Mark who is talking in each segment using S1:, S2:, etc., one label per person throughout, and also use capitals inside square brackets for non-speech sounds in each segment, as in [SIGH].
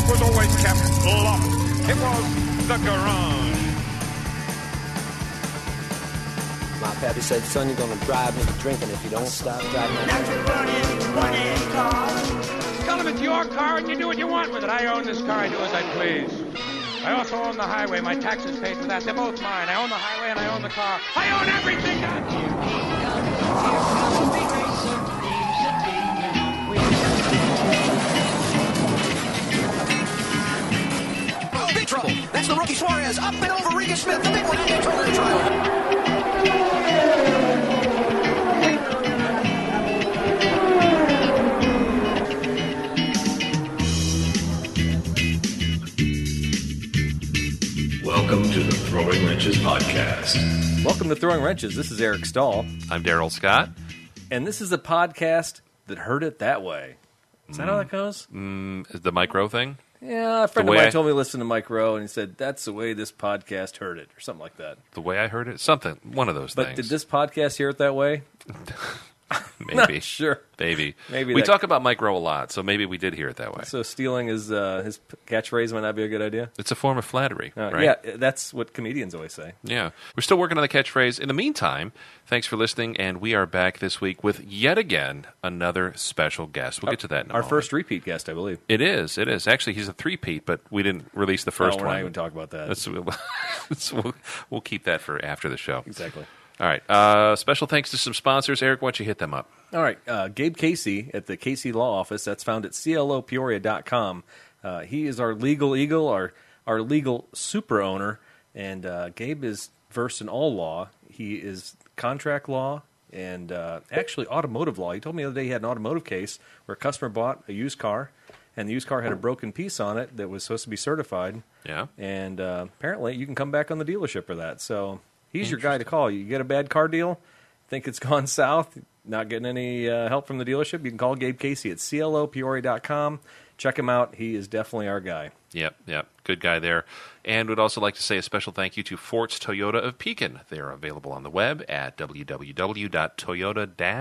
S1: kept locked. It was the garage.
S2: My pappy said, son, you're gonna drive me to drinking if you don't stop driving.
S1: Tell them it's your car and you do what you want with it. I own this car. I do as I please. I also own the highway. My taxes paid for that. They're both mine. I own the highway and I own the car. I own everything.
S3: Big trouble. That's the rookie Suarez. Up and over Regan Smith. The big one out in trouble in the trial.
S4: Welcome to the Throwing Wrenches Podcast.
S5: Welcome to Throwing Wrenches. This is Eric Stahl,
S6: I'm Daryl Scott.
S5: and this is a podcast that heard it that way. Is that how that goes?
S6: Is the micro thing?
S5: Yeah, a friend
S6: Mm-hmm. The
S5: of
S6: way
S5: mine
S6: I-
S5: told me to listen to Mike Rowe, and he said that's the way this podcast heard it, or something like that.
S6: The way I heard it? Something. One of those
S5: But
S6: things.
S5: did this podcast hear it that way? [LAUGHS]
S6: maybe. [LAUGHS]
S5: Sure.
S6: Maybe.
S5: Maybe
S6: We
S5: that-
S6: talk about micro a lot, so maybe we did hear it that way.
S5: So stealing his uh, his p- catchphrase might not be a good idea.
S6: it's a form of flattery,
S5: Uh,
S6: right?
S5: Yeah, that's what comedians always say.
S6: Yeah. We're still working on the catchphrase. In the meantime, thanks for listening, and we are back this week with yet again another special guest. We'll get to that in a
S5: Our
S6: moment.
S5: first repeat guest, I believe.
S6: It is. It is. Actually, he's a three-peat, but we didn't release the first
S5: no, Oh, we're
S6: one.
S5: not even talking about that.
S6: [LAUGHS] That's, so we'll, we'll keep that for after the show.
S5: exactly.
S6: All right. Uh, special thanks to some sponsors. Eric, why don't you hit them up?
S5: All right, uh, Gabe Casey at the Casey Law Office. That's found at clopeoria.com. Uh, he is our legal eagle, our our legal super owner, and uh, Gabe is versed in all law. He is contract law and uh, actually automotive law. He told me the other day he had an automotive case where a customer bought a used car, and the used car had a broken piece on it that was supposed to be certified.
S6: Yeah.
S5: And uh, apparently, you can come back on the dealership for that. So he's your guy to call. You get a bad car deal, think it's [LAUGHS] gone south, not getting any uh, help from the dealership, you can call Gabe Casey at clopeoria.com. Check him out. He is definitely our guy.
S6: Yep, yep. Good guy there. And would also like to say a special thank you to Forts Toyota of Pekin. They are available on the web at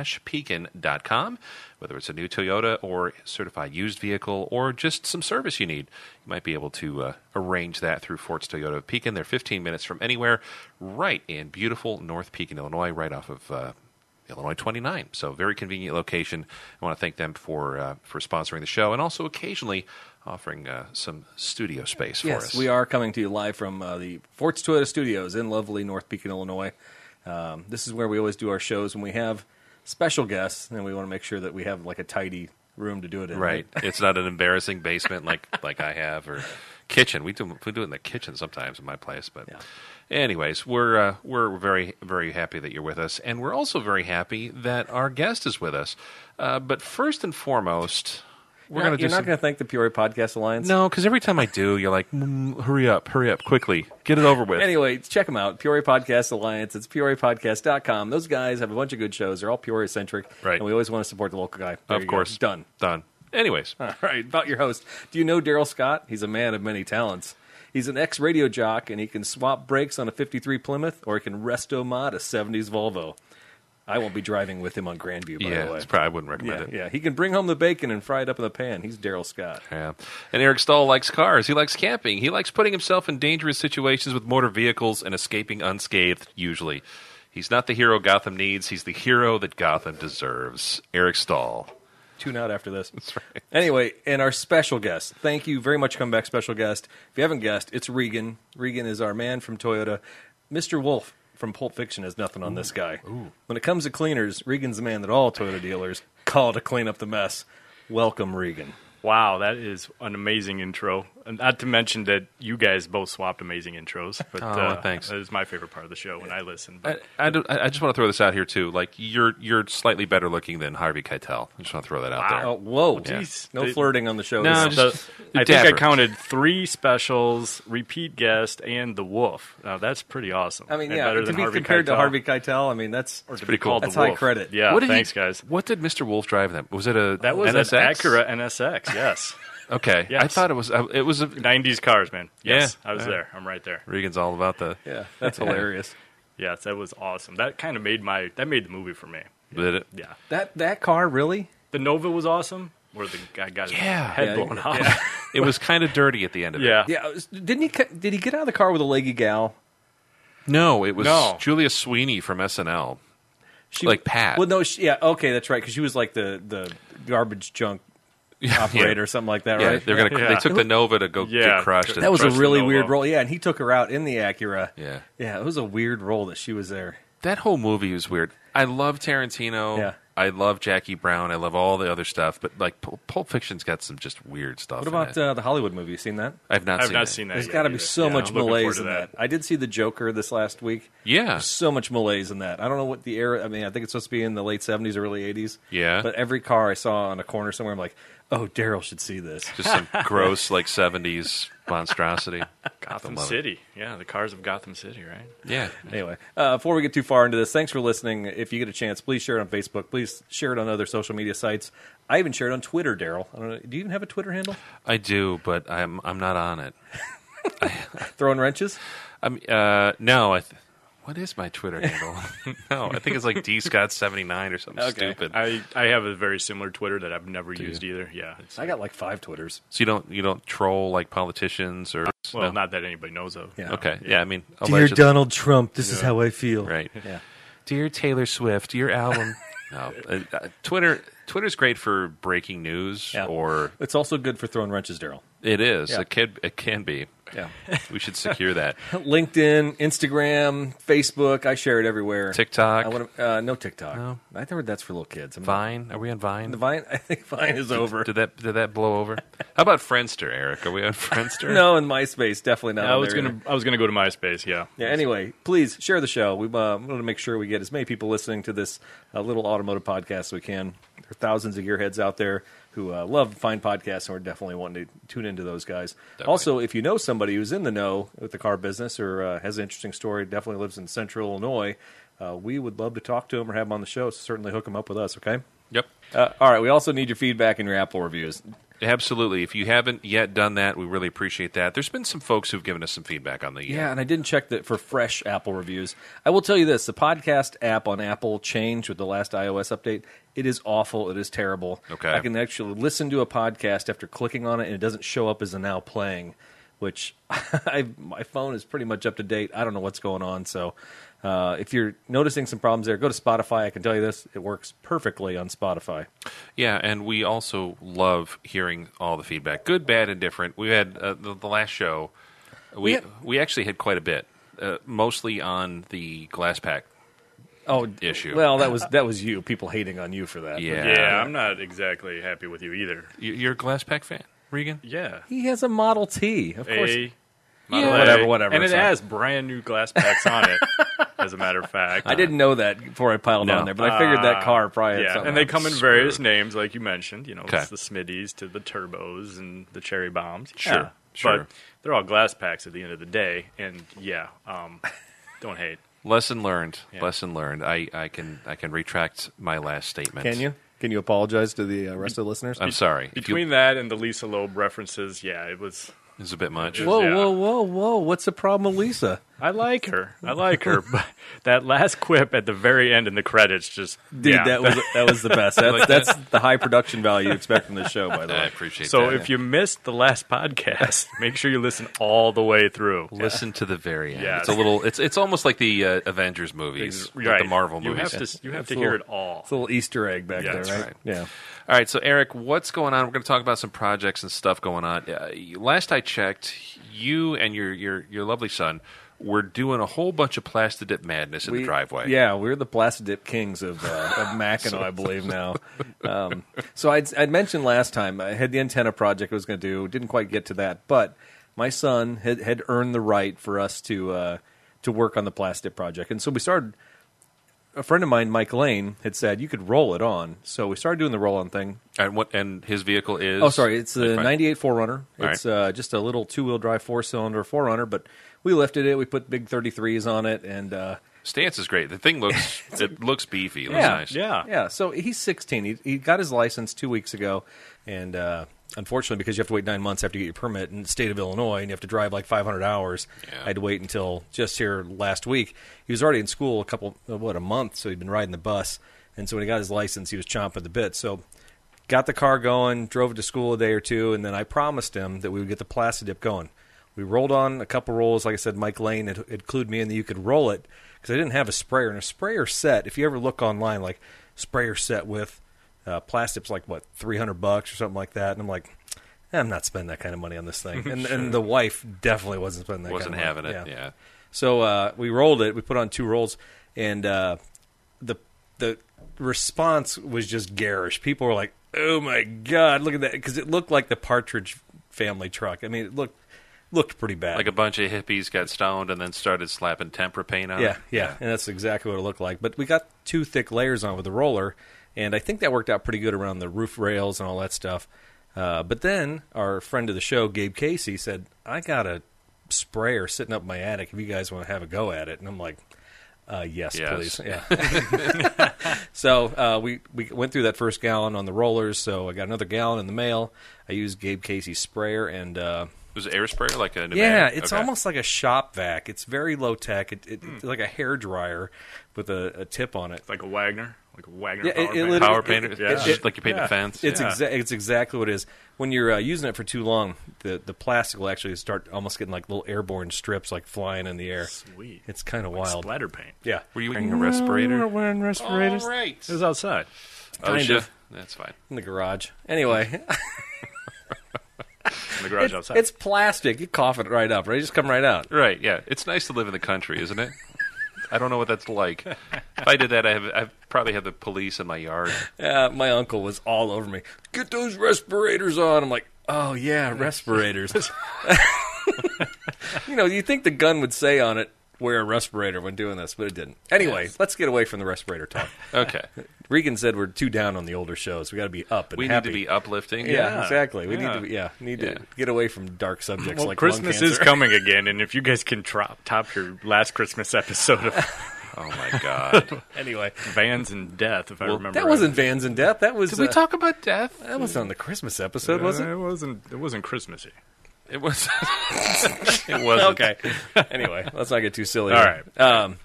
S6: www.toyota-pekin.com. Whether it's a new Toyota or certified used vehicle or just some service you need, you might be able to uh, arrange that through Forts Toyota of Pekin. They're 15 minutes from anywhere, right in beautiful North Pekin, Illinois, right off of uh, Illinois 29. So very convenient location. I want to thank them for uh, for sponsoring the show and also occasionally offering uh, some studio space for us.
S5: we are coming to you live from uh, the Forts Toyota Studios in lovely North Pekin, Illinois. Um, this is where we always do our shows when we have special guests, and we want to make sure that we have like a tidy room to do it in.
S6: Right.
S5: [LAUGHS]
S6: it's not an embarrassing basement like [LAUGHS] like I have or kitchen. We do we do it in the kitchen sometimes in my place, but
S5: Yeah.
S6: anyways, we're uh, we're very very happy that you're with us, and we're also very happy that our guest is with us. Uh, but first and foremost. We're
S5: You're
S6: gonna
S5: not,
S6: do
S5: you're not
S6: some-
S5: going to thank the Peoria Podcast Alliance.
S6: No, because every time I do, you're like, mm, hurry up, hurry up, quickly. Get it over with.
S5: Anyway, check them out. Peoria Podcast Alliance. It's peoriapodcast.com. Those guys have a bunch of good shows. They're all Peoria centric.
S6: Right.
S5: And we always want to support the local guy. There you
S6: of
S5: go.
S6: course.
S5: Done.
S6: Done. Anyways,
S5: All right. About your host. Do you know Daryl Scott? He's a man of many talents. He's an ex radio jock, and he can swap brakes on a 53 Plymouth or he can resto mod a 70s Volvo. I won't be driving with him on Grandview, by
S6: yeah,
S5: the way.
S6: it's probably, I wouldn't recommend
S5: yeah,
S6: it.
S5: yeah. He can bring home the bacon and fry it up in the pan. He's Daryl Scott.
S6: Yeah. And Eric Stahl likes cars. He likes camping. He likes putting himself in dangerous situations with motor vehicles and escaping unscathed, usually. He's not the hero Gotham needs. He's the hero that Gotham deserves. Eric Stahl.
S5: tune out after this. That's right. Anyway, and our special guest, thank you very much, comeback special guest. If you haven't guessed, it's Regan. Regan is our man from Toyota. Mr. Wolf from Pulp Fiction has nothing on this guy. When it comes to cleaners, Regan's the man that all Toyota dealers call to clean up the mess. Welcome, Regan.
S7: Wow, that is an amazing intro. And Not to mention that you guys both swapped amazing intros. But
S6: Oh,
S7: uh,
S6: thanks.
S7: That is my favorite part of the show when I listen.
S6: I,
S7: But
S6: I, don't- I I just want to throw this out here, too. Like, you're, you're slightly better looking than Harvey Keitel. I just want to throw that out there.
S5: Oh, whoa.
S7: Jeez.
S5: No
S7: They-
S5: flirting on the show.
S6: No,
S5: This-
S6: just-
S7: the- I think I
S6: Dapper.
S7: counted three specials, repeat guest, and the Wolf. Now that's pretty awesome.
S5: I mean,
S7: And
S5: yeah,
S7: better
S5: to
S7: than
S5: be
S7: Harvey
S5: compared to
S7: Keitel.
S5: Harvey Keitel, I mean, that's,
S7: Or to
S6: pretty
S7: be
S6: cool.
S7: called the
S5: That's high
S7: Wolf.
S5: credit.
S7: Yeah,
S6: What did he-
S7: thanks, guys.
S6: What did Mr. Wolf drive them? Was it a
S7: That was
S6: NSX?
S7: an Acura NSX. Yes,
S6: [LAUGHS] Okay, I
S7: Yes.
S6: thought it was. uh, It was a.
S7: '90s cars, man.
S6: Yeah.
S7: Yes, I was
S6: Yeah.
S7: there. I'm right there.
S6: Regan's all about the. [LAUGHS]
S5: yeah, that's hilarious.
S7: Yes, that was awesome. That kind of made my that made the movie for me.
S6: Did it?
S7: Yeah.
S5: That that car, really?
S7: The Nova was awesome, where the guy got his
S6: Yeah.
S7: head
S5: Yeah,
S7: blown off.
S6: It was kind of dirty at the end of it.
S7: [LAUGHS] Yeah.
S5: Yeah, it was- didn't he? ca- Did he get out of the car with a leggy gal?
S6: No, it was
S7: No.
S6: Julia Sweeney from SNL.
S5: She,
S6: Like Pat. [LAUGHS]
S5: Well, no, she, yeah, okay, that's right, because she was like the the garbage junk operator or something like that,
S6: Yeah,
S5: right?
S6: they're gonna.
S7: Yeah.
S6: They took the Nova to go
S7: Yeah.
S6: get crushed. and
S5: That was a
S6: crushed the
S5: really
S6: Nova.
S5: weird role. Yeah, and he took her out in the Acura.
S6: Yeah.
S5: Yeah, it was a weird role that she was there.
S6: That whole movie was weird. I love Tarantino.
S5: Yeah.
S6: I love Jackie Brown. I love all the other stuff, but like Pul- Pulp Fiction's got some just weird stuff.
S5: What
S6: in
S5: about
S6: it.
S5: uh, the Hollywood movie? You seen that?
S6: I've not
S7: I've
S6: seen.
S7: not
S6: it.
S7: seen that.
S5: There's
S7: yet
S5: got to be
S7: either.
S5: so
S7: Yeah,
S5: much
S7: I'm looking
S5: malaise
S7: forward to
S5: in that. I did see the Joker this last week.
S6: Yeah.
S5: There's so much malaise in that. I don't know what the era. I mean, I think it's supposed to be in the late '70s, early '80s.
S6: Yeah.
S5: But every car I saw on a corner somewhere, I'm like, oh, Daryl should see this.
S6: Just
S7: [LAUGHS]
S6: some gross like '70s monstrosity.
S7: Gotham
S6: love it.
S7: City. Yeah, the cars of Gotham City, right?
S6: Yeah.
S5: Anyway, uh, before we get too far into this, thanks for listening. If you get a chance, please share it on Facebook. Please share it on other social media sites. I even shared it on Twitter, Daryl. I don't know. Do you even have a Twitter handle?
S6: I do, but I'm I'm not on it.
S5: Throwing wrenches.
S6: I'm uh no. I th- what is my Twitter handle? [LAUGHS] no, I think it's like D Scott seventy nine or something
S5: Okay.
S6: stupid.
S7: I, I have a very similar Twitter that I've never used either. Yeah. It's,
S5: I got like five Twitters.
S6: so you don't you don't troll like politicians or
S7: well,
S6: no?
S7: not that anybody knows of.
S5: Yeah.
S6: okay. Yeah, I mean,
S5: Dear
S6: alleged-
S5: Donald Trump, this is how I feel.
S6: right?
S5: Yeah.
S6: Dear Taylor Swift,
S5: [LAUGHS]
S6: your album. no, uh, uh, Twitter. Twitter's great for breaking news,
S5: Yeah.
S6: or
S5: It's also good for throwing wrenches, Daryl.
S6: it is.
S5: Yeah.
S6: It can. It can be.
S5: Yeah.
S6: [LAUGHS] We should
S5: [LAUGHS]
S6: secure that.
S5: LinkedIn, Instagram, Facebook. I share it everywhere.
S6: TikTok.
S5: I want to, uh, no TikTok.
S6: No.
S5: I heard that's for little kids. I'm
S6: Vine. Are we on Vine?
S5: The Vine. [LAUGHS] I think Vine is over.
S6: Did that? Did that
S5: [LAUGHS]
S6: blow over? How about Friendster, Eric? Are we on Friendster?
S5: no, in MySpace, definitely not.
S7: I
S5: on
S7: was
S5: there
S7: gonna I was gonna go to MySpace. Yeah.
S5: Yeah. Anyway, please share the show. We uh, want to make sure we get as many people listening to this uh, little automotive podcast as we can. There are thousands of gearheads out there who uh, love fine podcasts, and we're definitely wanting to tune into those guys. Also, if you know somebody who's in the know with the car business or uh, has an interesting story, definitely lives in Central Illinois, uh, we would love to talk to them or have them on the show. So certainly hook them up with us. Okay.
S6: Yep.
S5: Uh, all right. We also need your feedback and your Apple reviews.
S6: Absolutely. If you haven't yet done that, we really appreciate that. There's been some folks who've given us some feedback on the uh,
S5: Yeah, and I didn't check that for fresh Apple reviews. I will tell you this: the podcast app on Apple changed with the last iOS update. It is awful. It is terrible.
S6: Okay.
S5: I can actually listen to a podcast after clicking on it, and it doesn't show up as a now playing. Which [LAUGHS] I, my phone is pretty much up to date. I don't know what's going on. So, uh, if you're noticing some problems there, go to Spotify. I can tell you this: it works perfectly on Spotify.
S6: Yeah, and we also love hearing all the feedback, good, bad, and different. We had uh, the, the last show. We
S5: Yeah.
S6: we actually had quite a bit, uh, mostly on the glass pack.
S5: Oh,
S6: Issue.
S5: Well, that was that was you. People hating on you for that.
S6: Yeah,
S7: Yeah. I'm not exactly happy with you either.
S6: You- You're a glass pack fan, Regan.
S7: Yeah.
S5: He has a Model T, of course.
S7: A
S5: Yeah.
S7: A.
S5: Whatever, whatever,
S7: And
S5: it's
S7: it
S5: fine.
S7: has brand new glass packs on
S5: [LAUGHS]
S7: it, as a matter of fact.
S5: I didn't know that before I piled
S6: No.
S5: on there, but I figured that car probably. had
S7: Yeah,
S5: something
S7: and they
S5: on it.
S7: come in various names, like you mentioned. You know,
S6: Okay.
S7: it's the Smitties to the Turbos and the Cherry Bombs.
S6: Sure,
S7: Yeah.
S6: sure.
S7: But they're all glass packs at the end of the day, and yeah,
S5: [LAUGHS]
S7: um, don't hate.
S6: Lesson learned. Lesson learned. I, I can I can retract my last statement.
S5: Can you? Can you apologize to the uh, rest of the listeners?
S6: I'm sorry. If you-
S7: Between that and the Lisa Loeb references, yeah, it was.
S6: it's a bit much.
S5: whoa,
S7: yeah.
S5: whoa, whoa, whoa! What's the problem with Lisa?
S7: I like her. I like her, but that last quip at the very end in the credits just
S5: Dude,
S7: yeah,
S5: that was that was the best. That's,
S6: Like that?
S5: that's the high production value you expect from this show, by the
S6: I
S5: way.
S7: [LAUGHS]
S6: appreciate
S7: So
S6: that.
S7: if you missed the last podcast, make sure you listen all the way through.
S6: listen to the very end,
S7: Yeah.
S6: it's a little. It's it's almost like the uh, Avengers movies, like the Marvel
S7: You
S6: movies.
S7: have to you have to
S5: It's a
S7: hear it
S5: little-
S7: all.
S5: It's a little Easter egg back
S7: Yeah,
S5: there,
S7: that's
S5: right?
S6: right.
S5: Yeah.
S6: All right, so Eric, what's going on? We're going to talk about some projects and stuff going on. Uh, you- last I checked, you and your your your lovely son were doing a whole bunch of Plastidip madness in the driveway.
S5: Yeah, we're the plastic dip kings of, uh,
S6: [LAUGHS]
S5: of Mackinac, I believe now. Um, so I'd, I'd mentioned last time I had the antenna project I was going to do. Didn't quite get to that, but my son had, had earned the right for us to uh, to work on the plastic project, and so we started a friend of mine, Mike Lane, had said you could roll it on. So we started doing the roll on thing.
S6: and what and his vehicle is?
S5: Oh, sorry, it's the
S6: Fine.
S5: '98 Forerunner.
S6: All
S5: It's
S6: right.
S5: uh, just a little two-wheel drive four-cylinder Forerunner, but we lifted it. We put big 33s on it, and uh,
S6: Stance is great. The thing
S5: [LAUGHS]
S6: looks it looks beefy. It looks
S5: yeah,
S6: nice.
S7: Yeah.
S5: yeah. So he's 16. He, he got his license two weeks ago, and uh, unfortunately, because you have to wait nine months after you get your permit in the state of Illinois, and you have to drive like 500 hours,
S6: Yeah.
S5: I had to wait until just here last week. He was already in school a couple, uh, what, a month, so he'd been riding the bus, and so when he got his license, he was chomping at the bit. So got the car going, drove it to school a day or two, and then I promised him that we would get the plastic dip going. We rolled on a couple rolls. Like I said, Mike Lane had, had clued me in that you could roll it because I didn't have a sprayer. And a sprayer set, if you ever look online, like sprayer set with uh, plastic's like what three hundred bucks or something like that. And I'm like, "Eh, I'm not spending that kind of money on this thing. And and the wife definitely wasn't spending that.
S6: Wasn't
S5: kind of
S6: having
S5: money.
S6: it. yeah.
S5: So uh, we rolled it. We put on two rolls, and uh, the the response was just garish. People were like, "Oh my god, look at that!" Because it looked like the Partridge Family truck. I mean, it looked looked pretty bad.
S6: Like a bunch of hippies got stoned and then started slapping tempera paint on
S5: yeah,
S6: it.
S5: yeah, and that's exactly what it looked like. But we got two thick layers on with the roller, and I think that worked out pretty good around the roof rails and all that stuff. Uh, but then our friend of the show, Gabe Casey, said, "I got a sprayer sitting up my attic. If you guys want to have a go at it," and I'm like, uh, yes,
S6: Yes.
S5: please." Yeah. [LAUGHS]
S6: [LAUGHS]
S5: so uh, we we went through that first gallon on the rollers. So I got another gallon in the mail. I used Gabe Casey's sprayer and. Uh,
S6: Was it air sprayer like a pneumatic?
S5: yeah, it's
S6: Okay.
S5: almost like a shop vac. It's very low tech. It, it, It's like a hair dryer with a, a tip on it.
S7: Like a Wagner, like a Wagner
S5: Yeah, it-
S7: power
S5: it
S7: paint.
S5: literally-
S6: power painter.
S7: Yeah.
S6: It's just like you paint
S5: yeah.
S6: a fence.
S5: It's
S6: yeah.
S5: exa- it's exactly what it is. When you're uh, using it for too long, the the plastic will actually start almost getting like little airborne strips like flying in the air.
S7: Sweet.
S5: It's kind of wild.
S7: Splatter paint.
S5: Yeah.
S6: Were you wearing a respirator?
S5: wearing respirators
S6: All right.
S7: It was outside.
S5: Kind
S6: OSHA.
S5: of.
S6: That's fine.
S5: in the garage.
S6: [LAUGHS]
S5: Anyway,
S7: In the garage
S5: it's,
S7: outside.
S5: it's plastic. You cough it right up, right? You just come right out.
S6: Right. Yeah. It's nice to live in the country, isn't it? I don't know what that's like. If I did that, I have I probably have the police in my yard.
S5: Uh, my uncle was all over me. Get those respirators on. I'm like, oh yeah, respirators. [LAUGHS] you know, you think the gun would say on it, wear a respirator when doing this, but it didn't. Anyway, let's get away from the respirator talk.
S6: Okay.
S5: Regan said we're too down on the older shows. We got to be up and
S6: We
S5: happy.
S6: need to be uplifting.
S5: yeah, exactly. We need to be, yeah, need
S6: Yeah.
S5: to get away from dark subjects
S7: well,
S5: like lung
S7: Christmas is [LAUGHS]
S5: cancer.
S7: coming again, and if you guys can drop, top your last Christmas episode [LAUGHS] of
S6: Oh my
S5: [LAUGHS]
S6: god.
S5: [LAUGHS] anyway.
S7: Vans and Death, if I remember,
S5: That
S7: right.
S5: wasn't Vans and Death. That was
S6: Did we
S5: uh,
S6: talk about death?
S5: that was on the Christmas episode,
S7: Uh,
S5: wasn't it?
S7: It wasn't. It wasn't [LAUGHS] Christmassy.
S6: It was. [LAUGHS] it wasn't.
S5: okay. anyway, let's not get too silly.
S7: All
S5: here. Um,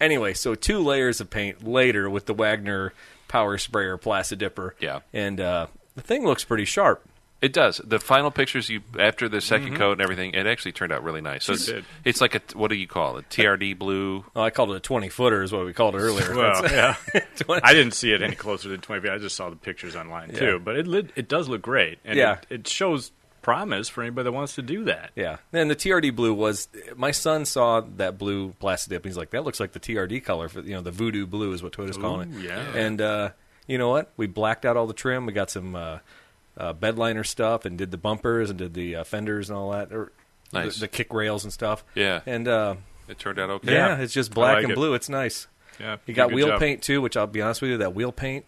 S5: anyway, so two layers of paint later with the Wagner power sprayer plastic dipper.
S6: Yeah.
S5: And uh, the thing looks pretty sharp.
S6: It does. The final pictures you after the 2nd
S5: Mm-hmm.
S6: coat and everything, it actually turned out really nice. So it's,
S7: did.
S6: it's like a what do you call it? TRD blue.
S5: Well, I called it a 20 footer, is what we called it earlier.
S7: Well,
S5: [LAUGHS]
S7: yeah,
S5: Twen-
S7: [LAUGHS] I didn't see it any closer than twenty feet. I just saw the pictures online too. But it lit, it does look great, and
S5: Yeah.
S7: it, it shows promise for anybody that wants to do that.
S5: yeah. And the TRD blue was my son saw that blue plastic dip and he's like, that looks like the TRD color for, you know, the voodoo blue is what Toyota's calling it.
S7: Ooh, yeah.
S5: And uh, you know what? We blacked out all the trim. We got some uh, uh, bedliner stuff and did the bumpers and did the uh, fenders and all that. Or,
S6: Nice.
S5: The, the kick rails and stuff.
S6: Yeah.
S5: And uh,
S6: It turned out okay.
S5: Yeah,
S7: Yeah.
S5: it's just
S7: I
S5: black
S7: like
S5: and
S7: it.
S5: blue. It's nice.
S7: Yeah,
S5: You got
S7: good
S5: wheel
S7: job.
S5: paint too, which I'll be honest with you, that wheel paint,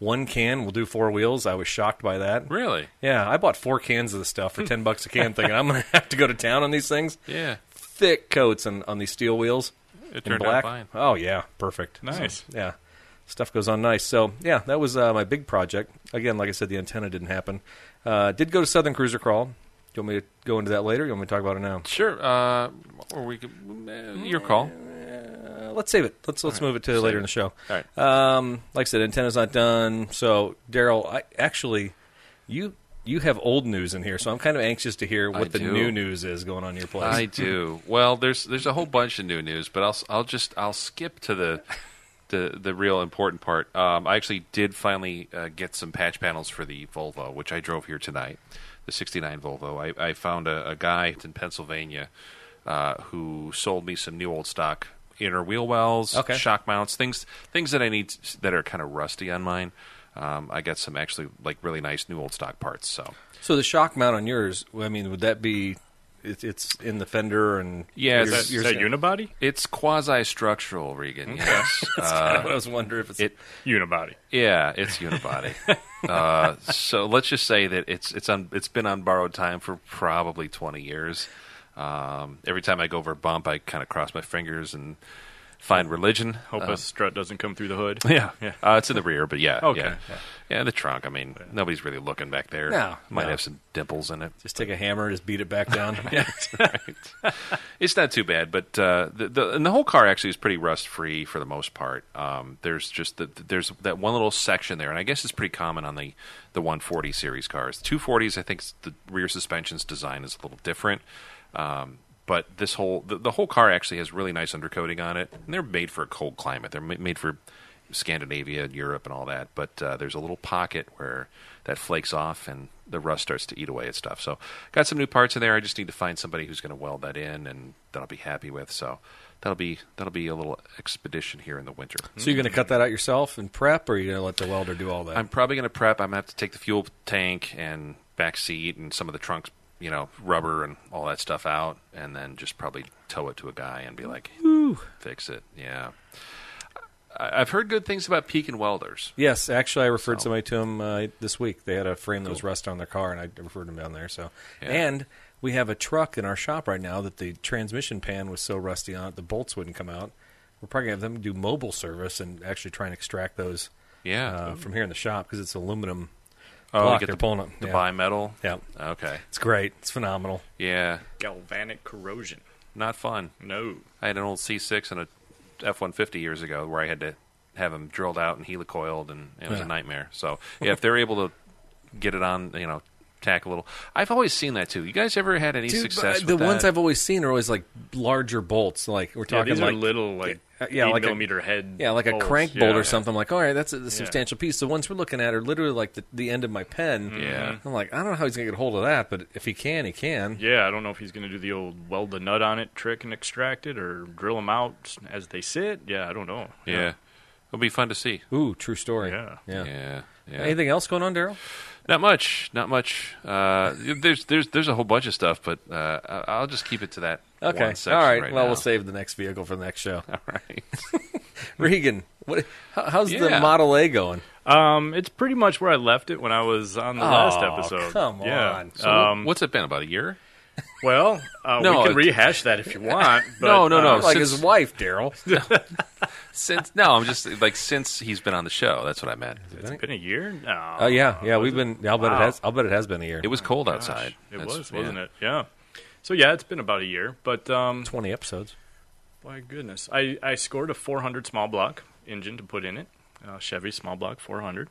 S5: one can will do four wheels. I was shocked by that.
S6: Really?
S5: Yeah, I bought four cans of this stuff for ten bucks a can, thinking I'm going to have to go to town on these things.
S6: Yeah.
S5: Thick coats on, on these steel wheels.
S6: It
S5: in
S6: turned out
S5: black.
S6: fine.
S5: Oh yeah, perfect.
S7: Nice.
S5: So, yeah, stuff goes on nice. So yeah, that was uh, my big project. Again, like I said, the antenna didn't happen. Uh, did go to Southern Cruiser Crawl. Do you want me to go into that later? Or you want me to talk about it now?
S6: Sure. Uh, or we could, uh, your call.
S5: Uh, let's save it. Let's let's move it to later
S6: it.
S5: in the show.
S6: All right.
S5: Um, like I said, antenna's not done. So Daryl, I actually, you you have old news in here, so I'm kind of anxious to hear what
S6: I
S5: the
S6: do.
S5: new news is going on in your place.
S6: I do. Well, there's there's a whole bunch of new news, but I'll s- I'll just I'll skip to the the the real important part. Um, I actually did finally uh, get some patch panels for the Volvo, which I drove here tonight, the '69 Volvo. I, I found a, a guy in Pennsylvania uh, who sold me some new old stock inner wheel wells,
S5: Okay.
S6: shock mounts, things things that I need s- that are kind of rusty on mine. Um, I got some actually like really nice new old stock parts. So
S5: so the shock mount on yours, I mean, would that be? It, it's in the fender and yours-
S6: Yeah,
S7: Is that, is
S5: yours-
S7: that unibody?
S6: it's quasi structural,
S5: [LAUGHS]
S6: Regan. Yes.
S5: [COUGHS] I was wondering if it's
S6: it-
S7: Unibody.
S6: Yeah, it's unibody.
S5: [LAUGHS]
S6: uh, so let's just say that it's it's on it's been on borrowed time for probably twenty years. Um, every time I go over a bump, I kind of cross my fingers and find religion.
S7: Hope
S6: Uh,
S5: Uh-huh.
S6: [LAUGHS]
S7: a strut doesn't come through the hood.
S6: yeah, Uh, it's in the rear, but yeah,
S7: Okay.
S6: yeah. Yeah, the trunk. I mean, nobody's really looking back there.
S5: No,
S6: might
S5: no.
S6: have some dimples in it.
S5: Just take a hammer, just beat it back down.
S6: [LAUGHS] Yeah, that's right. it's not too bad, but uh, the, the and the whole car actually is pretty rust free for the most part. Um, there's just the, there's that one little section there, and I guess it's pretty common on the the 140 series cars. 240s, I think s- the rear suspension's design is a little different. Um, but this whole the, the whole car actually has really nice undercoating on it, and they're made for a cold climate. They're ma- made for Scandinavia and Europe and all that. But uh, there's a little pocket where that flakes off and the rust starts to eat away at stuff. So got some new parts in there. I just need to find somebody who's going to weld that in and that I'll be happy with. So that'll be that'll be a little expedition here in the winter.
S5: [LAUGHS] So you're going to cut that out yourself and prep, or you're going to let the welder do all that?
S6: I'm probably going to prep. I'm going to have to take the fuel tank and back seat and some of the trunks, you know, rubber and all that stuff out, and then just probably tow it to a guy and be like, fix it. Yeah. I- I've heard good things about Pekin welders.
S5: yes, actually, I referred somebody to him uh, this week. They had a frame that was rust on their car, and I referred him down there. So,
S6: Yeah.
S5: and we have a truck in our shop right now that the transmission pan was so rusty on it, the bolts wouldn't come out. We're probably going to have them do mobile service and actually try and extract those.
S6: Yeah.
S5: uh, from here in the shop because it's aluminum.
S6: Oh,
S5: block
S6: get
S5: they're
S6: the,
S5: pulling it.
S6: the
S5: yeah.
S6: bimetal.
S5: Yeah.
S6: Okay.
S5: It's great. It's phenomenal.
S6: Yeah.
S7: Galvanic corrosion.
S6: Not fun.
S7: No.
S6: I had an old C6 and a F150 years ago where I had to have them drilled out and helicoiled, and it was
S5: Yeah.
S6: a nightmare. So yeah, if they're able to get it on, you know, tack a little. I've always seen that too. You guys ever had any success?
S5: uh, the
S6: with
S5: ones
S6: that?
S5: I've always seen are always like larger bolts. Like we're
S7: Yeah,
S5: talking
S7: these
S5: like
S7: are little, like
S5: Uh, yeah,
S7: eight
S5: like a-
S7: millimeter head.
S5: yeah, like a
S7: bolts.
S5: crank
S7: Yeah.
S5: bolt or something. I'm like, all right, that's a, a substantial piece. The ones we're looking at are literally like the, the end of my pen.
S6: Yeah.
S5: I'm like, I don't know how he's gonna get a hold of that, but if he can, he can.
S7: Yeah, I don't know if he's going to do the old weld the nut on it trick and extract it, or drill them out as they sit. Yeah, I don't know.
S6: yeah, it'll be fun to see.
S5: Ooh, true story.
S7: Yeah.
S5: yeah.
S6: Yeah. yeah.
S5: Anything else going on, Daryl?
S6: Not much. Not much. Uh, there's there's there's a whole bunch of stuff, but uh, I- I'll just keep it to that.
S5: Okay.
S6: One section
S5: all right.
S6: right
S5: well,
S6: now.
S5: we'll save the next vehicle for the next show.
S6: [LAUGHS]
S5: [LAUGHS]
S6: All right.
S5: Regan, what? How, how's the
S6: Yeah.
S5: Model A going?
S7: Um, it's pretty much where I left it when I was on the last episode.
S5: come
S7: Yeah.
S5: on.
S6: So
S7: um,
S6: what's it been about a year?
S7: well, uh,
S6: No,
S7: we can
S6: it-
S7: rehash that
S5: [LAUGHS]
S7: if you [LAUGHS] want. But,
S6: No, no, no.
S7: uh,
S5: like
S6: since-
S5: his wife,
S6: [LAUGHS]
S5: Daryl.
S6: Since no, I'm just like since he's been on the show. That's what I meant.
S7: it's been a year. No.
S5: Oh yeah, yeah. We've been. I'll bet
S7: Wow.
S5: it has. I'll bet it has been a year.
S6: It was cold
S7: Gosh,
S6: outside.
S7: It
S6: That's-
S7: was, wasn't
S6: yeah.
S7: it? Yeah. So yeah, it's been about a year, but um,
S5: twenty episodes.
S7: My goodness. I, I scored a 400 small block engine to put in it, uh, Chevy small block 400.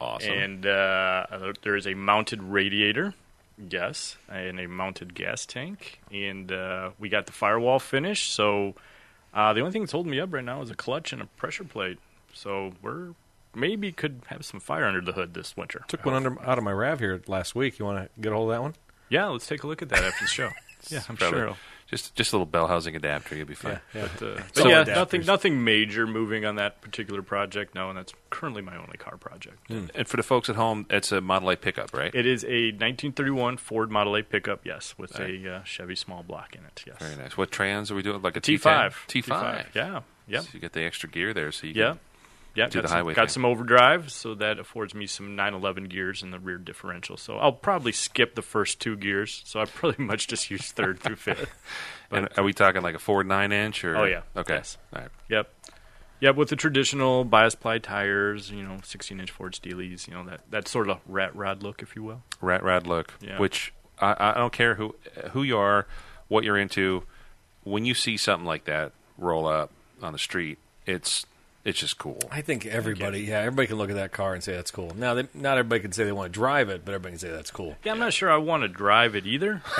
S6: Awesome.
S7: And uh, there is a mounted radiator, yes, and a mounted gas tank. And uh, we got the firewall finished. So uh, the only thing that's holding me up right now is a clutch and a pressure plate. So we're maybe could have some fire under the hood this winter.
S5: Took one under out of my Rav here last week. You want to get a hold of that one?
S7: Yeah, let's take a look at that after the show. [LAUGHS] yeah, I'm
S6: Probably.
S7: sure. it'll-
S6: Just just a little bell housing adapter. You'll be fine.
S7: But, uh, but
S5: all
S7: yeah,
S5: adapters.
S7: nothing, nothing major moving on that particular project. No, and that's currently my only car project.
S6: And for the folks at home, it's a Model A pickup, right?
S7: Hmm. It is a 1931 Ford Model A pickup, yes, with
S6: Right.
S7: a uh, Chevy small block in it. Yes,
S6: Very nice. What trans are we doing? Like a
S7: T
S6: T10?
S7: five,
S6: T five.
S7: yeah, yep,
S6: So you get the extra gear there, so you
S7: yeah,
S6: can,
S7: yeah.
S6: do
S7: got
S6: the
S7: some,
S6: highway
S7: Got
S6: thing.
S7: some overdrive, so that affords me some 911 gears in the rear differential. So I'll probably skip the first two gears. So I probably [LAUGHS] much just use third through fifth.
S6: And are we talking like a Ford nine inch or?
S7: Oh, yeah.
S6: Okay.
S7: Yes.
S6: All right.
S7: Yep. Yep, with the traditional bias ply tires, you know, 16 inch Ford Steelies, you know, that, that sort of rat rod look, if you will.
S6: Rat rad look.
S7: Yeah.
S6: Which I, I don't care who who you are, what you're into. When you see something like that roll up on the street, it's it's just cool.
S5: I think everybody. Yeah, everybody can look at that car and say that's cool. Now, they, not everybody can say they want to drive it, but everybody can say that's cool.
S7: Yeah, I'm not sure I want to drive it either, [LAUGHS]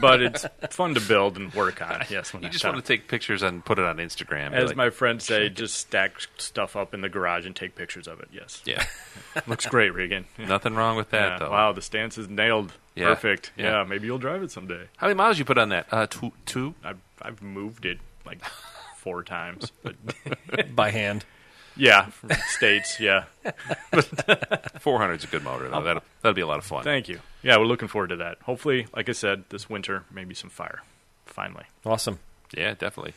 S7: but it's fun to build and work
S6: [LAUGHS]
S7: on. Yes, when
S6: You
S7: I
S6: just
S7: time.
S6: want to take pictures and put it on Instagram. Be
S7: As
S6: like,
S7: my friends say, just stack stuff up in the garage and take pictures of it. Yes.
S6: [LAUGHS] yeah.
S7: [LAUGHS] Looks great,
S6: [LAUGHS]
S7: Regan.
S6: Nothing wrong with that
S7: Yeah.
S6: though.
S7: Wow, the stance is nailed.
S6: Yeah.
S7: Perfect.
S6: Yeah.
S7: Yeah. maybe you'll drive it someday.
S6: How many miles you put on that? Uh, two. Two.
S7: I've, I've moved it like four times, but [LAUGHS]
S5: By hand.
S7: yeah, from states, yeah.
S6: Four hundred's a good motor though. That'll that'll be a lot of fun.
S7: Oh. Thank you. Yeah, we're looking forward to that. Hopefully, like I said, this winter, maybe some fire. Finally.
S5: Awesome.
S6: Yeah, definitely.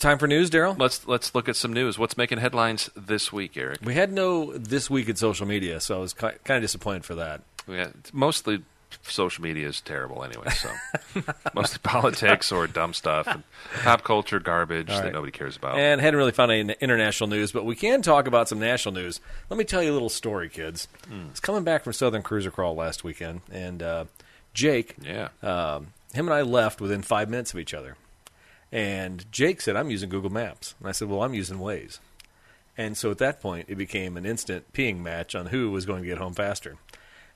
S5: Time for news, Daryl.
S6: Let's let's look at some news. What's making headlines this week, Eric?
S5: We had no this week in social media, so I was ki- kind of disappointed for that.
S6: We got mostly social media is terrible anyway. So [LAUGHS] mostly politics or dumb stuff, and pop culture garbage that nobody cares about.
S5: And hadn't really found any international news, but we can talk about some national news. Let me tell you a little story, kids. It's I was coming back from Southern Cruiser Crawl last weekend, and uh, Jake,
S6: yeah,
S5: um, him and I left within five minutes of each other. And Jake said, I'm using Google Maps. And I said, Well, I'm using Waze. And so at that point, it became an instant peeing match on who was going to get home faster.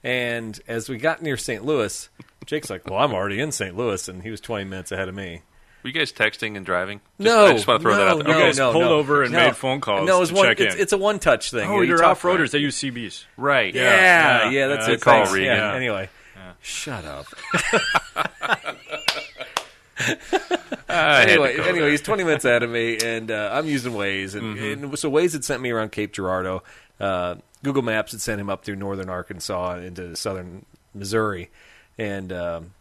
S5: And as we got near St. Louis, Jake's like, Well, I'm already in St. Louis. And he was 20 minutes ahead of me.
S6: were you guys texting and driving? Just,
S5: No,
S6: I just want to throw
S5: no,
S6: that out there.
S5: No,
S7: You guys
S5: no,
S7: pulled
S5: no.
S7: over and
S5: No.
S7: made phone calls
S5: No, it's
S7: to
S5: one.
S7: check
S5: it's,
S7: in.
S5: it's a one touch thing.
S7: Oh,
S5: You
S7: you're
S5: talk-
S7: off roaders. They use CBs.
S6: Right? Uh,
S5: Yeah, yeah,
S7: Yeah.
S5: that's
S7: Yeah,
S5: it.
S7: good call,
S5: Thanks.
S6: Regan.
S5: Yeah, anyway, shut up.
S6: I had to
S5: anyway,
S6: go
S5: anyway,
S6: there.
S5: he's 20 minutes ahead of me, and uh, I'm using Waze, and,
S6: Mm-hmm.
S5: and so Waze had sent me around Cape Girardeau. Uh, Google Maps had sent him up through northern Arkansas and into southern Missouri, and um,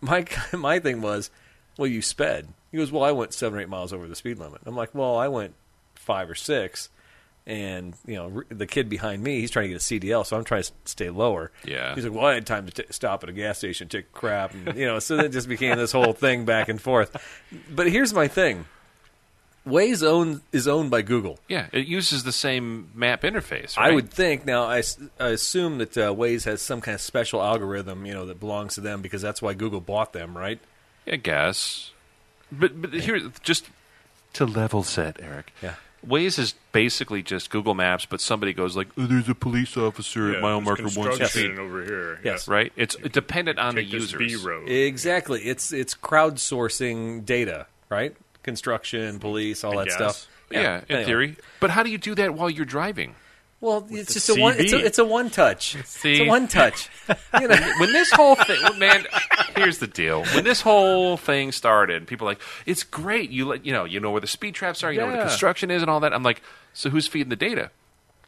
S5: my [LAUGHS] my thing was, well, you sped. He goes, well, I went seven or eight miles over the speed limit. I'm like, well, I went five or six, and you know r- the kid behind me, he's trying to get a CDL, so I'm trying to s- stay lower.
S6: Yeah.
S5: he's like, well, I had time to t- stop at a gas station, take a crap, and you know, so that just became this whole thing back and forth. But here's my thing: Waze own is owned by Google.
S6: yeah, it uses the same map interface.
S5: I
S6: right?
S5: would think now. I, s- I assume that uh, Waze has some kind of special algorithm, you know, that belongs to them because that's why Google bought them, right?
S6: I guess. But but here, just to level set, Eric.
S5: Yeah.
S6: Waze is basically just Google Maps, but somebody goes like, oh, "There's a police officer at mile marker one
S7: construction
S6: street."
S7: over here.
S5: Yes.
S6: Right? It's dependent on
S7: Take
S6: the
S7: this
S6: users.
S7: B road.
S5: Exactly. It's it's crowdsourcing data, right? Construction, police, all that
S7: guess.
S5: stuff.
S6: Mm-hmm. Yeah, in
S5: Anyway.
S6: theory. But how do you do that while you're driving?
S5: Well, it's
S7: the
S5: just a one. It's a,
S7: CV.
S5: it's a one
S6: [LAUGHS]
S5: touch. It's a
S6: See?
S5: one
S6: [LAUGHS]
S5: touch. You know,
S6: When this whole thing, well, man, here's the deal. When this whole thing started, people were like, "It's great. You let you know, you know where the speed traps are, you know where the
S5: Yeah.
S6: construction is, and all that." I'm like, "So who's feeding the data?"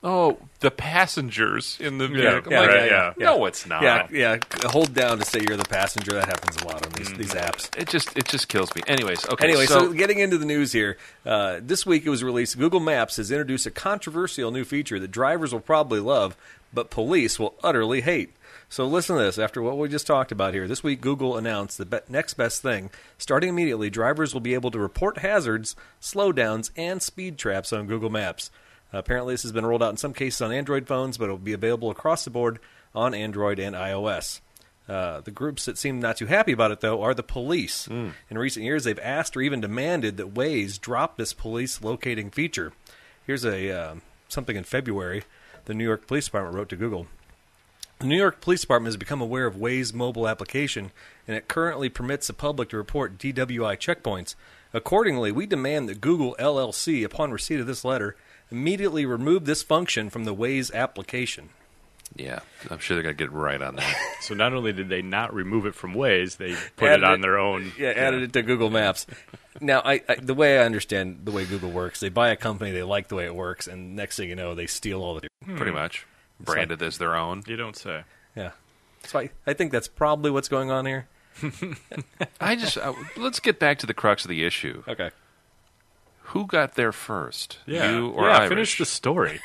S6: Oh, the passengers in the vehicle.
S5: yeah,
S6: I'm like,
S5: right, yeah, yeah.
S6: No, it's not.
S5: yeah, yeah. Hold down to say you're the passenger. That happens a lot on
S6: Mm-hmm.
S5: these these apps.
S6: It just it just kills me. Anyways, okay.
S5: Anyway, so, getting into the news here, uh, this week it was released. Google Maps has introduced a controversial new feature that drivers will probably love, but police will utterly hate. So listen to this. After what we just talked about here, this week Google announced the be- next best thing. Starting immediately, drivers will be able to report hazards, slowdowns, and speed traps on Google Maps. Apparently, this has been rolled out in some cases on Android phones, but it will be available across the board on Android and iOS. Uh, the groups that seem not too happy about it, though, are the police. In recent years, they've asked or even demanded that Waze drop this police locating feature. Here's a uh, something in February the New York Police Department wrote to Google. The New York Police Department has become aware of Waze mobile application, and it currently permits the public to report DWI checkpoints. Accordingly, we demand that Google LLC, upon receipt of this letter, immediately remove this function from the Waze application.
S6: yeah, I'm sure they're gonna get right on that.
S7: So not only did they not remove it from Waze, they put
S5: Added
S7: it on
S5: it-
S7: their own.
S5: [LAUGHS] yeah, added it to Google Maps. Now, I, I the way I understand the way Google works, they buy a company, they like the way it works, and next thing you know, they steal all the.
S6: Pretty much branded as their own.
S7: You don't say.
S5: Yeah, so I, I think that's probably what's going on here.
S6: I just I, let's get back to the crux of the issue.
S5: Okay,
S6: Who got there first?
S7: Yeah.
S6: You or
S7: yeah,
S6: Irish?
S7: finish the [LAUGHS] story.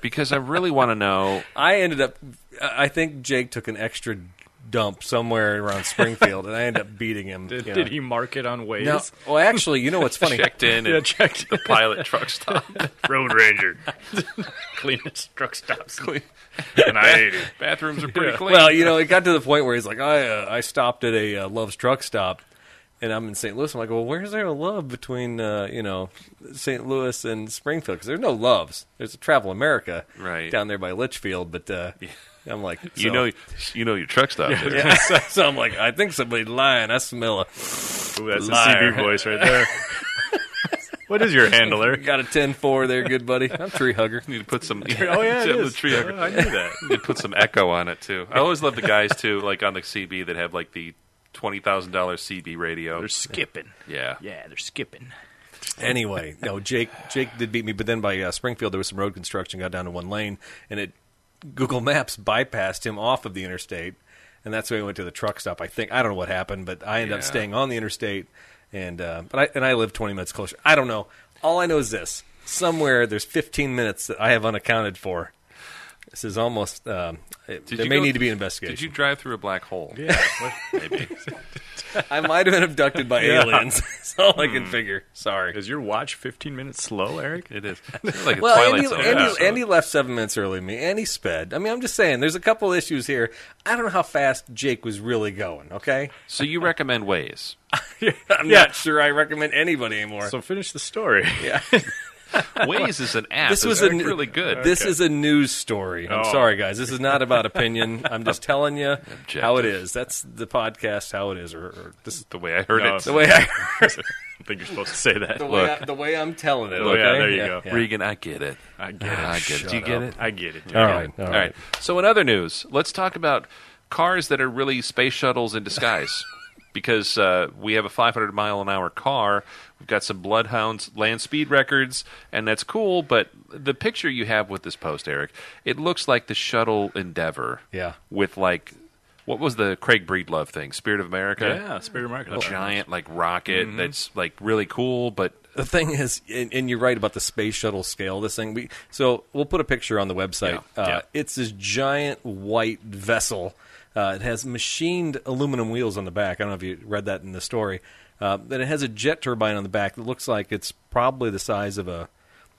S6: because I really want to know.
S5: I ended up. I I think Jake took an extra dump somewhere around Springfield, and I ended up beating
S7: [LAUGHS]
S5: him.
S7: Did,
S5: you
S7: did
S5: know.
S7: he mark it on Waze?
S5: No, well, actually, you know what's
S7: [LAUGHS]
S5: funny?
S6: Checked in
S7: Yeah,
S6: at
S7: checked.
S6: the pilot truck stop.
S7: [LAUGHS] Road Ranger. Cleanest truck [LAUGHS] stops. And I ate it.
S6: Bathrooms are pretty clean.
S5: Well, you know, it got to the point where he's like, I uh, I stopped at a uh, Love's truck stop, and I'm in St. Louis. I'm like, well, where's there a Love between uh, you know St. Louis and Springfield? Because there's no Loves. There's a Travel America
S6: Right.
S5: down there by Litchfield, but uh, I'm like,
S6: you
S5: so-
S6: know, you know your truck stop. dude.
S5: Yeah, so, [LAUGHS] so I'm like, I think somebody's lying. I smell a
S7: Ooh, that's
S5: Liar.
S7: a CB voice right there. what is your handler?
S5: got a 10-4 there, good buddy. I'm a tree hugger.
S6: [LAUGHS] You need to put some.
S7: Oh
S6: [LAUGHS]
S7: yeah, it
S6: the
S7: is.
S6: tree-
S7: Oh, I knew that.
S6: You need to put some echo on it too. I always love the guys too, like on the CB that have like the twenty thousand dollar CB radio.
S7: They're skipping.
S6: yeah,
S7: Yeah, they're skipping.
S6: [LAUGHS]
S5: Anyway, no, Jake Jake did beat me, but then by uh, Springfield there was some road construction, got down to one lane, and it Google Maps bypassed him off of the interstate, and that's when he went to the truck stop. I think I don't know what happened, but I ended up
S6: Yeah.
S5: staying on the interstate, and uh, but I and I live 20 minutes closer. I don't know. All I know is this: somewhere there's 15 minutes that I have unaccounted for. This is almost um, It,
S6: Did
S5: there
S6: you
S5: may
S6: go-
S5: need to be an
S6: Did you
S5: investigation.
S6: drive through a black hole?
S7: [LAUGHS] Yeah.
S6: Maybe.
S5: I might have been abducted
S6: [LAUGHS]
S5: by aliens. [LAUGHS] That's all I
S6: Hmm.
S5: can figure. Sorry.
S7: Is your watch 15 minutes slow, Eric?
S5: [LAUGHS]
S6: It is. It's like a
S5: Well,
S6: Twilight
S5: Andy,
S6: Zone
S5: Andy,
S6: episode.
S5: Andy left seven minutes early than me, and he sped. I mean, I'm just saying, there's a couple issues here. I don't know how fast Jake was really going,
S6: [LAUGHS]
S5: okay?
S6: So you
S5: [LAUGHS]
S6: recommend ways?
S5: I'm
S7: Yeah.
S5: not sure I recommend anybody anymore.
S7: So finish the [LAUGHS] story.
S6: Ways is an app.
S5: this was a
S6: Eric
S5: new-
S6: really good.
S5: This is a news story. I'm
S7: Oh.
S5: sorry, guys. This is not about
S6: [LAUGHS]
S5: opinion. I'm just telling you how it
S6: Objective.
S5: is. That's the podcast. How it is, or, or this is
S6: the way I heard
S7: No,
S6: it.
S5: the way I
S7: I think you're supposed to say that.
S5: the way,
S6: Look.
S5: I, the way I'm telling it.
S7: Oh,
S5: Okay?
S7: yeah, there you go.
S5: yeah.
S6: Regan, I get it.
S7: I get it.
S6: Ah, I get it. Do you get it?
S7: I get it.
S5: All
S7: I get
S5: right,
S7: it.
S5: all
S6: All
S5: right.
S6: right. So in other news, let's talk about cars that are really space shuttles
S5: [LAUGHS]
S6: in disguise. because uh, we have a 500 mile an hour car, we've got some Bloodhounds land speed records, and that's cool. But the picture you have with this post, Eric, it looks like the shuttle Endeavor.
S5: Yeah.
S6: With like, what was the Craig Breedlove thing? Spirit of America.
S7: Yeah, Spirit of America.
S6: Giant like rocket
S5: Mm-hmm.
S6: that's like really cool, but
S5: the thing is, and, and you're right about the space shuttle scale. This thing, we so we'll put a picture on the website.
S6: Yeah,
S5: Uh,
S6: yeah.
S5: It's this giant white vessel. Uh, it has machined aluminum wheels on the back. I don't know if you read that in the story. Uh, then it has a jet turbine on the back that looks like it's probably the size of a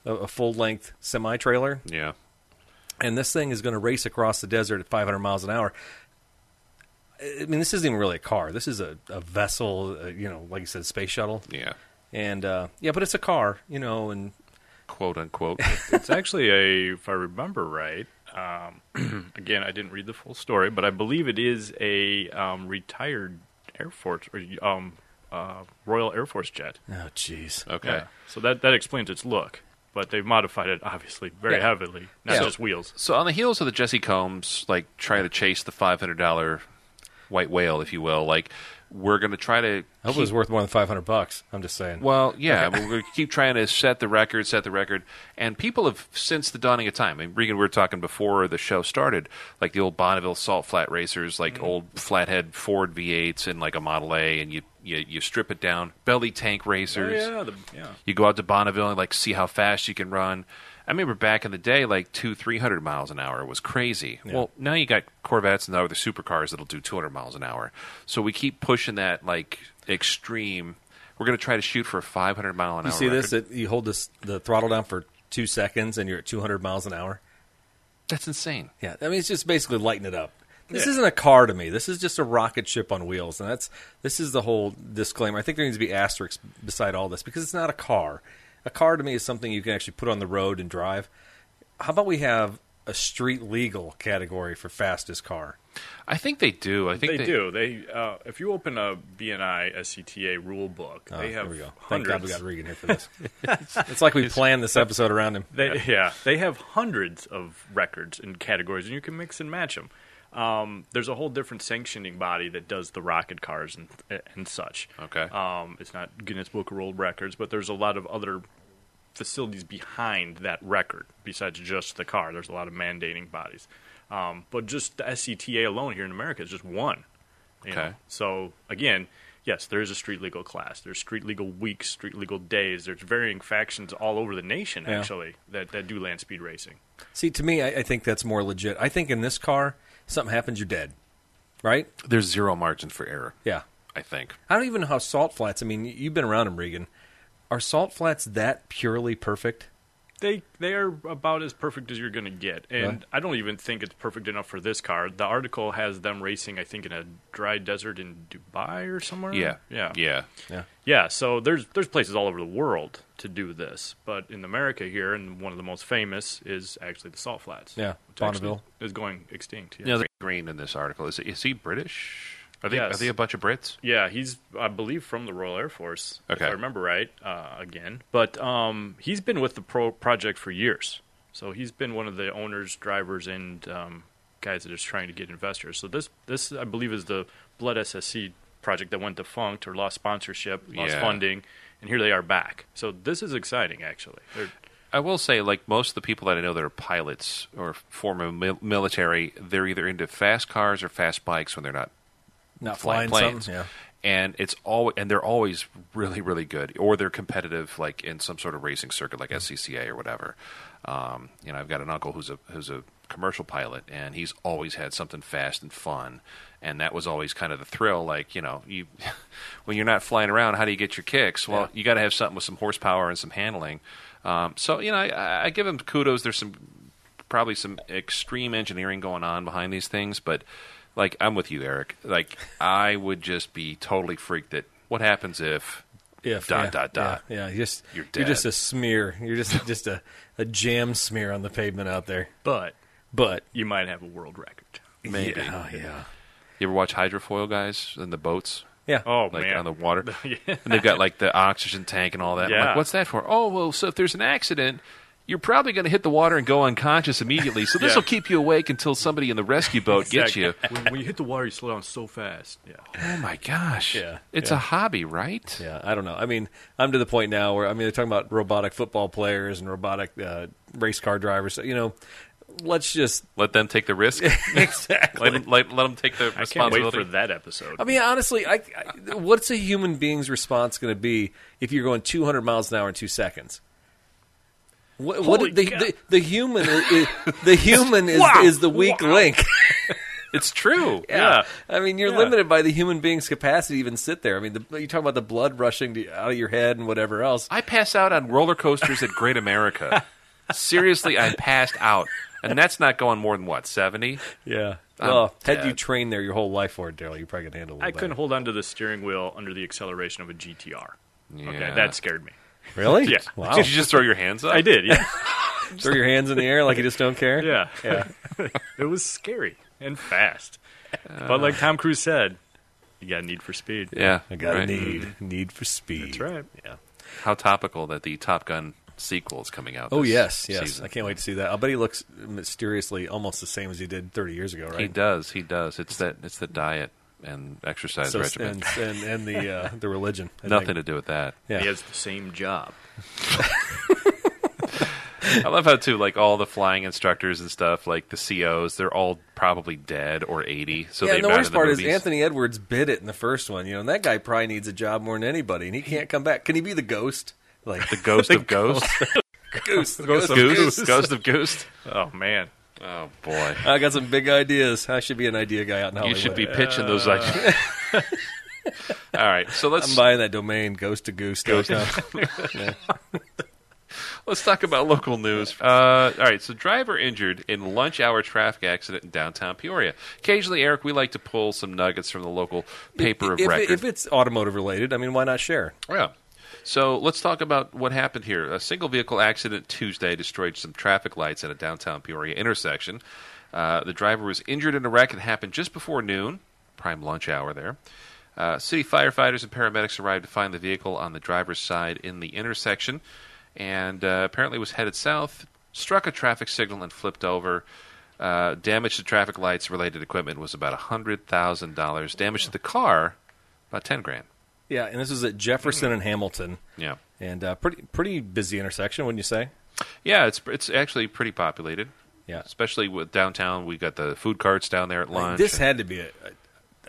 S5: a, a full length semi trailer.
S6: yeah.
S5: And this thing is going to race across the desert at 500 miles an hour. I mean, this isn't even really a car. This is a, a vessel, uh, you know, like you said, space shuttle.
S6: Yeah.
S5: And uh, yeah, but it's a car, you know, and [LAUGHS]
S6: Quote unquote.
S7: It's actually a, if I remember right, um, [CLEARS THROAT] again, I didn't read the full story, but I believe it is a um, retired Air Force or um, uh, Royal Air Force jet.
S5: Oh, jeez.
S6: Okay.
S7: Yeah. So that that explains its look, but they've modified it obviously very
S5: Yeah.
S7: heavily, not
S5: Yeah.
S7: just wheels.
S6: So on the heels of the Jesse Combs, like try to chase the five hundred dollar white whale, if you will, like we're going to try to.
S5: I hope it was worth more than 500 bucks. I'm just saying.
S6: Well, yeah, we're going to keep trying to set the record, set the record, and people have since the dawning of time. And Regan, we were talking before the show started, like the old Bonneville Salt Flat Racers, like old flathead Ford V8s and like a Model A, and you you, you strip it down, belly tank racers.
S7: the, Oh, yeah.
S6: You go out to Bonneville and like see how fast you can run. I remember back in the day, like two, three hundred miles an hour was crazy. Well, now you got Corvettes and other supercars that'll do two hundred miles an hour. So we keep pushing that like extreme. We're going to try to shoot for a five hundred mile an
S5: you
S6: hour.
S5: see this?
S6: record.
S5: It, you hold this the throttle down for two seconds, and you're at 200 miles an hour.
S6: That's insane.
S5: Yeah, I mean, it's just basically lighten it up. This
S7: Yeah.
S5: isn't a car to me. This is just a rocket ship on wheels, and that's this is the whole disclaimer. I think there needs to be asterisks beside all this because it's not a car. A car to me is something you can actually put on the road and drive. How about we have a street legal category for fastest car?
S6: I think they do. I think
S7: They do. They uh, if you open a BNI SCTA rule book,
S5: Oh,
S7: they have
S5: here we go. Thank
S7: hundreds.
S5: God we got Regan here for
S6: [LAUGHS]
S5: this. it's like we planned this episode around him.
S7: They, yeah, they have hundreds of records and categories, and you can mix and match them. Um, there's a whole different sanctioning body that does the rocket cars and and such.
S6: Okay.
S7: um, it's not Guinness Book of World Records, but there's a lot of other facilities behind that record besides just the car. There's a lot of mandating bodies, um, but just the SCTA alone here in America is just one. you
S6: Okay.
S7: know. So again, yes, there is a street legal class. There's street legal weeks, street legal days. There's varying factions all over the nation
S5: Yeah.
S7: actually that, that do land speed racing.
S5: See, to me, I, I think that's more legit. I think in this car, something happens, you're dead, right?
S6: there's zero margin for error.
S5: Yeah.
S6: I think.
S5: I don't even know how salt flats. I mean, y- you've been around them, Regan. Are salt flats that purely perfect?
S7: They they are about as perfect as you're going to get, and I don't even think it's perfect enough for this car. The article has them racing, I think, in a dry desert in Dubai or somewhere.
S6: Yeah.
S7: Oh, yeah,
S6: Yeah.
S7: yeah. So there's there's places all over the world to do this, but in America here, and one of the most famous is actually the Salt Flats.
S5: Yeah,
S7: which actually
S5: Bonneville.
S7: is going extinct. Yeah.
S6: You know, the Green in this article is is he British? Are they
S7: Yes.
S6: are they a bunch of Brits?
S7: Yeah, he's I believe from the Royal Air Force,
S6: Okay.
S7: if I remember right. Uh, again, but um, he's been with the pro project for years, so he's been one of the owners, drivers, and um, guys that is trying to get investors. So this this I believe is the Blood SSC project that went defunct or lost sponsorship, lost
S6: Yeah.
S7: funding, and here they are back. So this is exciting, actually. They're,
S6: I will say, like most of the people that I know that are pilots or former mil- military, they're either into fast cars or fast bikes when they're not
S5: Not
S6: flying planes.
S5: something? Yeah.
S6: and it's all and they're always really really good, or they're competitive like in some sort of racing circuit
S5: Mm-hmm.
S6: like SCCA or whatever. Um, you know, I've got an uncle who's a who's a commercial pilot, and he's always had something fast and fun, and that was always kind of the thrill. Like you know, you [LAUGHS] when you're not flying around, how do you get your kicks? Well, you got to have something with some horsepower and some handling. Um, so you know, I- I, I give him kudos. There's some probably some extreme engineering going on behind these things, but like I'm with you, Eric. Like I would just be totally freaked that what happens if
S5: If,
S6: dot
S5: yeah,
S6: dot dot.
S5: Yeah, yeah, you're just
S6: You're
S5: you're, just
S6: dead.
S5: a smear. You're just just a, a jam smear on the pavement out there.
S7: But
S5: But
S7: you might have a world record.
S6: Maybe.
S5: yeah, yeah.
S6: You ever watch hydrofoil guys in the boats?
S5: Yeah.
S7: Oh
S6: like
S7: man,
S6: on
S5: [LAUGHS]
S6: the water,
S7: Yeah.
S6: and they've got like the oxygen tank and all that. I'm
S7: Yeah.
S6: like, what's that for? Oh, well, so if there's an accident, you're probably going to hit the water and go unconscious immediately. So this
S7: Yeah.
S6: will keep you awake until somebody in the rescue boat gets you.
S7: when, when you hit the water, you slow down so fast.
S6: [LAUGHS]
S7: Yeah,
S6: Oh my gosh!
S5: Yeah.
S6: it's a hobby, right?
S5: Yeah, I don't know. I mean, I'm to the point now where I mean, they're talking about robotic football players and robotic uh, race car drivers. You know,
S7: [LAUGHS]
S5: let's just
S6: Let them take
S5: [LAUGHS]
S6: the risk.
S5: exactly.
S6: let, them, let, let them take the
S7: I can't wait
S6: responsibility.
S7: for that episode.
S5: I mean, honestly, I, I, what's a human being's response going to be if you're going 200 miles an hour in two seconds? What, what
S7: Holy
S5: the,
S7: cow.
S5: the, the human is, is- the human is,
S7: Wow.
S5: is the weak
S7: Wow.
S5: link.
S6: It's [LAUGHS] true.
S7: Yeah.
S5: [LAUGHS] I mean, you're
S7: Yeah.
S5: limited by the human being's capacity to even sit there. I mean, the, you talk about the blood rushing to, out of your head and whatever else.
S6: I pass out on roller coasters at Great [LAUGHS] America. Seriously, I passed out, and that's not going more than what seventy.
S5: Yeah.
S6: I'm
S5: Well, had you
S6: dead.
S5: trained there your whole life for it, Daryl, you probably could handle it.
S7: I couldn't hold onto the steering wheel under the acceleration of a GTR.
S6: Yeah.
S7: Okay, that scared me.
S5: [LAUGHS]
S6: [LAUGHS]
S5: Really?
S7: Yeah. [LAUGHS]
S5: Wow.
S6: Did you just throw your hands up?
S7: I did.
S5: [LAUGHS]
S7: Yeah,
S5: Throw your hands in the air like you just
S6: [LAUGHS]
S5: don't care.
S7: yeah.
S5: Yeah.
S7: [LAUGHS] it was scary and fast. but like Tom Cruise said, you got a need for speed.
S6: Yeah,
S5: I got
S6: right.
S5: a need. Need for speed.
S7: That's right.
S6: How topical that the Top Gun sequel is coming out.
S5: Oh
S6: this
S5: yes, yes.
S6: season.
S5: I can't wait to see that. I bet he looks mysteriously almost the same as he did 30 years ago, right?
S6: He does. He does. It's that. It's the diet and exercise
S5: So,
S6: regimen.
S5: and, and and the uh, the religion. I
S6: Nothing
S5: think.
S6: to do with that.
S5: Yeah.
S7: He has the same job.
S6: I love how too, like all the flying instructors and stuff, like the COs, they're all probably dead or eighty. So
S5: yeah,
S6: they
S5: and the
S6: matter
S5: worst
S6: in
S5: part is
S6: movies.
S5: Anthony Edwards bid it in the first one. You know, and that guy probably needs a job more than anybody, and he can't come back. Can he be the ghost? Like [LAUGHS] the
S6: Ghost of Ghost,
S5: ghost, the
S6: Ghost of Goose, Ghost of Goose.
S7: Oh man,
S6: Oh boy,
S5: [LAUGHS] I got some big ideas. I should be an idea guy out in
S6: you
S5: Hollywood.
S6: should be pitching
S5: [LAUGHS]
S6: those ideas. all right, so
S5: I'm
S6: let's
S5: buying that domain, ghost to goose.
S6: Ghost- [LAUGHS] Let's talk about local news. Uh, all right, so driver injured in lunch hour traffic accident in downtown Peoria. Occasionally, Eric, we like to pull some nuggets from the local paper of
S5: if,
S6: record.
S5: if it's automotive related, I mean, why not share?
S6: Yeah. So let's talk about what happened here. A single vehicle accident Tuesday destroyed some traffic lights at a downtown Peoria intersection. Uh, the driver was injured in a wreck that happened just before noon, prime lunch hour there. Uh, city firefighters and paramedics arrived to find the vehicle on the driver's side in the intersection and uh, apparently was headed south, struck a traffic signal, and flipped over. Uh, damage to traffic lights related equipment was about $100,000. Damage to the car, about 10 grand.
S5: Yeah, and this is at Jefferson and Hamilton.
S6: Yeah.
S5: and uh, pretty pretty busy intersection, wouldn't you say?
S6: Yeah, it's it's actually pretty populated.
S5: Yeah.
S6: especially with downtown. We got the food carts down there at
S5: I mean,
S6: lunch.
S5: this had to be a,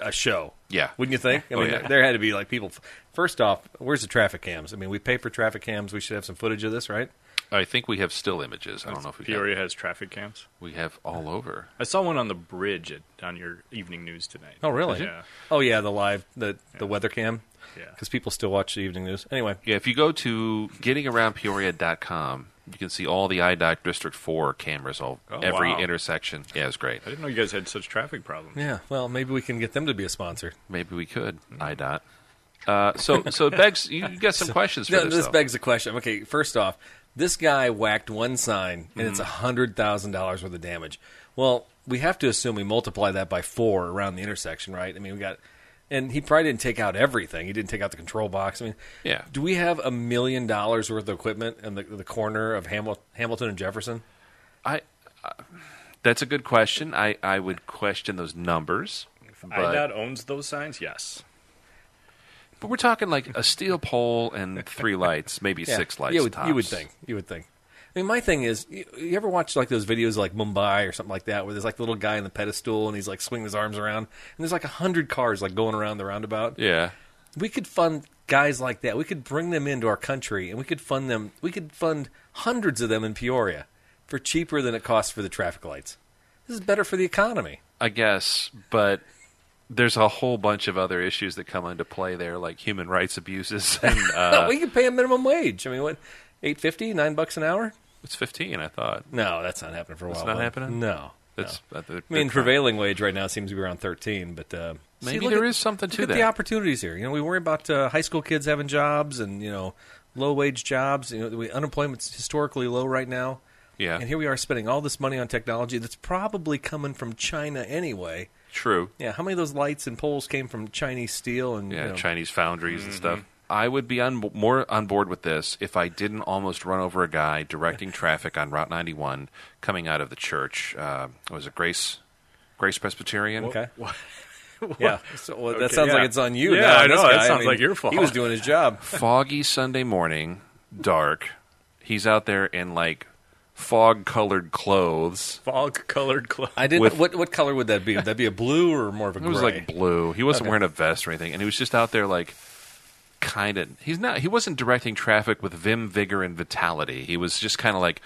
S5: a, a show.
S6: Yeah.
S5: wouldn't you think? I
S6: Oh,
S5: mean,
S6: yeah.
S5: there had to be like people. First off, where's the traffic cams? I mean, we pay for traffic cams. We should have some footage of this, right?
S6: I think we have still images. I don't know if we
S7: Peoria
S6: have.
S7: has traffic cams.
S6: We have all over.
S7: I saw one on the bridge at, on your evening news tonight. Yeah.
S5: Oh yeah, the live the the weather cam.
S7: Yeah.
S5: because people still watch the evening news anyway.
S6: Yeah, if you go to gettingaroundpeoria.com, you can see all the IDOC District Four cameras all
S7: Oh,
S6: every
S7: wow.
S6: intersection. Yeah, it's great.
S7: I didn't know you guys had such traffic problems.
S5: Yeah, well, maybe we can get them to be a sponsor.
S6: Maybe we could
S7: Mm-hmm.
S6: IDOT. Uh, so so it begs you you got some questions for
S5: No,
S6: this.
S5: this
S6: though.
S5: begs the question. Okay, first off, this guy whacked one sign, and
S6: Mm-hmm.
S5: it's a hundred thousand dollars worth of damage. Well, we have to assume we multiply that by four around the intersection, right? I mean, we got, and he probably didn't take out everything. He didn't take out the control box. I mean,
S6: Yeah.
S5: Do we have a million dollars worth of equipment in the, the corner of Hamil- Hamilton and Jefferson?
S6: I, I that's a good question. I I would question those numbers. but-
S7: IDOT owns those signs. Yes.
S6: But we're talking like a steel pole and
S5: [LAUGHS]
S6: three lights, maybe six lights.
S5: You would,
S6: tops.
S5: you would think. You would think. I mean, my thing is, you, you ever watch like those videos like Mumbai or something like that, where there's like the little guy in the pedestal and he's like swinging his arms around, and there's like a hundred cars like going around the roundabout.
S6: Yeah.
S5: we could fund guys like that. We could bring them into our country, and we could fund them. We could fund hundreds of them in Peoria for cheaper than it costs for the traffic lights. This is better for the economy.
S6: I guess, but there's a whole bunch of other issues that come into play there, like human
S5: [LAUGHS]
S6: rights abuses. And uh,
S5: no, we could pay a minimum wage. I mean, what, eight fifty, nine bucks an hour?
S6: it's 15, I thought.
S5: No, that's not happening for a while.
S6: not
S5: but-
S6: happening?
S5: No.
S6: That's,
S5: no.
S6: uh,
S5: I
S6: they're-
S5: mean,
S6: they're trying.
S5: prevailing wage right now seems to be around 13, but uh,
S6: Maybe
S5: there is
S6: there is something to
S5: look at
S6: that.
S5: the opportunities here. You know, we worry about uh, high school kids having jobs and you know low wage jobs. You know, the way- unemployment's historically low right now.
S6: Yeah.
S5: and here we are spending all this money on technology that's probably coming from China anyway.
S6: True.
S5: Yeah, how many of those lights and poles came from Chinese steel and you
S6: Yeah,
S5: know, Mm-hmm.
S6: Chinese foundries and stuff. I would be on more on board with this if I didn't almost run over a
S5: [LAUGHS]
S6: guy directing traffic on Route 91 coming out of the church. Uh, was it Grace Grace Presbyterian? [LAUGHS]
S5: Okay. Yeah, so well, that sounds
S7: yeah.
S5: like it's on you.
S7: Yeah,
S5: now,
S7: I
S5: this
S7: know, that
S5: guy.
S7: sounds
S5: mean,
S7: like your fault.
S5: He was doing his job.
S6: Foggy Sunday morning, dark. He's out there in like fog colored clothes.
S7: Fog colored clothes.
S5: I didn't.
S6: With-
S5: what what color would that be? Would that be a blue or more of a
S6: It
S5: gray?
S6: was like blue. He wasn't wearing a vest or anything, and he was just out there like kind of. He's not. He wasn't directing traffic with vim, vigor, and vitality. He was just kind of like,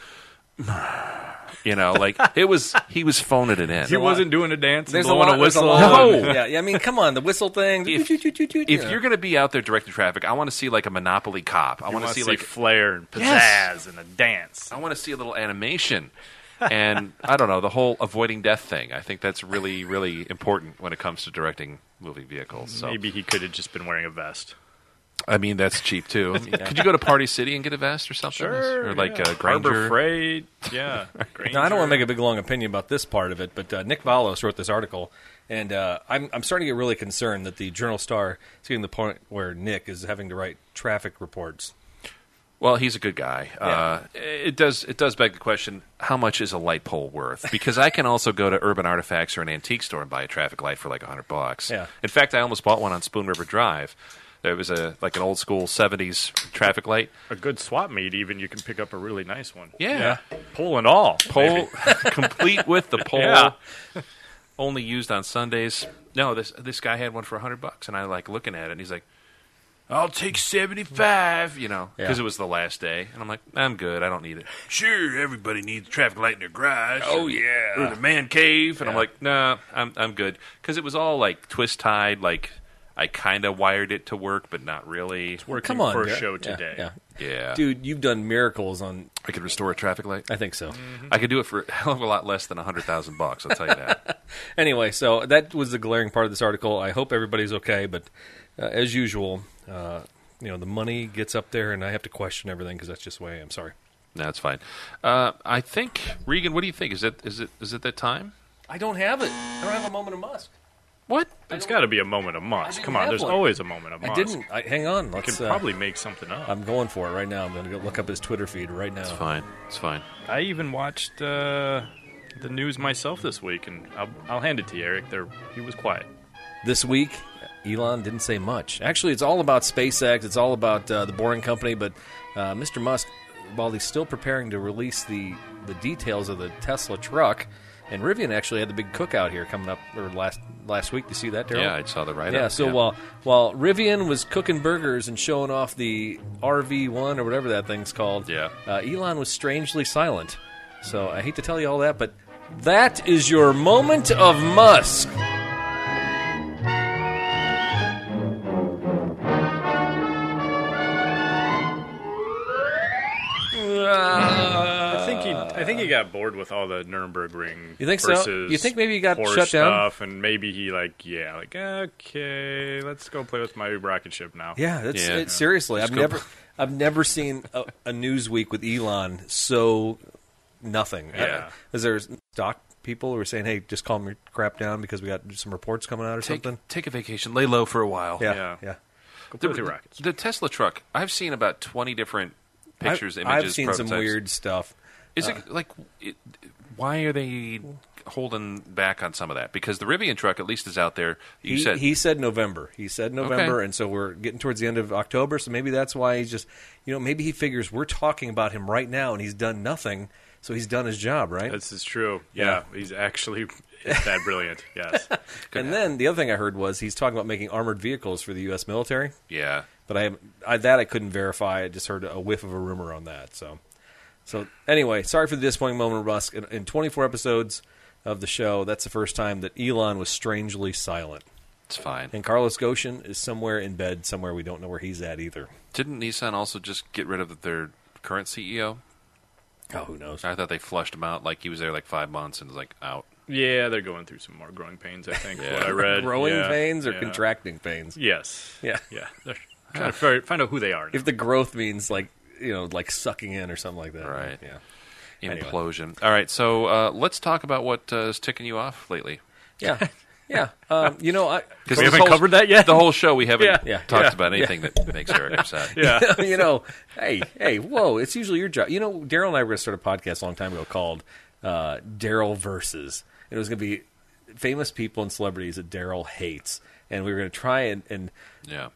S6: [SIGHS] you know, like it was. He was phoning it in.
S7: He wasn't doing a dance.
S5: There's
S7: There's
S5: a
S7: blowing
S5: lot.
S7: a,
S5: there's a
S7: whistle.
S5: lot of-
S6: No.
S5: yeah, yeah. I mean, come on, the whistle thing.
S6: If- if you're going to be out there directing traffic, I want to see like a Monopoly cop. I
S7: I
S6: want to see like
S7: flair and pizzazz
S6: Yes.
S7: and a dance.
S6: I want to see a little animation. and I don't know the whole avoiding death thing. I think that's really, really important when it comes to directing moving vehicles. So
S7: Maybe he could have just been wearing a vest.
S6: I mean that's cheap
S7: [LAUGHS]
S6: too. Could you go to Party City and get a vest or something, or like uh, Granger?
S7: Harbor [LAUGHS] Freight. Yeah.
S5: no, I don't want to make a big long opinion about this part of it, but uh, Nick Valos wrote this article, and uh, I'm I'm starting to get really concerned that the Journal Star is getting to the point where Nick is having to write traffic reports.
S6: Well, he's a good guy. Uh, it does it does beg the question: How much is a light pole worth? Because I can also go to Urban Artifacts or an antique store and buy a traffic light for like hundred bucks.
S5: Yeah.
S6: In fact, I almost bought one on Spoon River Drive. There was a like an old school '70s traffic light.
S7: a good swap meet. Even you can pick up a really nice one.
S6: Yeah.
S7: Pole and all.
S6: Pole
S7: [LAUGHS]
S6: complete with the pole.
S7: Yeah.
S6: Only used on Sundays. No, this this guy had one for hundred bucks, and I like looking at it, and he's like. I'll take seventy five, you know, because
S5: Yeah.
S6: it was the last day, and I'm like, I'm good, I don't need it. Sure, everybody needs a traffic light in their garage. [LAUGHS] Oh yeah, or the man cave, and I'm like, nah, I'm I'm good, because it was all like twist tied, like I kind of wired it to work, but not really.
S7: Working
S5: Come on,
S7: for a
S5: Derek.
S7: show
S5: Yeah,
S7: today.
S5: yeah.
S6: Yeah,
S5: dude, you've done miracles on.
S6: I could restore a traffic light.
S5: I think
S7: Mm.
S5: so.
S6: I could do it for a hell of a lot less than a hundred thousand bucks. I'll tell you that.
S5: [LAUGHS] Anyway, so that was the glaring part of this article. I hope everybody's okay, but uh, as usual, uh, you know, the money gets up there, and I have to question everything because that's just the way I am. Sorry.
S6: That's fine. Uh, I think Regan. What do you think? Is it is it is it that time?
S5: I don't have it. I don't have a moment of musk.
S6: What?
S7: It's got to be a moment of Musk.
S5: didn't
S7: Come on,
S5: have
S7: there's
S5: one.
S7: always a moment of
S5: I
S7: Musk.
S5: didn't. Um, I, hang on.
S7: Could
S5: Let's. uh,
S7: probably make something up.
S5: I'm going for it right now. I'm going to go look up his Twitter feed right now.
S6: It's fine. It's fine.
S7: I even watched uh, the news myself this week, and I'll, I'll hand it to you, Eric. There, he was quiet.
S5: This week, Elon didn't say much. Actually, it's all about SpaceX. It's all about uh, the Boring Company. But uh, Mr. Musk, while he's still preparing to release the the details of the Tesla truck, and Rivian actually had the big cookout here coming up or last last week. You see that, Daryl?
S6: Yeah, I saw the write
S5: Yeah, so while while Rivian was cooking burgers and showing off the RV1 or whatever that thing's called,
S6: Yeah.
S5: uh, Elon was strangely silent. So I hate to tell you all that, but that is your moment of Musk.
S7: I think he, I think he got bored with all the Nuremberg Ring.
S5: Uh, You think so?
S7: versus
S5: You think maybe he got
S7: horse
S5: shut down?
S7: stuff, and maybe he like, yeah, like okay, let's go play with my rocket ship now.
S5: Yeah, that's
S6: Yeah.
S5: It, seriously. I've
S6: go-
S5: never I've never seen a, a news week with Elon so nothing.
S7: Yeah.
S5: Is there stock people who are saying, "Hey, just calm your crap down because we got some reports coming out or
S6: take,
S5: something."
S6: take a vacation, lay low for a while.
S5: yeah.
S7: yeah.
S5: yeah.
S7: go play
S6: The,
S7: with your rockets.
S6: the Tesla truck. I've seen about twenty different pictures,
S5: I've,
S6: images.
S5: I've seen
S6: prototypes.
S5: some weird stuff.
S6: Is it like? It, why are they holding back on some of that? Because the Rivian truck, at least, is out there. You
S5: he,
S6: said
S5: he said November. He said November, and so we're getting towards the end of October. So maybe that's why he's just, you know, maybe he figures we're talking about him right now, and he's done nothing. So he's done his job, right?
S7: This is true. Yeah, he's actually it's that
S5: [LAUGHS]
S7: brilliant. Yes.
S5: and then the other thing I heard was he's talking about making armored vehicles for the U.S. military,
S6: Yeah.
S5: but I, haven't- I that I couldn't verify. I just heard a whiff of a rumor on that. So, so anyway, sorry for the disappointing moment, Rusk. In, in 24 episodes of the show, that's the first time that Elon was strangely silent,
S6: It's fine.
S5: and Carlos Goshen is somewhere in bed, somewhere we don't know where he's at either.
S6: Didn't Nissan also just get rid of their current CEO?
S5: Oh, who knows?
S6: I thought they flushed him out. Like he was there like five months and was like out.
S7: yeah, they're going through some more growing pains. I think what I read.
S5: Growing
S7: Yeah,
S5: pains or
S7: yeah.
S5: contracting pains?
S7: Yes.
S5: Yeah.
S7: Yeah. They're trying to fi- find out who they are. now.
S5: If the growth means like you know, like sucking in or something like that.
S6: Right.
S5: Yeah. Anyway.
S6: Implosion. All right, so uh, let's talk about what uh, is ticking you off lately.
S5: Yeah.
S7: [LAUGHS]
S5: Yeah. Um, you know, I,
S6: Because
S7: We haven't covered that yet.
S6: The whole show we haven't
S7: Yeah.
S5: Yeah.
S6: talked
S5: Yeah.
S6: about anything that makes Eric upset.
S7: [LAUGHS] yeah.
S5: [LAUGHS] you know, hey, hey, whoa, it's usually your job. You know, Daryl and I were going to start a podcast a long time ago called uh, Daryl Versus. And it was going to be famous people and celebrities that Daryl hates. And we were going to try and, and
S6: Yeah.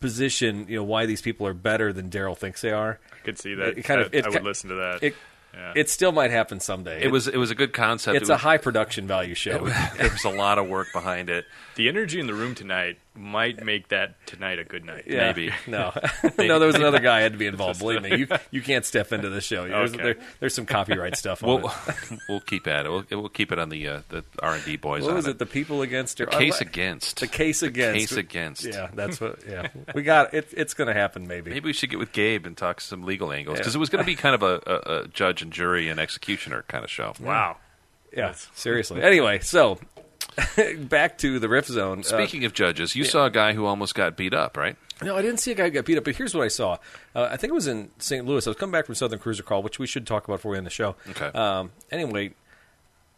S5: position, you know, why these people are better than Daryl thinks they are.
S7: I could see that.
S5: It kind of-
S7: I-
S5: it
S7: I
S5: ki-
S7: would listen to that.
S5: It,
S7: Yeah.
S5: it still might happen someday.
S6: It was it was a good concept.
S5: It's
S6: it
S5: a
S6: was, [LAUGHS]
S5: high production value show. [LAUGHS]
S6: there was a lot of work behind it.
S7: the energy in the room tonight might make that tonight a good night.
S5: Yeah. [LAUGHS]
S6: Maybe. [LAUGHS]
S5: No, no, there was another guy had to be involved. Believe me, you you can't step into the show. There's,
S7: Okay.
S5: there, there's some copyright stuff on
S6: We'll [LAUGHS]
S5: it.
S6: we'll keep at it. We'll, we'll keep it on the uh, the R and D boys.
S5: What
S6: on
S5: was it? The people against Daryl.
S6: case
S5: I-
S6: against
S5: The case against.
S6: case against.
S5: Yeah, that's what.
S6: [LAUGHS]
S5: Yeah, we got it. It's going to happen. Maybe.
S6: Maybe we should get with Gabe and talk some legal angles because it was going to be kind of a, a, a judge and jury and executioner kind of show.
S7: Wow.
S5: Yeah. Seriously. anyway, so [LAUGHS] back to the riff zone. Uh,
S6: Speaking of judges, you saw a guy who almost got beat up, right?
S5: no, I didn't see a guy who got beat up, but here's what I saw. Uh, I think it was in St. Louis. I was coming back from Southern Cruiser Call, which we should talk about before we end the show.
S6: Okay.
S5: Um, anyway,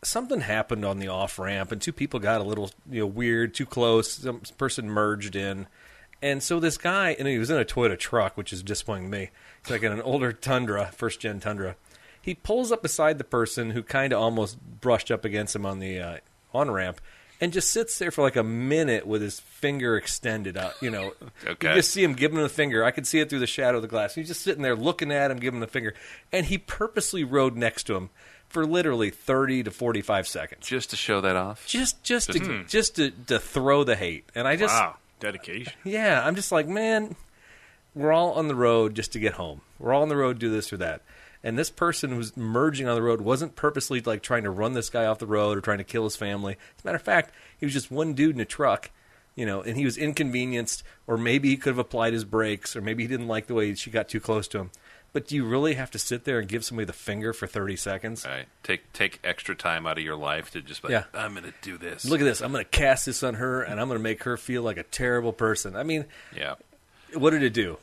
S5: something happened on the off ramp, and two people got a little you know weird, too close. Some person merged in, and so this guy, and he was in a Toyota truck, which is disappointing to me. It's like in an older Tundra, first gen Tundra. He pulls up beside the person who kind of almost brushed up against him on the uh, on ramp. And just sits there for like a minute with his finger extended out. You know,
S6: Okay.
S5: you just see him giving him the finger. I could see it through the shadow of the glass. He's just sitting there looking at him, giving him the finger. And he purposely rode next to him for literally 30 to 45 seconds.
S6: Just to show that off.
S5: Just just to, just to, to throw the hate. And I just
S7: Wow. Dedication.
S5: yeah, I'm just like, man, we're all on the road just to get home. We're all on the road to do this or that. And this person who's merging on the road wasn't purposely like trying to run this guy off the road or trying to kill his family. As a matter of fact, he was just one dude in a truck, you know, and he was inconvenienced, or maybe he could have applied his brakes, or maybe he didn't like the way she got too close to him. But do you really have to sit there and give somebody the finger for 30 seconds?
S6: All right. Take take extra time out of your life to just be like,
S5: Yeah.
S6: I'm going to do this.
S5: Look at this. I'm going to cast this on her, and I'm going to make her feel like a terrible person. I mean,
S6: yeah.
S5: what did it do?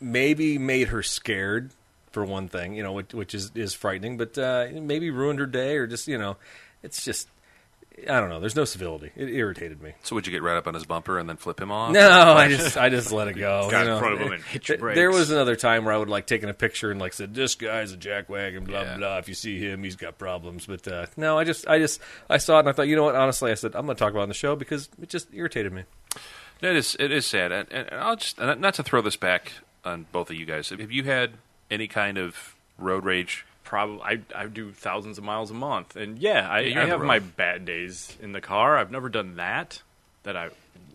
S5: Maybe made her scared for one thing, you know, which, which is is frightening. But uh, maybe ruined her day, or just you know, it's just I don't know. There's no civility. It irritated me.
S6: So would you get right up on his bumper and then flip him off?
S5: No, I just I just let it go.
S7: [LAUGHS] Got
S5: you know.
S7: in front of him and hit your
S5: There-
S7: brakes.
S5: There was another time where I would like taken a picture and like said, "This guy's a jackwagon, blah
S6: Yeah.
S5: blah." If you see him, he's got problems. But uh, no, I just I just I saw it and I thought, you know what? Honestly, I said I'm going to talk about it on the show because it just irritated me.
S6: It is. It is sad, and, and I'll just and not to throw this back on both of you guys. Have you had any kind of road rage?
S7: probably I, I do thousands of miles a month, and yeah, I,
S6: you're
S7: I
S6: on the
S7: have
S6: road.
S7: my bad days in the car. I've never done that that I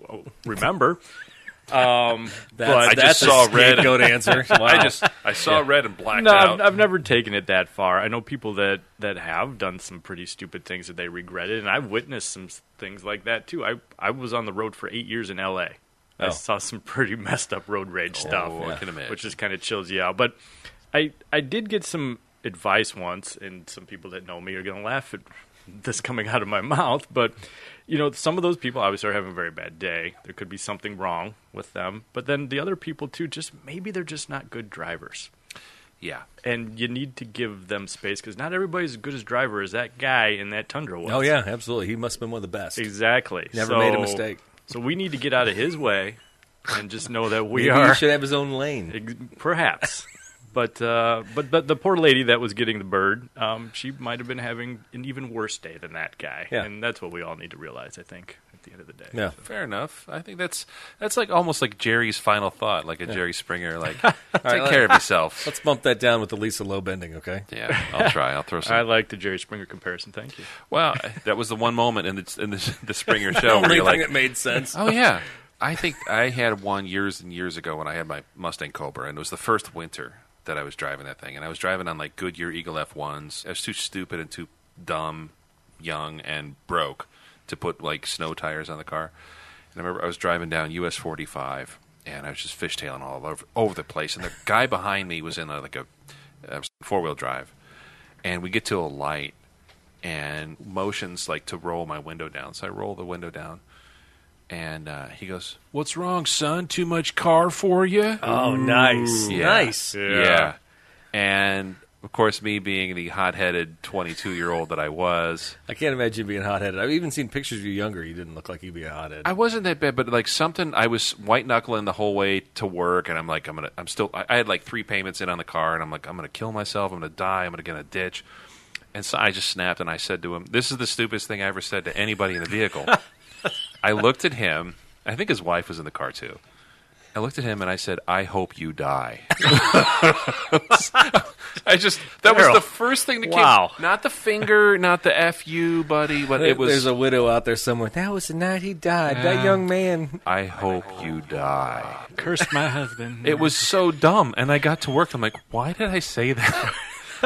S7: oh, remember. um,
S5: That's,
S7: I
S5: that's [LAUGHS]
S6: just saw
S5: a
S6: red.
S7: [LAUGHS]
S5: scapegoat answer. Wow.
S6: I just I saw red and blacked
S7: no,
S6: out.
S7: I've, I've never taken it that far. I know people that that have done some pretty stupid things that they regretted, and I've witnessed some s- things like that too. I I was on the road for eight years in L.A. I
S5: Oh.
S7: saw some pretty [LAUGHS] messed up road rage stuff,
S6: Oh, I can imagine.
S7: which just kind of chills you out. But I I did get some advice once, and some people that know me are going to laugh at this coming out of my mouth. But you know, some of those people obviously are having a very bad day. There could be something wrong with them. But then the other people too, just maybe they're just not good drivers
S6: yeah,
S7: and you need to give them space because not everybody's as good as driver as that guy in that Tundra was.
S5: Oh yeah, absolutely. He must have been one of the best.
S7: exactly.
S5: Never
S7: So-
S5: made a mistake.
S7: So we need to get out of his way and just know that we
S5: [LAUGHS] Maybe
S7: are
S5: He should have his own lane.
S7: ex- perhaps But uh, but the, the poor lady that was getting the bird, um, she might have been having an even worse day than that guy,
S5: Yeah.
S7: and that's what we all need to realize. I think at the end of the day.
S5: Yeah.
S6: Fair enough. I think that's that's like almost like Jerry's final thought, like a Jerry
S5: [LAUGHS]
S6: Springer, like take
S5: let-
S6: care of yourself.
S5: Let's bump that down with the Lisa Low bending, okay?
S6: Yeah, I'll try. I'll throw
S7: I
S6: some.
S7: like the Jerry Springer comparison. Thank you.
S6: Well, [LAUGHS] that was the one moment in the in the,
S5: [LAUGHS]
S6: the Springer show where
S5: Only
S6: you're
S5: thing
S6: like,
S5: that
S7: [LAUGHS]
S5: made sense.
S6: Oh yeah, I think I had one years and years ago when I had my Mustang Cobra, and it was the first winter that I was driving that thing, and I was driving on like Goodyear Eagle F ones. I was too stupid and too dumb, young and broke to put like snow tires on the car. And I remember I was driving down US forty five, and I was just fishtailing all over over the place, and the guy behind me was in a, like a, a four wheel drive, and we get to a light. And motions like to roll my window down, so I roll the window down, and uh, he goes, "What's wrong, son? Too much car for you?"
S5: Oh, nice.
S6: Yeah.
S5: Nice.
S6: Yeah. And of course, me being the hot-headed 22-year-old that I was,
S5: I can't imagine you being hot headed. I've even seen pictures of you younger. You didn't look like you'd be a hot head.
S6: I wasn't that bad, but like something, I was white knuckling the whole way to work, and I'm like, I'm gonna, I'm still, I, I had like three payments in on the car, and I'm like, I'm gonna kill myself, I'm gonna die, I'm gonna get in a ditch. And so I just snapped and I said to him, This is the stupidest thing I ever said to anybody in
S5: [LAUGHS]
S6: the vehicle. I looked at him. I think his wife was in the car too. I looked at him and I said, I hope you die. [LAUGHS] I just, that was
S7: Daryl.
S6: the first thing that
S7: Wow.
S6: came. Not the finger, not the F you, buddy, but it was,
S5: There's a widow out there somewhere. That was the night he died. That young man.
S6: I hope you die.
S7: Cursed my husband.
S6: It was so dumb, and I got to work. I'm like, why did I say
S5: [LAUGHS]
S6: that?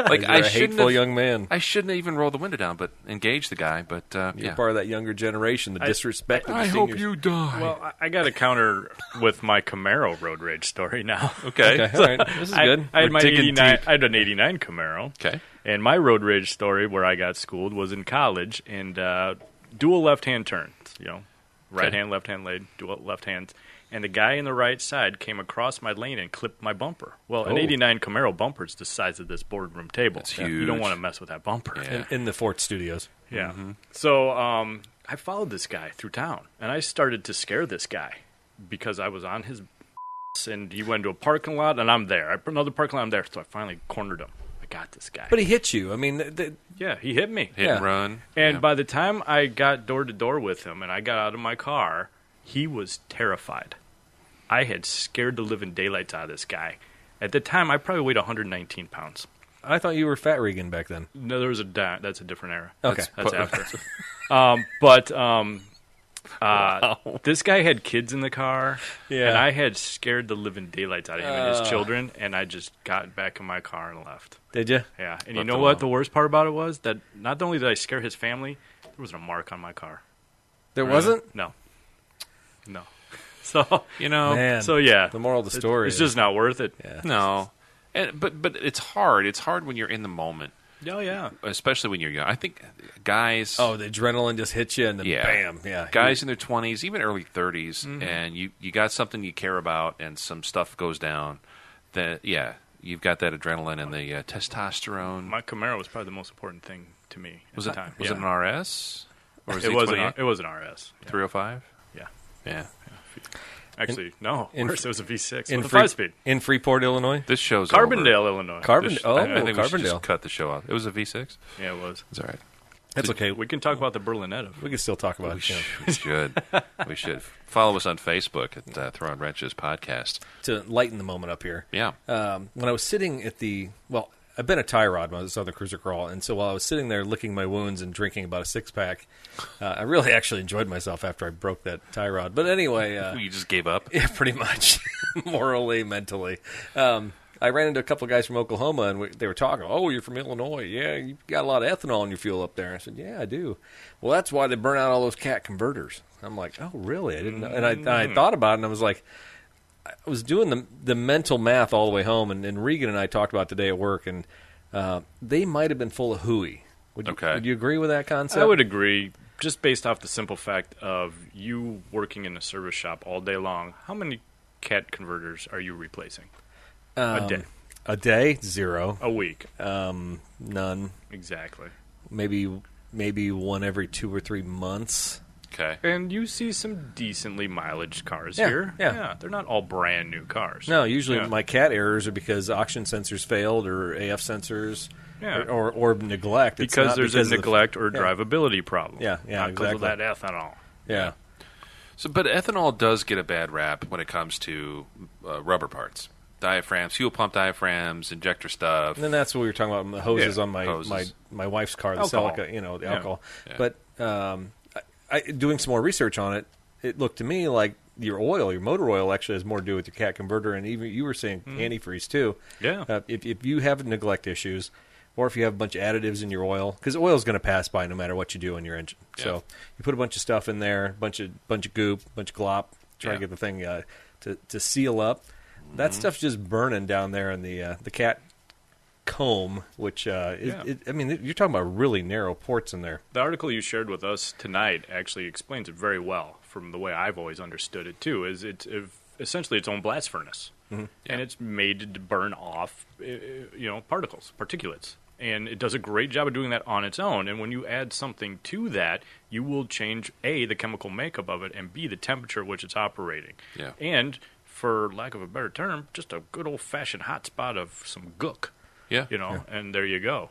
S6: [LAUGHS] like,
S5: I
S6: I
S5: a
S6: shouldn't.
S5: hateful
S6: Have,
S5: young man.
S6: I shouldn't even roll the window down, but engage the guy. But uh,
S5: You're
S6: yeah,
S5: part of that younger generation, the
S7: I-
S5: disrespect of the seniors.
S6: die.
S7: Well, I, I got to counter with my Camaro road rage story now. [LAUGHS]
S6: okay.
S5: Okay, all right. This is good.
S7: I, I had
S5: We're
S7: my
S5: digging
S7: 89,
S5: deep.
S7: I had an 89 Camaro.
S6: Okay.
S7: And my road rage story where I got schooled was in college and uh, dual left hand turns, you know, right
S6: Okay.
S7: hand, left hand lane, dual left hands. And the guy in the right side came across my lane and clipped my bumper. Well, an
S5: Oh.
S7: 89 Camaro bumper is the size of this boardroom table.
S6: That's
S7: You don't
S6: huge.
S7: want to mess with that bumper.
S6: [LAUGHS] Yeah.
S5: In, in the Fort Studios.
S7: Yeah.
S6: Mm-hmm.
S7: So um, I followed this guy through town, and I started to scare this guy because I was on his [LAUGHS] and he went to a parking lot, and I'm there. I put another parking lot, I'm there. So I finally cornered him. I got this guy.
S5: But he hit you. I mean, th- th-
S7: yeah, he hit me.
S6: Hit
S5: Yeah.
S6: and run.
S7: And
S6: yeah.
S7: by the time I got door to door with him and I got out of my car, he was terrified. I had scared the living daylights out of this guy. At the time, I probably weighed 119 pounds.
S5: I thought you were Fat Regan back then.
S7: No, there was a di- that's a different era.
S5: Okay.
S7: that's, that's after. um, but um, uh, this guy had kids in the car,
S5: Yeah. Uh.
S7: and I had scared the living daylights out of him and his children, and I just got back in my car and left.
S5: Did you?
S7: Yeah, and you
S6: Left
S7: know
S6: him
S7: what?
S6: alone.
S7: The worst part about it was that not only did I scare his family, there wasn't a mark on my car.
S5: There wasn't?
S7: No, no. [LAUGHS] So
S6: you know,
S5: Man.
S7: so yeah.
S5: The moral of the
S7: It's-
S5: story
S7: It's,
S5: is-
S7: just not worth it. Yeah.
S6: no. And, but but it's hard. It's hard when you're in the moment,
S7: Oh yeah.
S6: especially when you're young. I think guys.
S5: Oh, the adrenaline just hits you and then
S6: yeah.
S5: bam. Yeah.
S6: Guys in their 20s, even early 30s,
S7: Mm-hmm.
S6: and you, you got something you care about and some stuff goes down, that, yeah, you've got that adrenaline and the uh, testosterone.
S7: My Camaro was probably the most important thing to me. At
S6: was
S7: the
S6: it,
S7: time.
S6: was
S7: yeah.
S6: it an RS? Or
S7: It was, an,
S6: Z28?
S7: it was an RS. Yeah.
S6: 305?
S7: Yeah.
S6: Yeah.
S7: Actually, no.
S5: in-
S7: worse, it was a V6.
S5: in,
S7: with a
S5: Free-
S7: five speed.
S5: in Freeport, Illinois?
S6: This show's
S7: Carbondale, Illinois.
S5: Carbon-
S6: Over. This-
S5: oh,
S6: I, I think we should
S5: Carbondale.
S6: just cut the show off. It was a V6.
S7: yeah, it was.
S6: It's all right.
S5: That's okay. We,
S7: We can talk about the Berlinetta.
S5: we can still talk about
S6: We,
S5: it. you know.
S6: sh-
S5: [LAUGHS]
S6: we should. we should follow us on Facebook at uh, Throwing Wrenches Podcast.
S5: to lighten the moment up here.
S6: Yeah.
S5: Um, when I was sitting at the well, I've been a tie rod when I was at Southern Cruiser Crawl, and so while I was sitting there licking my wounds and drinking about a six pack, uh, I really [LAUGHS] actually enjoyed myself after I broke that tie rod. But anyway, uh,
S6: You just gave up.
S5: yeah, [LAUGHS] pretty much, morally, mentally. Um, I ran into a couple guys from Oklahoma, and we, they were talking. Oh, you're from Illinois? Yeah, you got a lot of ethanol in your fuel up there. I said, Yeah, I do. Well, that's why they burn out all those cat converters. I'm like, Oh, really? I didn't know. And I, and
S7: Mm.
S5: I thought about it, and I was like, I was doing the the mental math all the way home, and, and Regan and I talked about today at work, and uh, they might have been full of hooey. Would you,
S6: Okay.
S5: would you agree with that concept?
S7: I would agree, just based off the simple fact of you working in a service shop all day long. How many cat converters are you replacing?
S5: Um,
S7: a day,
S5: A day zero, Um,
S7: a week,
S5: none.
S7: exactly.
S5: Maybe maybe one every two or three months.
S6: Okay.
S7: And you see some decently mileage cars
S5: Yeah,
S7: here.
S5: yeah.
S7: They're not all brand new cars.
S5: No, usually
S7: Yeah.
S5: my cat errors are because auction sensors failed or AF sensors
S7: Yeah.
S5: or, or, or neglect. It's
S7: because
S5: not
S7: there's
S5: because
S7: a
S5: of the-
S7: neglect or
S5: yeah.
S7: drivability problem.
S5: Yeah, yeah,
S7: not because
S5: exactly.
S7: of that ethanol.
S5: yeah.
S6: So, but ethanol does get a bad rap when it comes to uh, rubber parts, diaphragms, fuel pump diaphragms, injector stuff.
S5: And then that's what we were talking about the hoses
S6: Yeah,
S5: on my,
S6: hoses.
S5: my my wife's car, the
S7: Alcohol.
S5: Celica, you know, the
S7: Yeah,
S5: alcohol.
S6: yeah.
S5: But um, I, I, doing some more research on it, it looked to me like your oil, your motor oil, actually has more to do with your cat converter, and even you were saying
S6: Mm-hmm.
S5: antifreeze too.
S7: Yeah.
S5: Uh, if if you have neglect issues, or if you have a bunch of additives in your oil, because oil is going to pass by no matter what you do in your engine. So you put a bunch of stuff in there, bunch of bunch of goop, bunch of glop, try
S6: Yeah. Mm-hmm.
S5: to get the thing uh, to to seal up. That stuff's just burning down there in the uh, the cat comb, which uh, is,
S7: Yeah.
S5: it, I mean, you're talking about really narrow ports in there.
S7: The article you shared with us tonight actually explains it very well from the way I've always understood it too. Is it's ev- essentially its own blast furnace,
S6: Mm-hmm.
S7: and it's made to burn off, uh, you know, particles, particulates, and it does a great job of doing that on its own. And when you add something to that, you will change a the chemical makeup of it and b the temperature at which it's operating.
S6: Yeah.
S7: And for lack of a better term, just a good old fashioned hot spot of some gook,
S6: yeah,
S7: you know, and there you go.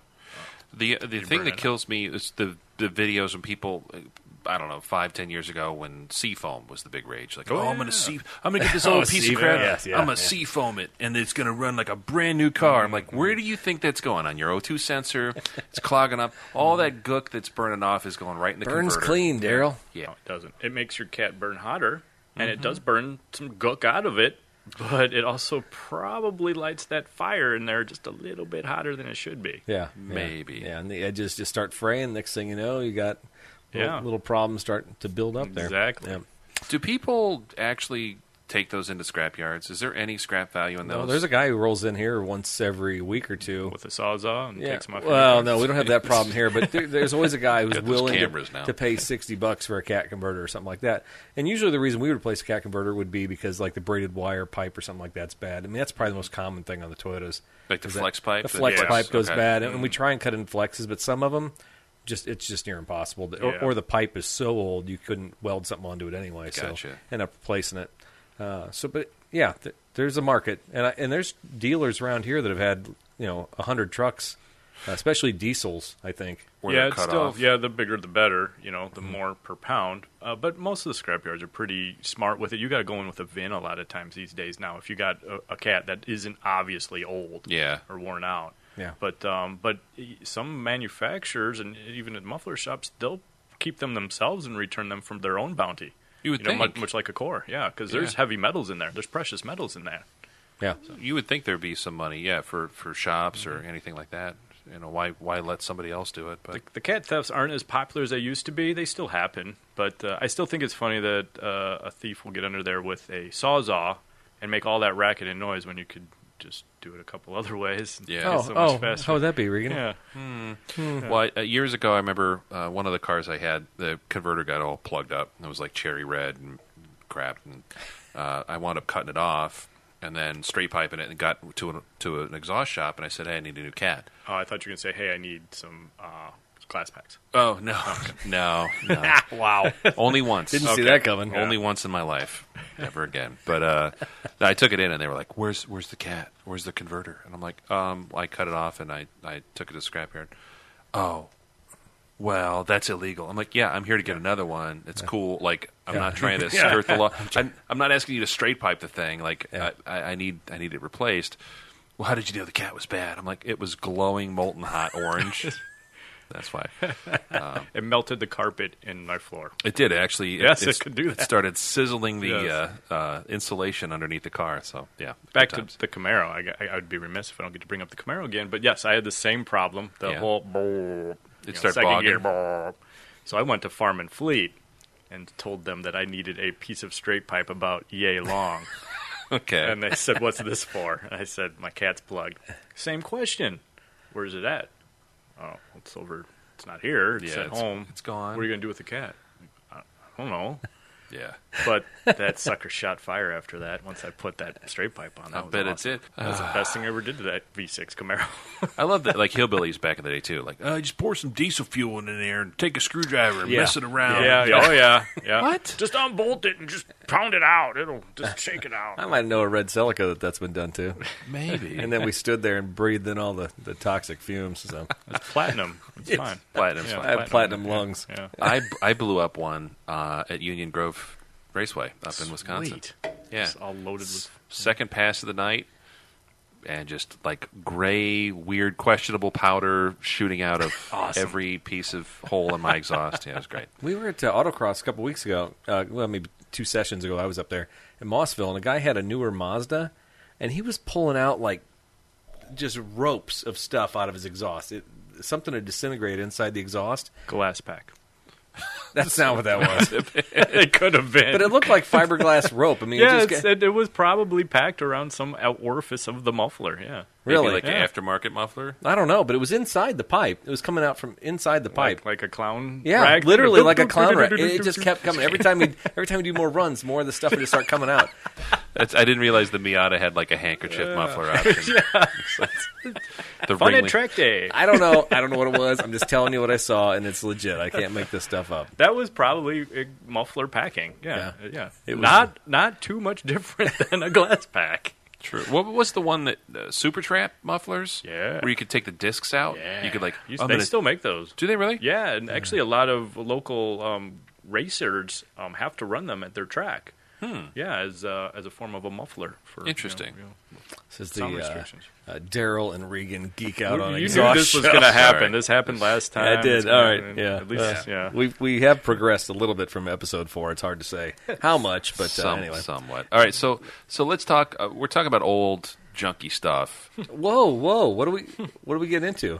S6: The the thing
S7: burn it
S6: that
S7: up.
S6: kills me is the the videos when people. uh, I don't know, five, ten years ago when seafoam was the big rage. Like, oh, I'm gonna sea,
S5: [LAUGHS]
S6: I'm gonna get this old piece
S5: Oh, sea-
S6: of crap.
S5: yes, yeah,
S6: I'm gonna
S5: yeah.
S6: seafoam it, and it's gonna run like a brand new car. I'm like, where do you think that's going on your O2 sensor? It's clogging up.
S5: [LAUGHS]
S6: All
S5: Mm-hmm.
S6: that gook that's burning off is going right in the converter.
S5: Daryl.
S6: Yeah,
S7: No, it doesn't. It makes your cat burn hotter, and
S5: Mm-hmm.
S7: it does burn some gook out of it, but it also probably lights that fire in there just a little bit hotter than it should be.
S5: Yeah,
S6: Maybe.
S5: Yeah, and the edges just start fraying. Next thing you know, you got little,
S7: Yeah.
S5: little problems starting to build up there.
S7: Exactly.
S5: Yeah.
S6: Do people actually take those into scrap yards? Is there any scrap value in those?
S5: No, there's a guy who rolls in here once every week or two.
S7: With a sawzall and
S5: Yeah.
S7: takes my
S5: Well, no, we don't have that problem here, but there, there's always a guy who's
S6: [LAUGHS] Got those
S5: willing to,
S6: cameras now.
S5: to pay sixty bucks for a cat converter or something like that. And usually, the reason we would replace a cat converter would be because like the braided wire pipe or something like that's bad. I mean, that's probably the most common thing on the Toyotas.
S6: Like the
S5: is that
S6: flex pipe?
S5: The flex
S7: Yes.
S5: pipe goes
S6: Okay.
S5: bad, and
S7: Hmm.
S5: we try and cut in flexes, but some of them just it's just near impossible. to- Or,
S7: Yeah.
S5: or the pipe is so old you couldn't weld something onto it anyway. So
S6: Gotcha.
S5: end up replacing it. Uh, so, but yeah, th- there's a market, and I, and there's dealers around here that have had you know hundred trucks, uh, especially diesels. I think.
S6: Where
S7: yeah,
S6: they're
S7: it's
S6: cut
S7: still
S6: off. Mm-hmm.
S7: yeah. The bigger, the better. You know, the more per pound. Uh, but most of the scrapyards are pretty smart with it. You got to go in with a VIN a lot of times these days now. If you got a, a cat that isn't obviously old,
S6: Yeah.
S7: or worn out,
S5: Yeah.
S7: But um, but y- some manufacturers and even at muffler shops, they'll keep them themselves and return them from their own bounty.
S6: You would
S7: know, mu-
S6: think.
S7: much, like a core, yeah, because there's
S6: Yeah.
S7: heavy metals in there. There's precious metals in there.
S5: Yeah,
S6: You would think there'd be some money, yeah, for for shops
S7: Mm-hmm.
S6: or anything like that. You know, why why let somebody else do it? But
S7: The, the cat thefts aren't as popular as they used to be. They still happen, but uh, I still think it's funny that uh, a thief will get under there with a sawzall and make all that racket and noise when you could just do it a couple [LAUGHS] other ways. and
S6: Yeah.
S7: get
S5: Oh,
S7: so much
S5: oh,
S7: faster.
S5: how would that be, Regan?
S7: Yeah,
S6: Well, I, uh, years ago, I remember uh, one of the cars I had, the converter got all plugged up. and It was like cherry red and crap, and uh, I wound up cutting it off and then straight piping it and got to an, to an exhaust shop. And I said, "Hey, I need a new cat."
S7: Oh, I thought you were gonna say, "Hey, I need some uh, class packs."
S6: Oh no, [LAUGHS] no, no.
S7: wow.
S6: only once.
S5: Didn't see that coming.
S6: Only once in my life, never again. But uh, I took it in, and they were like, "Where's where's the cat? Where's the converter?" And I'm like, "Um, I cut it off, and I I took it to scrapyard." Oh, well, that's illegal. I'm like, "Yeah, I'm here to get another one. It's cool. Like, I'm not trying to skirt the law. I'm, I'm not asking you to straight pipe the thing. Like,
S5: Yeah.
S6: I, I I need I need it replaced." Well, how did you know the cat was bad? I'm like, it was glowing molten hot orange. That's why.
S7: It melted the carpet in my floor.
S6: It did actually.
S7: Yes,
S6: it's-
S7: it could do that.
S6: [LAUGHS] started sizzling the
S7: Yes.
S6: uh, uh, insulation underneath the car. So [LAUGHS] yeah,
S7: Back
S6: good
S7: to
S6: times.
S7: the Camaro, I, got- I, I would be remiss if I don't get to bring up the Camaro again. But yes, I had the same problem. The
S6: Yeah.
S7: whole brrr, you know,
S6: started
S7: second
S6: bogging.
S7: gear, brrr. So I went to Farm and Fleet and told them that I needed a piece of straight pipe about yay
S6: [LAUGHS]
S7: long.
S6: okay.
S7: and they said, "What's this for?" And I said, "My cat's plugged." Same question. Where's it at? Oh, it's over. It's not here. It's
S6: Yeah,
S7: at
S6: it's-
S7: home.
S6: it's gone.
S7: What are you gonna do with the cat? I, I don't know.
S6: Yeah.
S7: But that sucker shot fire after that. Once I put that straight pipe on, that
S6: I
S7: was
S6: bet it
S7: awesome.
S6: did.
S7: That was the best thing I ever did to that V6 Camaro.
S6: I love that, like hillbillies back in the day too. Like, uh, just pour some diesel fuel in there and take a screwdriver and
S7: Yeah.
S6: mess it around.
S7: yeah, [LAUGHS]
S6: [LAUGHS]
S7: yeah, oh yeah, yeah.
S6: What?
S7: Just unbolt it and just pound it out. It'll just shake it out.
S5: I
S7: [LAUGHS]
S5: might know a red Celica that that's been done to.
S6: maybe.
S5: And then we stood there and breathed in all the, the toxic fumes. So
S7: Platinum. It's fine.
S6: Platinum's fine.
S5: I have platinum lungs.
S7: Yeah.
S6: [LAUGHS] I I blew up one uh, at Union Grove Raceway up in Wisconsin.
S7: Sweet.
S6: Yeah,
S7: It's all loaded with.
S6: second pass of the night, and just like gray, weird, questionable powder shooting
S5: [LAUGHS]
S6: out of
S7: Awesome.
S6: every piece of hole in my exhaust. Yeah, it was great.
S5: We were at uh, Autocross a couple weeks ago. Uh, well, maybe two sessions ago. I was up there in Mossville, and a guy had a newer Mazda, and he was pulling out like just ropes of stuff out of his exhaust. It, something had disintegrated inside the exhaust.
S7: Glass pack.
S5: That's not what that
S7: [LAUGHS]
S5: was.
S7: it could have been.
S5: but it looked like fiberglass rope. I mean,
S7: yeah,
S5: it
S7: it's-
S5: just
S7: it, it was probably packed around some out- orifice of the muffler. Yeah,
S5: Really?
S6: Maybe like
S7: Yeah.
S6: an aftermarket muffler.
S5: I don't know, but it was inside the pipe. It was coming out from inside the pipe.
S7: like, like a clown.
S5: yeah,
S7: rag. [LAUGHS]
S5: literally like a clown rat. It, it just kept coming. Every time we every time we do more runs, more of the stuff would just start coming out.
S6: That's, I didn't realize the Miata had like a
S5: [LAUGHS]
S6: handkerchief muffler option. [LAUGHS] It's like the
S7: Fun at
S6: Ringling-
S7: track day.
S5: I don't know. I don't know what it was. I'm just telling you what I saw, and it's legit. I can't make this stuff up.
S7: That was probably a muffler packing. Yeah, uh,
S5: Yeah.
S7: yeah.
S5: It was-
S7: not not too much different [LAUGHS] than a glass pack.
S6: True. What was the one that uh, Super Trap mufflers?
S7: Yeah.
S6: where you could take the discs out. you could like.
S7: You-
S6: I'm
S5: Oh,
S7: they
S6: gonna-
S7: still make those.
S6: do they really?
S7: Yeah, and actually, a lot of local um, racers um, have to run them at their track. Hmm. Yeah, as uh, as a form of a muffler for you know,
S6: Interesting.
S7: you know,
S5: This is the
S7: Sound
S5: uh,
S7: restrictions.
S5: uh, Daryl and Regan geek out on
S7: you knew
S5: exhaust.
S7: this was
S5: show.
S7: going to happen.
S6: Sorry.
S7: This happened last time.
S5: I did.
S7: It's
S5: All
S7: gonna-
S5: right. Yeah.
S7: At least, yeah.
S5: We we have progressed a little bit from episode four. It's hard to say
S7: [LAUGHS]
S5: how much, but uh,
S6: Some,
S5: anyway.
S6: somewhat. All right, so so let's talk. Uh, we're talking about old
S5: [LAUGHS]
S6: junky stuff.
S5: Whoa, whoa! What do we what do we get into?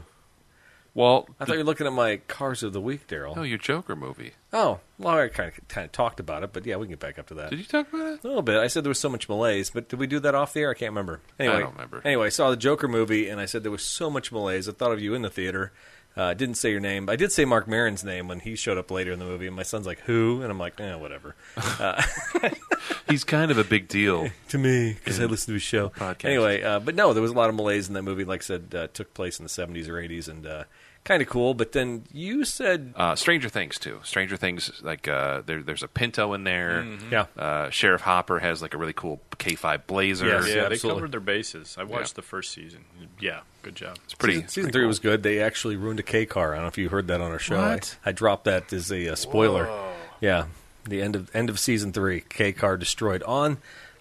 S6: Well,
S5: I thought you were looking at my cars of the week, Daryl.
S6: no, Oh, your Joker movie.
S5: Oh, well, I kind of, kind of talked about it, but yeah, we can get back up to that.
S6: Did you talk about it?
S5: A little bit. I said there was so much malaise, but did we do that off the air? I can't remember. Anyway,
S6: don't remember.
S5: Anyway, I saw the Joker movie, and I said there was so much malaise. I thought of you in the theater. Uh, I didn't say your name. I did say Mark Maron's name when he showed up later in the movie, and my son's like, "Who?" And I'm like, "Eh, whatever."
S6: He's kind of a big deal.
S5: to me, because I listen to his show.
S6: Podcast.
S5: Anyway, uh, but no, there was a lot of malaise in that movie. Like I said, uh, took place in the 70s or 80s, and uh, kind of cool. But then you said,
S6: [LAUGHS] Uh, Stranger Things too. Stranger Things, like uh, there, there's a Pinto in there.
S5: Yeah.
S6: Uh, Sheriff Hopper has like a really cool K5 Blazer.
S7: Yeah,
S5: Yes, yeah,
S7: they
S5: absolutely.
S7: covered their bases. I watched the first season. Yeah, good job.
S6: It's pretty.
S5: Season, season three was good. They actually ruined a K car. I don't know if you heard that on our show. I-
S6: What?
S5: I, dropped that as a uh, spoiler. Yeah, the end of end of season three, K car destroyed on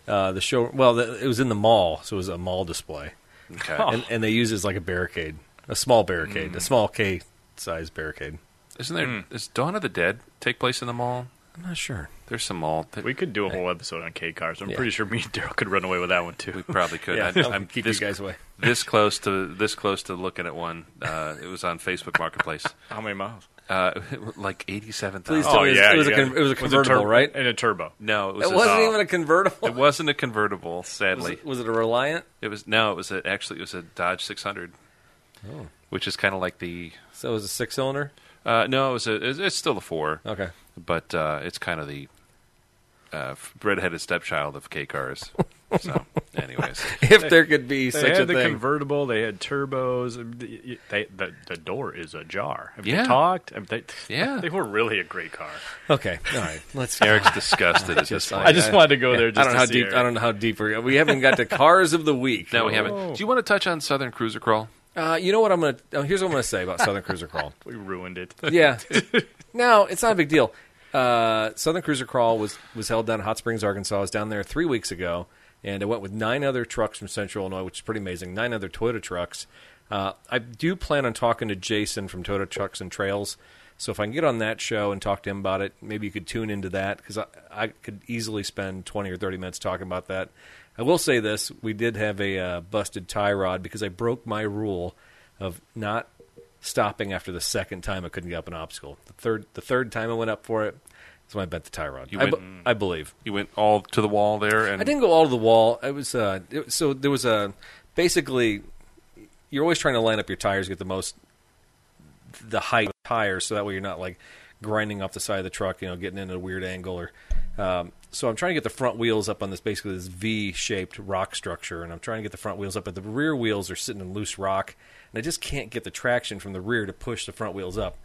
S5: uh, the show. Well, the, it was in the mall, so it was a mall display,
S6: Okay.
S5: and, and they use it as like a barricade, a small barricade, a small K size barricade.
S6: Isn't there? Does Dawn of the Dead take place in the mall?
S5: I'm not sure.
S6: There's some mall. That
S7: We
S6: we,
S7: could do a whole episode on K cars. I'm
S5: Yeah.
S7: pretty sure me and Daryl could run away with that one too.
S6: probably
S5: [LAUGHS]
S6: could.
S5: Yeah,
S6: I,
S5: I'll
S6: I'm
S5: keep
S6: this,
S5: you guys away.
S6: this close to this close to looking at one. Uh, it was on Facebook Marketplace.
S7: How many miles? Oh,
S6: Uh, [LAUGHS] like eighty-seven
S5: Please
S6: thousand.
S5: tell me it was- it was,
S7: you
S5: a
S7: got
S5: con- it was a
S7: tur-
S5: convertible, right?
S7: And a turbo.
S6: No, it was
S5: It
S6: a-
S5: wasn't
S6: uh,
S5: even a convertible.
S6: It wasn't a convertible,
S5: Was
S6: sadly.
S5: it, was it a Reliant?
S6: It was no, it was a, actually it was a Dodge 600,
S5: Oh.
S6: which is kind of like the
S5: So it was a six cylinder.
S6: uh, no, it was a it's, it's still a four,
S5: Okay.
S6: but uh, it's kind of the uh, f- redheaded stepchild of
S5: [LAUGHS]
S6: K cars. so, anyways,
S5: [LAUGHS] If there could be
S7: They
S5: such
S7: had
S5: a
S7: the
S5: thing,
S7: convertible. They had turbos. um, the- They, the, the door is ajar. Have
S6: Yeah.
S7: they talked? I mean, they,
S6: Yeah.
S7: [LAUGHS] they were really a great car.
S5: okay, all right, let's.
S6: Eric's disgusted at this
S7: I
S6: point.
S7: just wanted to go there. Just
S5: I don't know how
S7: to see
S5: deep.
S7: her.
S5: I don't know how deep we're. We haven't got to [LAUGHS] cars of the week.
S6: [LAUGHS] No, we
S5: Oh.
S6: haven't. Do you want to touch on Southern Cruiser Crawl?
S5: Uh, you know what I'm gonna? Oh, here's what I'm gonna say about Southern Cruiser Crawl.
S7: We ruined it.
S5: [LAUGHS] Yeah, no, it's not a big deal. Uh, Southern Cruiser Crawl was was held down in Hot Springs, Arkansas. I was down there three weeks ago, and I went with nine other trucks from Central Illinois, which is pretty amazing. Nine other Toyota trucks. Uh, I do plan on talking to Jason from Toyota Trucks and Trails. So if I can get on that show and talk to him about it, maybe you could tune into that because I, I could easily spend twenty or thirty minutes talking about that. I will say this: we did have a uh, busted tie rod because I broke my rule of not stopping after the second time I couldn't get up an obstacle. The third, the third time I went up for it, that's when I bent the tie rod. I,
S6: went- Mm.
S5: be- I believe.
S6: You went all to the wall there, and
S5: I didn't go all to the wall. It was uh, it, so there was a basically you're always trying to line up your tires, get the most the height of tires, so that way you're not like grinding off the side of the truck, you know, getting in at a weird angle or Um, so I'm trying to get the front wheels up on this basically this V-shaped rock structure, and I'm trying to get the front wheels up, but the rear wheels are sitting in loose rock, and I just can't get the traction from the rear to push the front wheels up.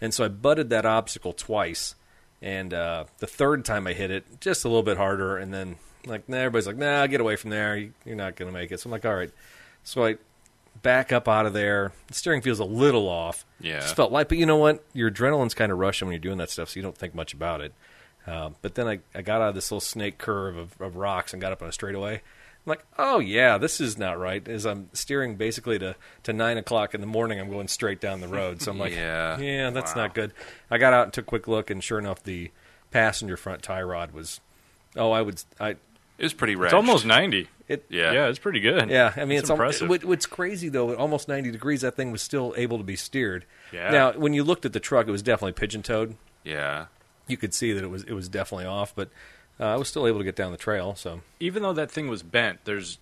S5: And so I butted that obstacle twice, and uh, the third time I hit it, just a little bit harder, and then like nah, everybody's like, "Nah, get away from there. You- You're not gonna make it." So I'm like, "All right." So I back up out of there. The steering feels a little off.
S6: Yeah.
S5: just felt light, but you know what? Your adrenaline's kind of rushing when you're doing that stuff, so you don't think much about it. Uh, but then I, I got out of this little snake curve of, of rocks and got up on a straightaway. I'm like, oh yeah, this is not right. As I'm steering basically to, to nine o'clock in the morning, I'm going straight down the road. So I'm like,
S6: [LAUGHS] Yeah.
S5: yeah, that's not good. I got out and took a quick look, and sure enough, the passenger front tie rod was. Oh, I would. I
S6: It was pretty
S7: It's
S6: rad.
S7: almost 90.
S5: it.
S6: Yeah.
S7: Yeah, [LAUGHS] it's pretty good.
S5: Yeah, I mean,
S7: It's
S5: it's, al-
S7: impressive.
S5: what- what's crazy though, at almost ninety degrees, that thing was still able to be steered.
S7: Yeah.
S5: Now, when you looked at the truck, it was definitely pigeon-toed.
S6: Yeah.
S5: You could see that it was it was definitely off, but uh, I was still able to get down the trail. So
S7: Even though that thing was bent, there's.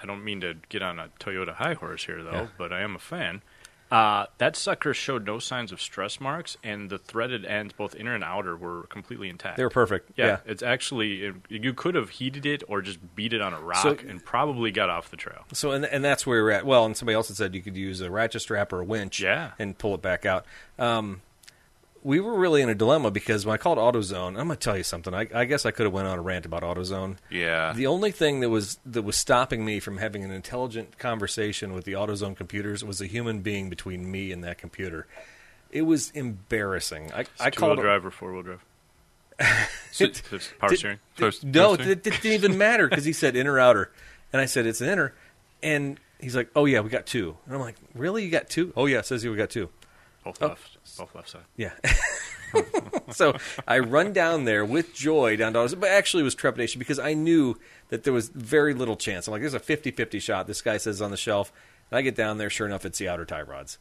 S7: I don't mean to get on a Toyota high horse here, though,
S5: Yeah.
S7: but I am a fan. Uh, that sucker showed no signs of stress marks, and the threaded ends, both inner and outer, were completely intact.
S5: they were perfect.
S7: Yeah,
S5: Yeah.
S7: it's actually it, you could have heated it or just beat it on a rock
S5: So-
S7: and probably got off the trail.
S5: So and and that's where we're at. Well, and somebody else had said you could use a ratchet strap or a winch.
S7: Yeah.
S5: And pull it back out. Um, we were really in a dilemma because when I called AutoZone, I'm gonna tell you something. I, I guess I could have went on a rant about AutoZone.
S6: Yeah.
S5: The only thing that was that was stopping me from having an intelligent conversation with the AutoZone computers was a human being between me and that computer. It was embarrassing. I, I
S7: Two wheel
S5: called
S7: drive or four wheel
S5: [LAUGHS]
S7: drive.
S6: So-
S7: There's power
S5: did-
S7: steering.
S5: did-
S6: Post-
S5: no,
S6: posting?
S5: it didn't even matter because he said in or outer, and I said it's an inner, and he's like, "Oh yeah, we got two. and I'm like, "Really? You got two? Oh yeah, it says here we got two.
S7: Both left.
S5: oh.
S7: Both left side.
S5: Yeah. [LAUGHS] so I run down there with joy down to Autos, but actually it was trepidation because I knew that there was very little chance. I'm like, there's a 50 50 shot. This guy says on the shelf. And I get down there, sure enough, it's the outer tie rods.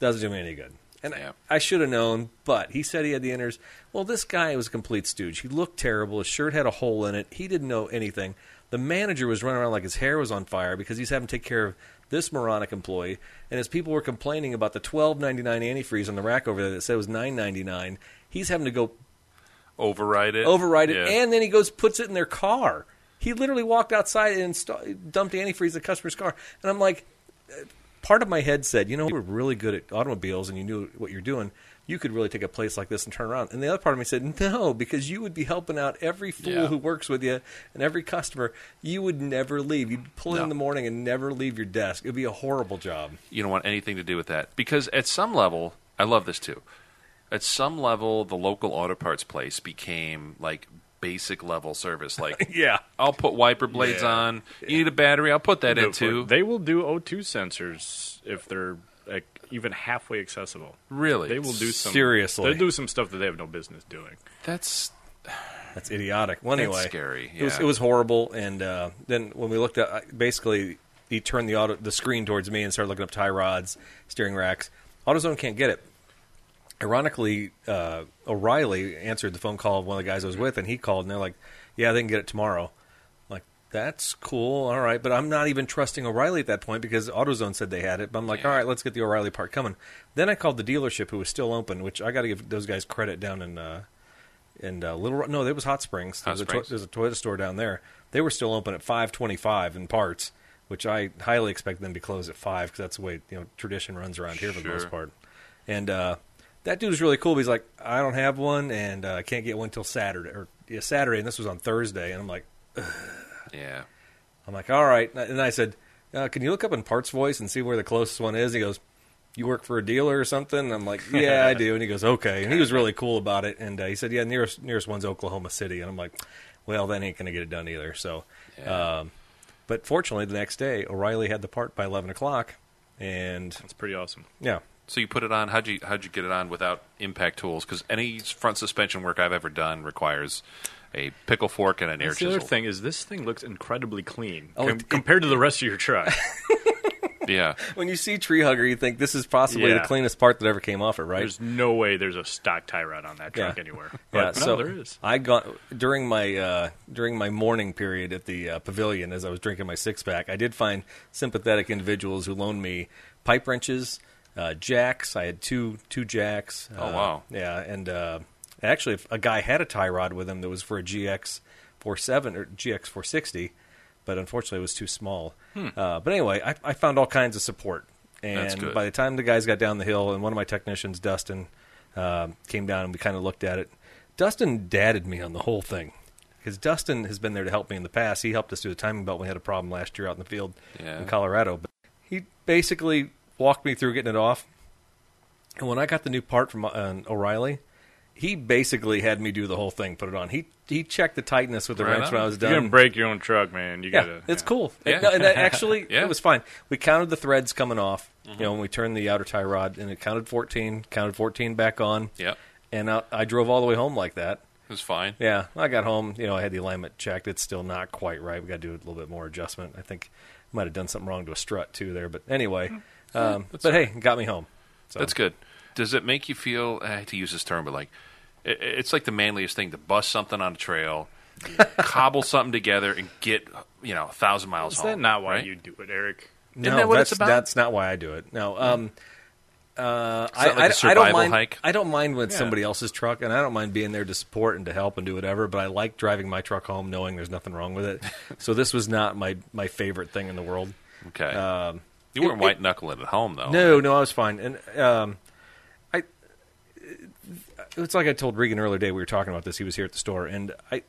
S5: Doesn't do me any good. And
S6: Yeah.
S5: I, I should have known, but he said he had the inners. Well, this guy was a complete stooge. He looked terrible. His shirt had a hole in it. He didn't know anything. The manager was running around like his hair was on fire because he's having to take care of this moronic employee. And as people were complaining about the twelve ninety nine antifreeze on the rack over there that said it was nine ninety nine, he's having to go
S6: Override it.
S5: override it,
S6: Yeah.
S5: and then he goes puts it in their car. He literally walked outside and insta- dumped antifreeze in the customer's car, and I'm like, uh, part of my head said, you know, you were really good at automobiles and you knew what you're doing. You could really take a place like this and turn around. And the other part of me said, no, because you would be helping out every fool
S6: Yeah.
S5: who works with you and every customer. You would never leave. You'd pull in
S6: No.
S5: in the morning and never leave your desk. It'd be a horrible job.
S6: you don't want anything to do with that because at some level i love this too at some level the local auto parts place became like basic level
S7: [LAUGHS]
S6: service like
S5: Yeah.
S6: i'll put wiper blades
S5: Yeah.
S6: on you need a battery i'll put that in
S7: Go for
S6: too
S7: it. They will do O2 sensors if they're like, even halfway accessible.
S6: really
S7: They will do some
S5: Seriously.
S7: They do some stuff that they have no business doing.
S6: that's
S5: That's idiotic. Well, anyway,
S6: scary,
S5: It was
S6: yeah.
S5: it was horrible. And uh, then when we looked at, I- basically, he turned the auto the screen towards me and started looking up tie rods, steering racks. AutoZone can't get it. Ironically, uh, O'Reilly answered the phone call of one of the guys I was with, and he called, and they're like, "Yeah, they can get it tomorrow." I'm like, that's cool, all right, but I'm not even trusting O'Reilly at that point because AutoZone said they had it. But I'm like, all right, let's get the O'Reilly part coming. Then I called the dealership who was still open, which I got to give those guys credit down in uh, and uh, Little Rock. No, there was Hot Springs.
S6: Hot
S5: there's,
S6: Springs.
S5: A to- there's a Toyota store down there. They were still open at 5:25 in parts, which I highly expect them to close at five because that's the way you know tradition runs around here for the most
S6: Sure.
S5: part. And uh, that dude was really cool. But he's like, I don't have one, and uh, I can't get one till Saturday or yeah, Saturday, and this was on Thursday, and I'm like,
S6: yeah
S5: I'm like, all right. And I said, uh, can you look up in Parts Voice and see where the closest one is? He goes, you work for a dealer or something? And
S7: [LAUGHS]
S5: I'm like, yeah, I do. And he goes, okay. And he was really cool about it. And uh, he said, yeah, nearest nearest one's Oklahoma City. And I'm like, well, that ain't gonna get it done either. So,
S7: Uh,
S6: Yeah.
S5: um, but fortunately, the next day O'Reilly had the part by eleven o'clock, and
S7: It's pretty awesome.
S5: yeah,
S6: so you put it on how'd you how'd you get it on without impact tools because any front suspension work i've ever done requires a pickle fork and an air
S7: That's the other
S6: chisel
S7: thing is this thing looks incredibly clean
S5: Oh,
S7: com-
S5: it-
S7: compared to the rest of your
S5: [LAUGHS]
S7: truck.
S6: yeah
S5: when you see Tree Hugger, you think this is possibly
S7: Yeah.
S5: the cleanest part that ever came off it, right?
S7: There's no way there's a stock tie rod on that truck
S5: Yeah.
S7: anywhere.
S5: Yeah,
S7: But no,
S5: so
S7: there is.
S5: I got during my uh, during my morning period at the uh, pavilion as I was drinking my six pack. I did find sympathetic individuals who loaned me pipe wrenches, uh, jacks. I had two two jacks.
S6: Oh,
S5: uh,
S6: wow.
S5: Yeah, and uh, Actually, if a guy had a tie rod with him that was for a GX 47 or GX 460, but unfortunately it was too small. Uh, but anyway, I, I found all kinds of support. And
S6: That's good.
S5: by the time the guys got down the hill, and one of my technicians, Dustin, um, came down and we kind of looked at it. Dustin dadded me on the whole thing because Dustin has been there to help me in the past. He helped us do the timing belt when we had a problem last year out in the field
S6: Yeah.
S5: in Colorado. But he basically walked me through getting it off. And when I got the new part from uh, an O'Reilly, he basically had me do the whole thing, put it on. He he checked the tightness with the
S6: Right
S5: wrench
S6: on.
S5: when I was
S7: You're
S5: done.
S7: gonna break your own truck, man. You
S5: Yeah,
S7: gotta.
S5: it's
S7: yeah.
S5: cool.
S6: Yeah.
S5: And- no, and that actually,
S6: [LAUGHS] Yeah. Mm-hmm.
S5: it was fine. We counted the threads coming off. You know, when we turned the outer tie rod, and it counted fourteen, counted fourteen back on.
S6: Yep.
S5: And I, I drove all the way home like that.
S6: It was fine.
S5: Yeah, I got home. You know, I had the alignment checked. It's still not quite right. We got to do a little bit more adjustment. I think I might have done something wrong to a strut too there. But
S6: Mm.
S5: anyway, um, but hey, it got me home. So
S6: That's good. Does it make you feel? I hate to use this term, but like it, it's like the manliest thing to bust something on
S5: [LAUGHS]
S6: a trail, cobble something together, and get you know a thousand miles
S7: Is
S6: home.
S7: that not why
S6: right?
S7: you do it, Eric?
S5: No,
S6: that what
S5: that's
S6: it's about?
S5: that's not why I do it. No, um, uh, I,
S6: like a
S5: I- I
S6: survival
S5: don't mind.
S6: hike?
S5: I don't mind when it's somebody else's truck, and I don't mind being there to support and to help and do whatever. But I like driving my truck home, knowing there's nothing wrong
S6: [LAUGHS]
S5: with it. so this was not my my favorite thing in the world.
S6: Okay.
S5: Um,
S6: you weren't
S5: it-
S6: white knuckling at home though.
S5: No, no, I was fine, and um, I. It's like I told Regan earlier today. We were talking about this. He was here at the store, and I,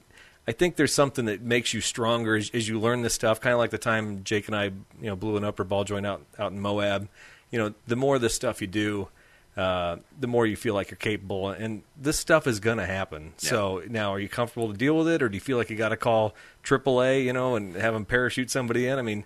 S5: I think there's something that makes you stronger as, as you learn this stuff. Kind of like the time Jake and I, you know, blew an upper ball joint out out in Moab. You know, the more of this stuff you do, uh, the more you feel like you're capable, and this stuff is going to happen. So now, are you comfortable to deal with it, or do you feel like you got to call AAA, you know, and have them parachute somebody in? I mean,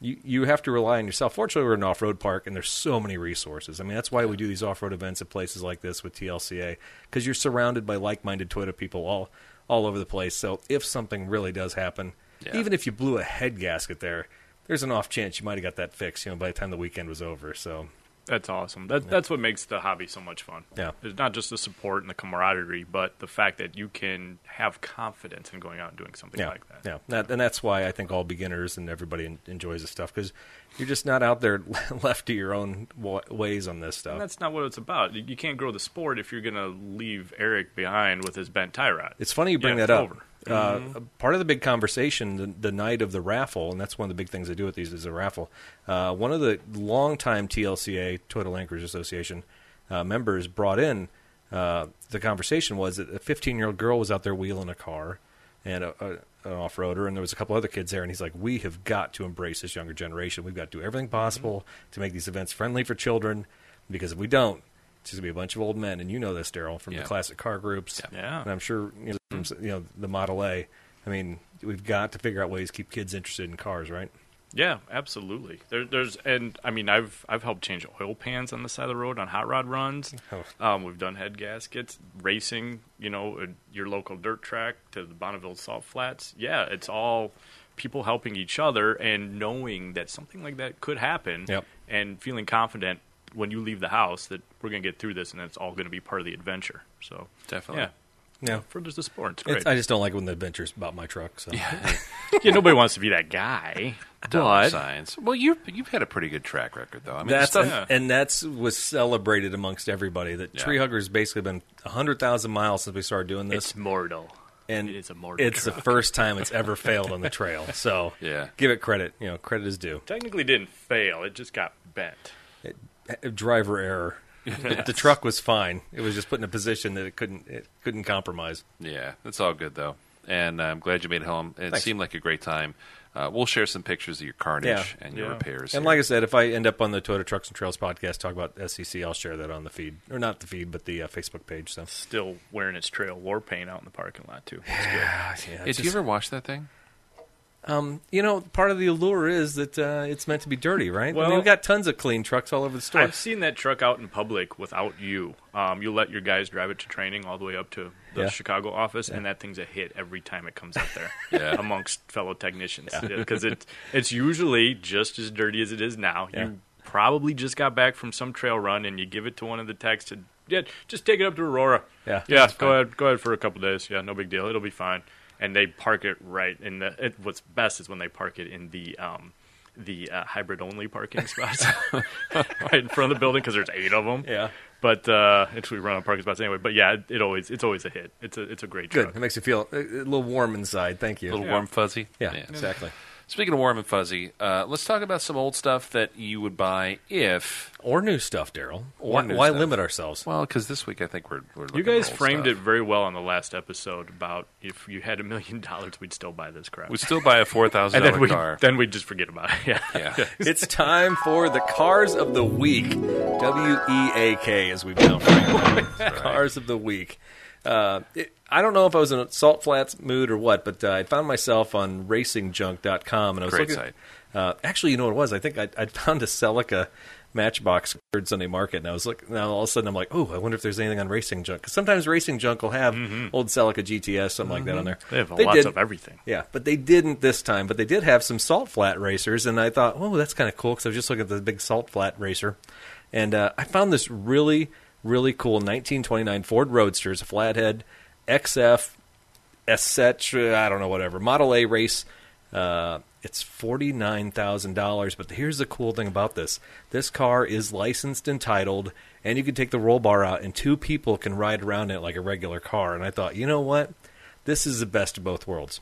S5: you you have to rely on yourself. Fortunately, we're in an off road park, and there's so many resources. I mean, that's why we do these off road events at places like this with TLCA because you're surrounded by like minded Toyota people all all over the place. So if something really does happen,
S6: Yeah.
S5: even if you blew a head gasket there, there's an off chance you might have got that fixed. You know, by the time the weekend was over. So
S7: That's awesome. That, That's what makes the hobby so much fun.
S5: Yeah.
S7: It's not just the support and the camaraderie, but the fact that you can have confidence in going out and doing something
S5: yeah,
S7: like that.
S5: yeah, that, and that's why I think all beginners and everybody en- enjoys this stuff because you're just not out there [LAUGHS] left to your own wa- ways on this stuff.
S7: And that's not what it's about. You- You can't grow the sport if you're going to leave Eric behind with his bent tie rod.
S5: It's funny you bring
S7: Yeah,
S5: that up.
S7: it's Mm-hmm.
S5: Uh, Part of the big conversation the, the night of the raffle, and that's one of the big things they do with these is a raffle. Uh, one of the longtime TLCA Toyota Land Cruisers Association uh, members brought in uh, the conversation was that a 15 year old girl was out there wheeling a car and a, a, an off roader, and there was a couple other kids there, and he's like, "We have got to embrace this younger generation. We've got to do everything
S7: Mm-hmm.
S5: possible to make these events friendly for children, because if we don't." It's just gonna be a bunch of old men, and you know this, Daryl, from
S6: Yeah.
S5: the classic car groups.
S7: Yeah.
S5: And I'm sure you know, from, s- you know the Model A. I mean, we've got to figure out ways to keep kids interested in cars, right?
S7: Yeah, absolutely. There, there's, and I mean, I've I've helped change oil pans on the side of the road on hot rod runs.
S5: Oh.
S7: Um, we've done head gaskets, racing. You know, at your local dirt track to the Bonneville Salt Flats. Yeah, it's all people helping each other and knowing that something like that could happen.
S5: Yep.
S7: And feeling confident when you leave the house that we're going to get through this and it's all going to be part of the adventure. So
S6: Definitely.
S7: yeah,
S5: Yeah.
S7: furthers the sport. It's great.
S5: It's, I just don't like when the adventure's about my truck. So
S7: [LAUGHS] yeah, nobody wants to be that guy.
S6: Dollar
S7: But-
S6: signs. Well, you've you've had a pretty good track record though. I mean,
S5: that's
S6: stuff,
S7: Yeah.
S5: and that's was celebrated amongst everybody. That
S6: Yeah.
S5: Tree Hugger's basically been hundred thousand miles since we started doing this,
S7: It's mortal.
S5: and
S7: it is a mortal.
S5: it's the first time
S7: [LAUGHS]
S5: it's ever failed on the trail. So
S6: Yeah.
S5: give it credit. You know, credit is due.
S7: technically didn't fail. It just got bent.
S5: Uh, Driver
S7: [LAUGHS]
S5: error. The, the truck was fine. It was just put in a position that it couldn't it couldn't compromise.
S6: Yeah, it's all good though, and uh, I'm glad you made it home. It
S5: Thanks.
S6: seemed like a great time. Uh, we'll share some pictures of your carnage
S5: Yeah.
S6: and your
S7: Yeah.
S6: repairs.
S5: And
S6: here.
S5: like I said, if I end up on the Toyota Trucks and Trails podcast, talk about SEC, I'll share that on the feed, or not the feed, but the uh, Facebook page. So
S7: Still wearing its trail war paint out in the parking lot too.
S5: yeah,
S6: hey,
S5: it's
S6: do you
S5: just-
S6: ever watch that thing?
S5: you know, part of the allure is that uh, it's meant to be dirty, right? I mean,
S7: Well-
S5: we've got tons of clean trucks all over the store.
S7: I've seen that truck out in public without you. Um, you let your guys drive it to training all the way up to the
S5: Yeah.
S7: Chicago office, and that thing's a hit every time it comes out there
S6: Yeah.
S7: amongst fellow technicians because it it's usually just as dirty as it is now.
S5: Yeah.
S7: You probably just got back from some trail run, and you give it to one of the techs to yeah, just take it up to Aurora.
S5: Yeah.
S7: yeah, go ahead, go ahead for a couple days. Yeah, no big deal. It'll be fine. And they park it right in the. It, what's best is when they park it in the. Um, [LAUGHS] the uh, hybrid only parking spots right in front of the building because there's eight of them.
S5: Yeah.
S7: But uh, it's we run on parking spots anyway. But yeah, it, it always it's always a hit. It's a it's a great
S5: Good.
S7: truck.
S5: It makes you feel uh, a, a little warm inside. Thank you.
S6: A little warm fuzzy.
S5: Yeah, exactly.
S6: Speaking of warm and fuzzy, uh, let's talk about some old stuff that you would buy if.
S5: Or new stuff, Daryl.
S6: Or
S5: Why,
S6: new
S5: why
S6: stuff.
S5: limit ourselves?
S6: Well, because this week I think we're. we're
S7: You
S6: looking at
S7: guys
S6: old
S7: framed it
S6: stuff.
S7: very well on the last episode about if you had a million [LAUGHS] dollars, we'd still buy this crap.
S6: [LAUGHS] We still buy a four thousand
S7: [LAUGHS] and then
S6: dollar
S7: we [LAUGHS]
S6: car.
S7: then we just forget about it. Yeah.
S6: yeah.
S5: [LAUGHS] it's time for the cars of the week. W E A K, as we've now framed
S7: [LAUGHS]
S5: it. Cars of the week. Uh, it, I don't know if I was in a salt flats mood or what, but uh, I found myself on racingjunk.com and I was
S6: Great
S5: looking.
S6: site.
S5: Uh, actually, you know what it was? I think I, I found a Celica matchbox third Sunday market, and I was looking. Now all of a sudden, I'm like, oh, I wonder if there's anything on Racing Junk because sometimes Racing Junk will have old Celica GTS, something like that on there.
S7: [LAUGHS] Mm-hmm. They have lots
S5: did-
S7: of everything.
S5: yeah, but they didn't this time. But they did have some salt flat racers, and I thought, oh, that's kind of cool because I was just looking at the big salt flat racer, and uh, I found this really, really cool 1929 Ford Roadster, it's a flathead XF, etc. I don't know whatever Model A race. Uh, it's forty nine thousand dollars, but here's the cool thing about this: this car is licensed and titled, and you can take the roll bar out, and two people can ride around in it like a regular car. And I thought, you know what? This is the best of both worlds.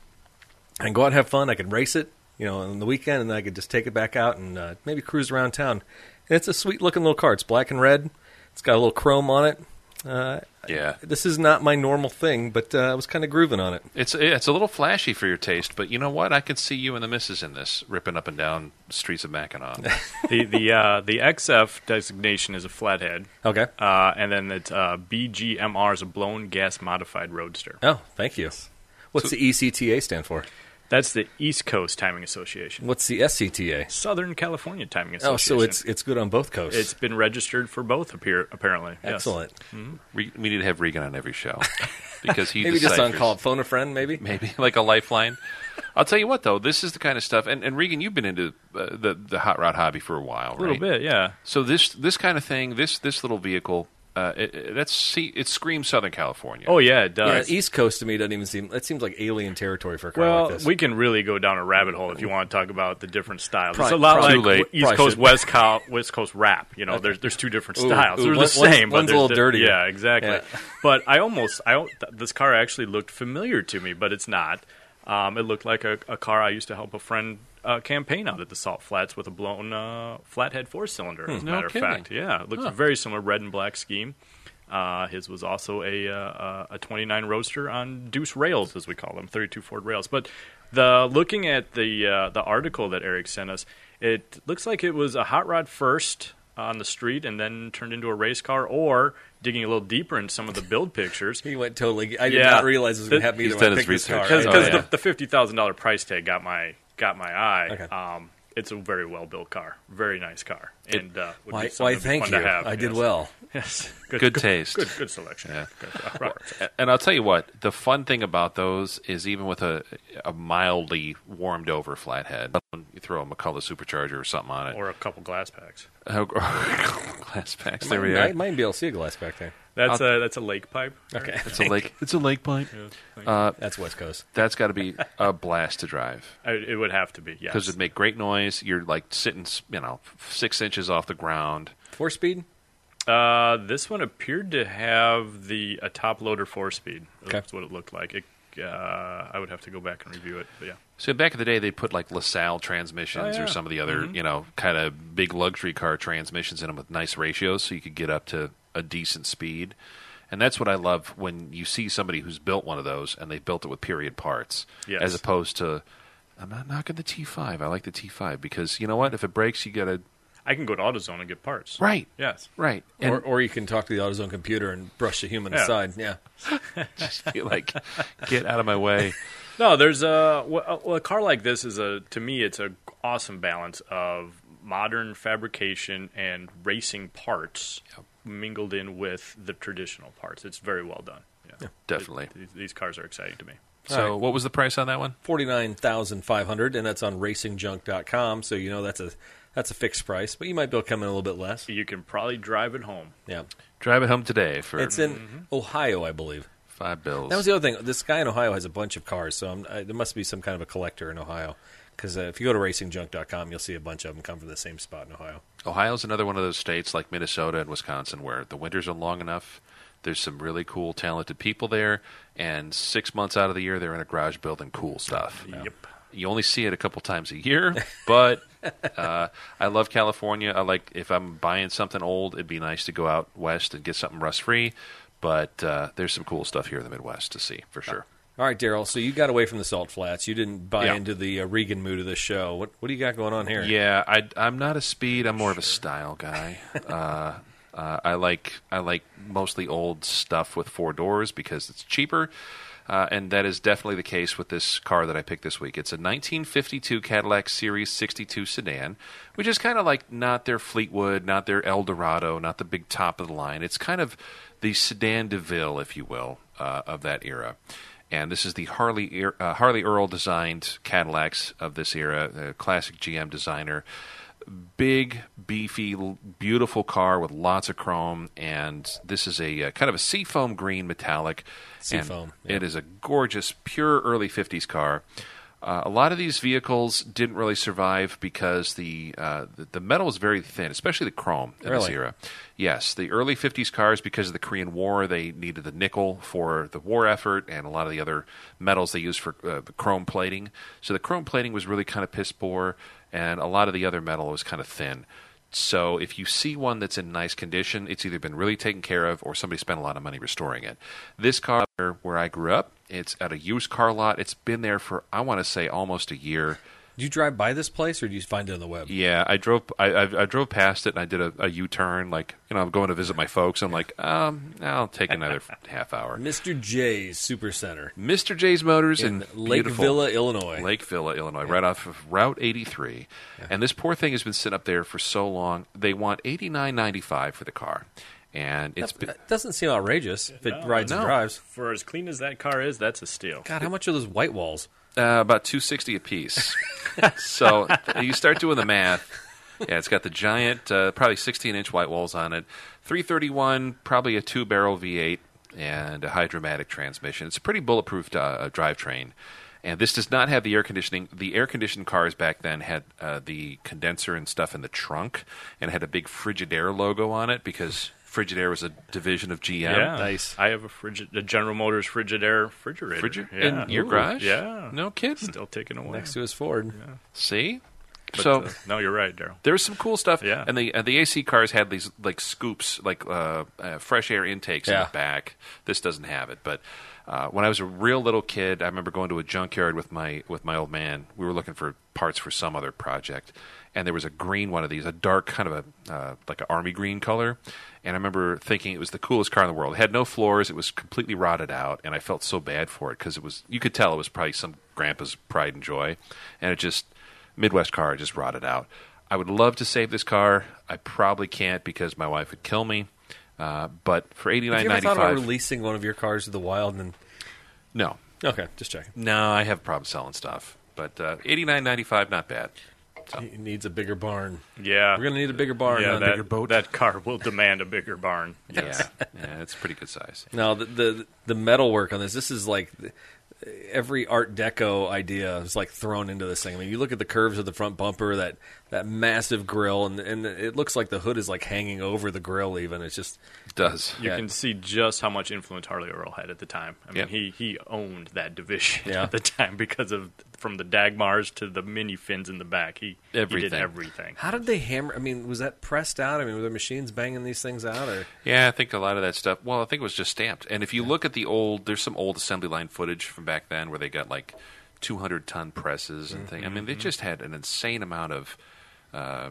S5: I can go out and have fun. I can race it, you know, on the weekend, and then I could just take it back out and uh, maybe cruise around town. And it's a sweet looking little car. It's black and red. It's got a little chrome on it. Uh,
S6: Yeah.
S5: this is not my normal thing, but uh, I was kind of grooving on it.
S6: It's it's a little flashy for your taste, but you know what? I can see you and the missus in this ripping up and down streets
S7: [LAUGHS]
S6: of Mackinac.
S7: the the uh, the XF designation is a flathead.
S5: Okay.
S7: Uh, and then it's uh, BGMR is a blown gas modified roadster.
S5: Oh, thank you. What's the E ECTA stand for?
S7: That's the East Coast Timing Association,
S5: What's the SCTA?
S7: Southern California Timing Association.
S5: Oh, so it's it's good on both coasts.
S7: it's been registered for both appear, apparently. Yes.
S5: excellent.
S6: Re- we need to have Regan on every show
S7: [LAUGHS]
S6: because he
S5: Maybe just on
S6: deciphers-
S5: call, phone a friend, maybe.
S6: [LAUGHS] maybe like a lifeline. I'll tell you what, though, this is the kind of stuff. And, and Regan, you've been into uh, the the hot rod hobby for a while, right?
S7: A little bit, yeah.
S6: So this this kind of thing, this this little vehicle, uh, it, it- that's see, it screams Southern California.
S7: Oh yeah, it
S5: Yeah,
S7: does.
S5: East Coast to me doesn't even seem. It seems like alien territory for a car
S7: well,
S5: like this.
S7: we can really go down a rabbit hole if you want to talk about the different styles.
S5: Probably-
S7: it's a lot
S5: probably-
S7: like
S5: Too late.
S7: East
S5: Probably
S7: Coast,
S5: should.
S7: West Coast, West Coast rap. You know, there's there's two different
S5: Ooh,
S7: styles.
S5: ooh,
S7: They're
S5: one-
S7: the same, but
S5: one's- one's a
S7: there's
S5: little
S7: di-
S5: dirtier.
S7: Yeah, exactly.
S5: Yeah. [LAUGHS]
S7: but I almost, I don't- th- this car actually looked familiar to me, but it's not. Um, it looked like a, a car I used to help a friend uh, campaign out at the Salt Flats with a blown uh, flathead four cylinder. As a
S5: Hmm,
S6: No
S7: matter
S6: kidding.
S7: of fact, yeah, it looked very similar, red and black scheme. Uh, his was also a uh, uh, a 29 roadster on Deuce rails, as we call them, 32 Ford rails. But the looking at the uh, the article that Eric sent us, it looks like it was a hot rod first on the street and then turned into a race car. Or digging a little deeper in some of the build pictures,
S5: [LAUGHS] he went totally. I did
S7: Yeah.
S5: not realize it was going to
S7: Th-
S5: happen
S6: he's
S5: either.
S6: done
S5: when I
S6: his
S5: picked this
S6: research.
S5: car.
S7: because
S5: I-
S6: Oh,
S7: the,
S6: yeah.
S7: the fifty thousand dollar price tag got my got my eye.
S5: Okay.
S7: Um, it's a very well built car, very nice car, and uh, would
S5: Why,
S7: be something
S5: why
S7: to be
S5: thank
S7: fun
S5: you.
S7: To have.
S5: I did
S7: yes.
S5: well.
S7: Yes,
S6: Good
S7: [LAUGHS]
S6: taste.
S7: Good, good selection. Good- right.
S6: And I'll tell you what, the fun thing about those is even with a, a mildly warmed over flathead, you throw a McCullough supercharger or something on it,
S7: Or a couple glass packs.
S6: Oh, [LAUGHS] glass packs. There we
S5: I
S6: are.
S5: might be able to see a glass back there.
S7: That's a that's a lake pipe.
S5: Okay,
S6: It's a lake. It's a lake pipe.
S5: that's West Coast.
S6: That's got to be a blast to drive.
S7: I, it would have to be. [LAUGHS] Yes.
S6: because it'd make great noise. You're like sitting, you know, six inches off the ground.
S5: Four speed.
S7: Uh, this one appeared to have the a top loader four speed.
S5: Okay.
S7: That's what it looked like. It, uh, I would have to go back and review it. But yeah.
S6: So back in the day, they put like LaSalle transmissions
S7: Oh, yeah.
S6: or some of the other, you know, kind of big luxury car transmissions in them with nice ratios, so you could get up to a decent speed. And that's what I love when you see somebody who's built one of those and they built it with period parts,
S7: Yes.
S6: as opposed to. I'm not knocking the T5. I like the T5 because you know what? If it breaks, you gotta
S7: I can go to AutoZone and get parts.
S6: right,
S7: Yes.
S6: right, and
S5: Or,
S6: [LAUGHS]
S5: or you can talk to the AutoZone computer and brush the human
S7: Yeah.
S5: aside. Yeah.
S6: you're like get out of my way.
S7: No, there's a well, a car like this is a to me it's a awesome balance of modern fabrication and racing parts mingled in with the traditional parts. It's very well done. Yeah.
S6: Definitely.
S7: These, these cars are exciting to me.
S6: So, what was the price on that one?
S5: forty-nine thousand five hundred, and that's on RacingJunk.com. So you know that's a that's a fixed price, but you might be able to come in a little bit less.
S7: You can probably drive it home.
S5: Yeah,
S6: Drive it home today for
S5: it's in
S7: Mm-hmm.
S5: Ohio, I believe.
S6: five bills.
S5: That was the other thing. This guy in Ohio has a bunch of cars, so I'm, I, there must be some kind of a collector in Ohio Because uh, if you go to racingjunk.com, you'll see a bunch of them come from the same spot in Ohio.
S6: Ohio's another one of those states like Minnesota and Wisconsin where the winters are long enough. There's some really cool, talented people there, and six months out of the year, they're in a garage building cool stuff.
S7: Yep.
S6: You only see it a couple times a year, but uh, I love California. I like if I'm buying something old, it'd be nice to go out west and get something rust free. But uh, there's some cool stuff here in the Midwest to see for sure.
S5: All right, Daryl. So you got away from the salt flats. You didn't buy
S6: Yeah.
S5: into the uh, Regan mood of this show. What What do you got going on here?
S6: Yeah, I, I'm not a speed. I'm more of a style guy. uh, uh, I like I like mostly old stuff with four doors because it's cheaper, uh, and that is definitely the case with this car that I picked this week. It's a 1952 Cadillac Series 62 sedan, which is kind of like not their Fleetwood, not their Eldorado, not the big top of the line. It's kind of the sedan de ville, if you will, uh, of that era and this is the Harley Er- uh, Harley Earl designed Cadillacs of this era, the classic GM designer. Big, beefy, l- beautiful car with lots of chrome, and this is a uh, kind of a seafoam green metallic. and
S5: Seafoam,
S6: It is a gorgeous, pure early '50s car. Uh, a lot of these vehicles didn't really survive because the uh, the, the metal was very thin, especially the chrome in this
S5: Really?
S6: era. Yes, the early 50s cars, because of the Korean War, they needed the nickel for the war effort and a lot of the other metals they used for uh, the chrome plating. So the chrome plating was really kind of piss poor, and a lot of the other metal was kind of thin. So if you see one that's in nice condition, it's either been really taken care of or somebody spent a lot of money restoring it. This car, where I grew up, it's at a used car lot. It's been there for, I want to say, almost a year.
S5: Did you drive by this place or did you find it on the web?
S6: Yeah, I drove. I, I, I drove past it, and I did a, a U turn. Like you know, I'm going to visit my folks. I'm like, um, I'll take another [LAUGHS] half hour.
S5: Mr. J's Super Center
S6: Mr. J's Motors
S5: in
S6: in,
S5: Lake
S6: beautiful
S5: Villa, Illinois.
S6: Lake Villa, Illinois, right off of Route 83. And this poor thing has been sitting up there for so long. They want 89.95 for the car, and it's been,
S5: That doesn't seem outrageous if it rides and
S6: No.
S5: drives.
S7: For as clean as that car is, that's a steal.
S5: God, how much are those white walls?
S6: Uh, about two sixty
S7: [LAUGHS]
S6: a piece. so you start doing the math. Yeah, it's got the giant, uh, probably sixteen inch white walls on it. Three thirty one, probably a two barrel V eight and a hydromatic transmission. It's a pretty bulletproof uh, drivetrain. And this does not have the air conditioning. The air conditioned cars back then had uh, the condenser and stuff in the trunk, and had a big Frigidaire logo on it because Frigidaire was a division of GM.
S7: Yeah,
S5: nice.
S7: I have a frigid, a General Motors Frigidaire refrigerator.
S6: Frigi-
S7: yeah.
S6: in your
S7: Ooh,
S6: garage?
S7: Yeah,
S6: no kidding.
S7: still taken away.
S5: Next to his Ford.
S6: See,
S7: But,
S6: so
S7: uh, no, you're right, Daryl.
S6: There was some cool stuff.
S7: Yeah.
S6: And the uh, the AC cars had these like scoops, like uh, uh, fresh air intakes in
S5: Yeah.
S6: the back. This doesn't have it, but. Uh, when I was a real little kid, I remember going to a junkyard with my with my old man. We were looking for parts for some other project, and there was a green one of these, a dark kind of a uh, like an army green color. And I remember thinking it was the coolest car in the world. It had no floors, it was completely rotted out, and I felt so bad for it because it was you could tell it was probably some grandpa's pride and joy, and it just Midwest car just rotted out. I would love to save this car. I probably can't because my wife would kill me. Uh, but for eighty
S5: Have
S6: nine
S5: you ever
S6: ninety
S5: thought about
S6: five,
S5: releasing one of your cars to the wild? And
S6: no,
S5: then, okay, just checking.
S6: no, I have a problem selling stuff. But uh, eighty nine ninety five, not bad.
S5: He needs a bigger barn.
S7: Yeah,
S5: We're gonna need a bigger barn.
S7: yeah,
S5: huh?
S7: that, that car will demand a bigger barn.
S6: Yeah, [LAUGHS] yeah, it's a pretty good size.
S5: No, the, the the metal work on this. This is like th- every Art Deco idea is like thrown into this thing. I mean, you look at the curves of the front bumper, that that massive grill, and and it looks like the hood is like hanging over the grill. Even it's just
S6: It does.
S7: You
S5: Yeah.
S7: can see just how much influence Harley Earl had at the time. I mean,
S6: Yeah.
S7: he, he owned that division [LAUGHS]
S5: Yeah.
S7: at the time because of from the Dagmars to the mini fins in the back. He, he did
S6: Everything.
S7: everything.
S5: how did they hammer? I mean, was that pressed out? I mean, were the machines banging these things out? Or
S6: Yeah, I think a lot of that stuff. Well, I think it was just stamped. And if you look at the old, there's some old assembly line footage from back then where they got like 200 ton presses and things. I mean,
S5: Mm-hmm.
S6: they just had an insane amount of uh,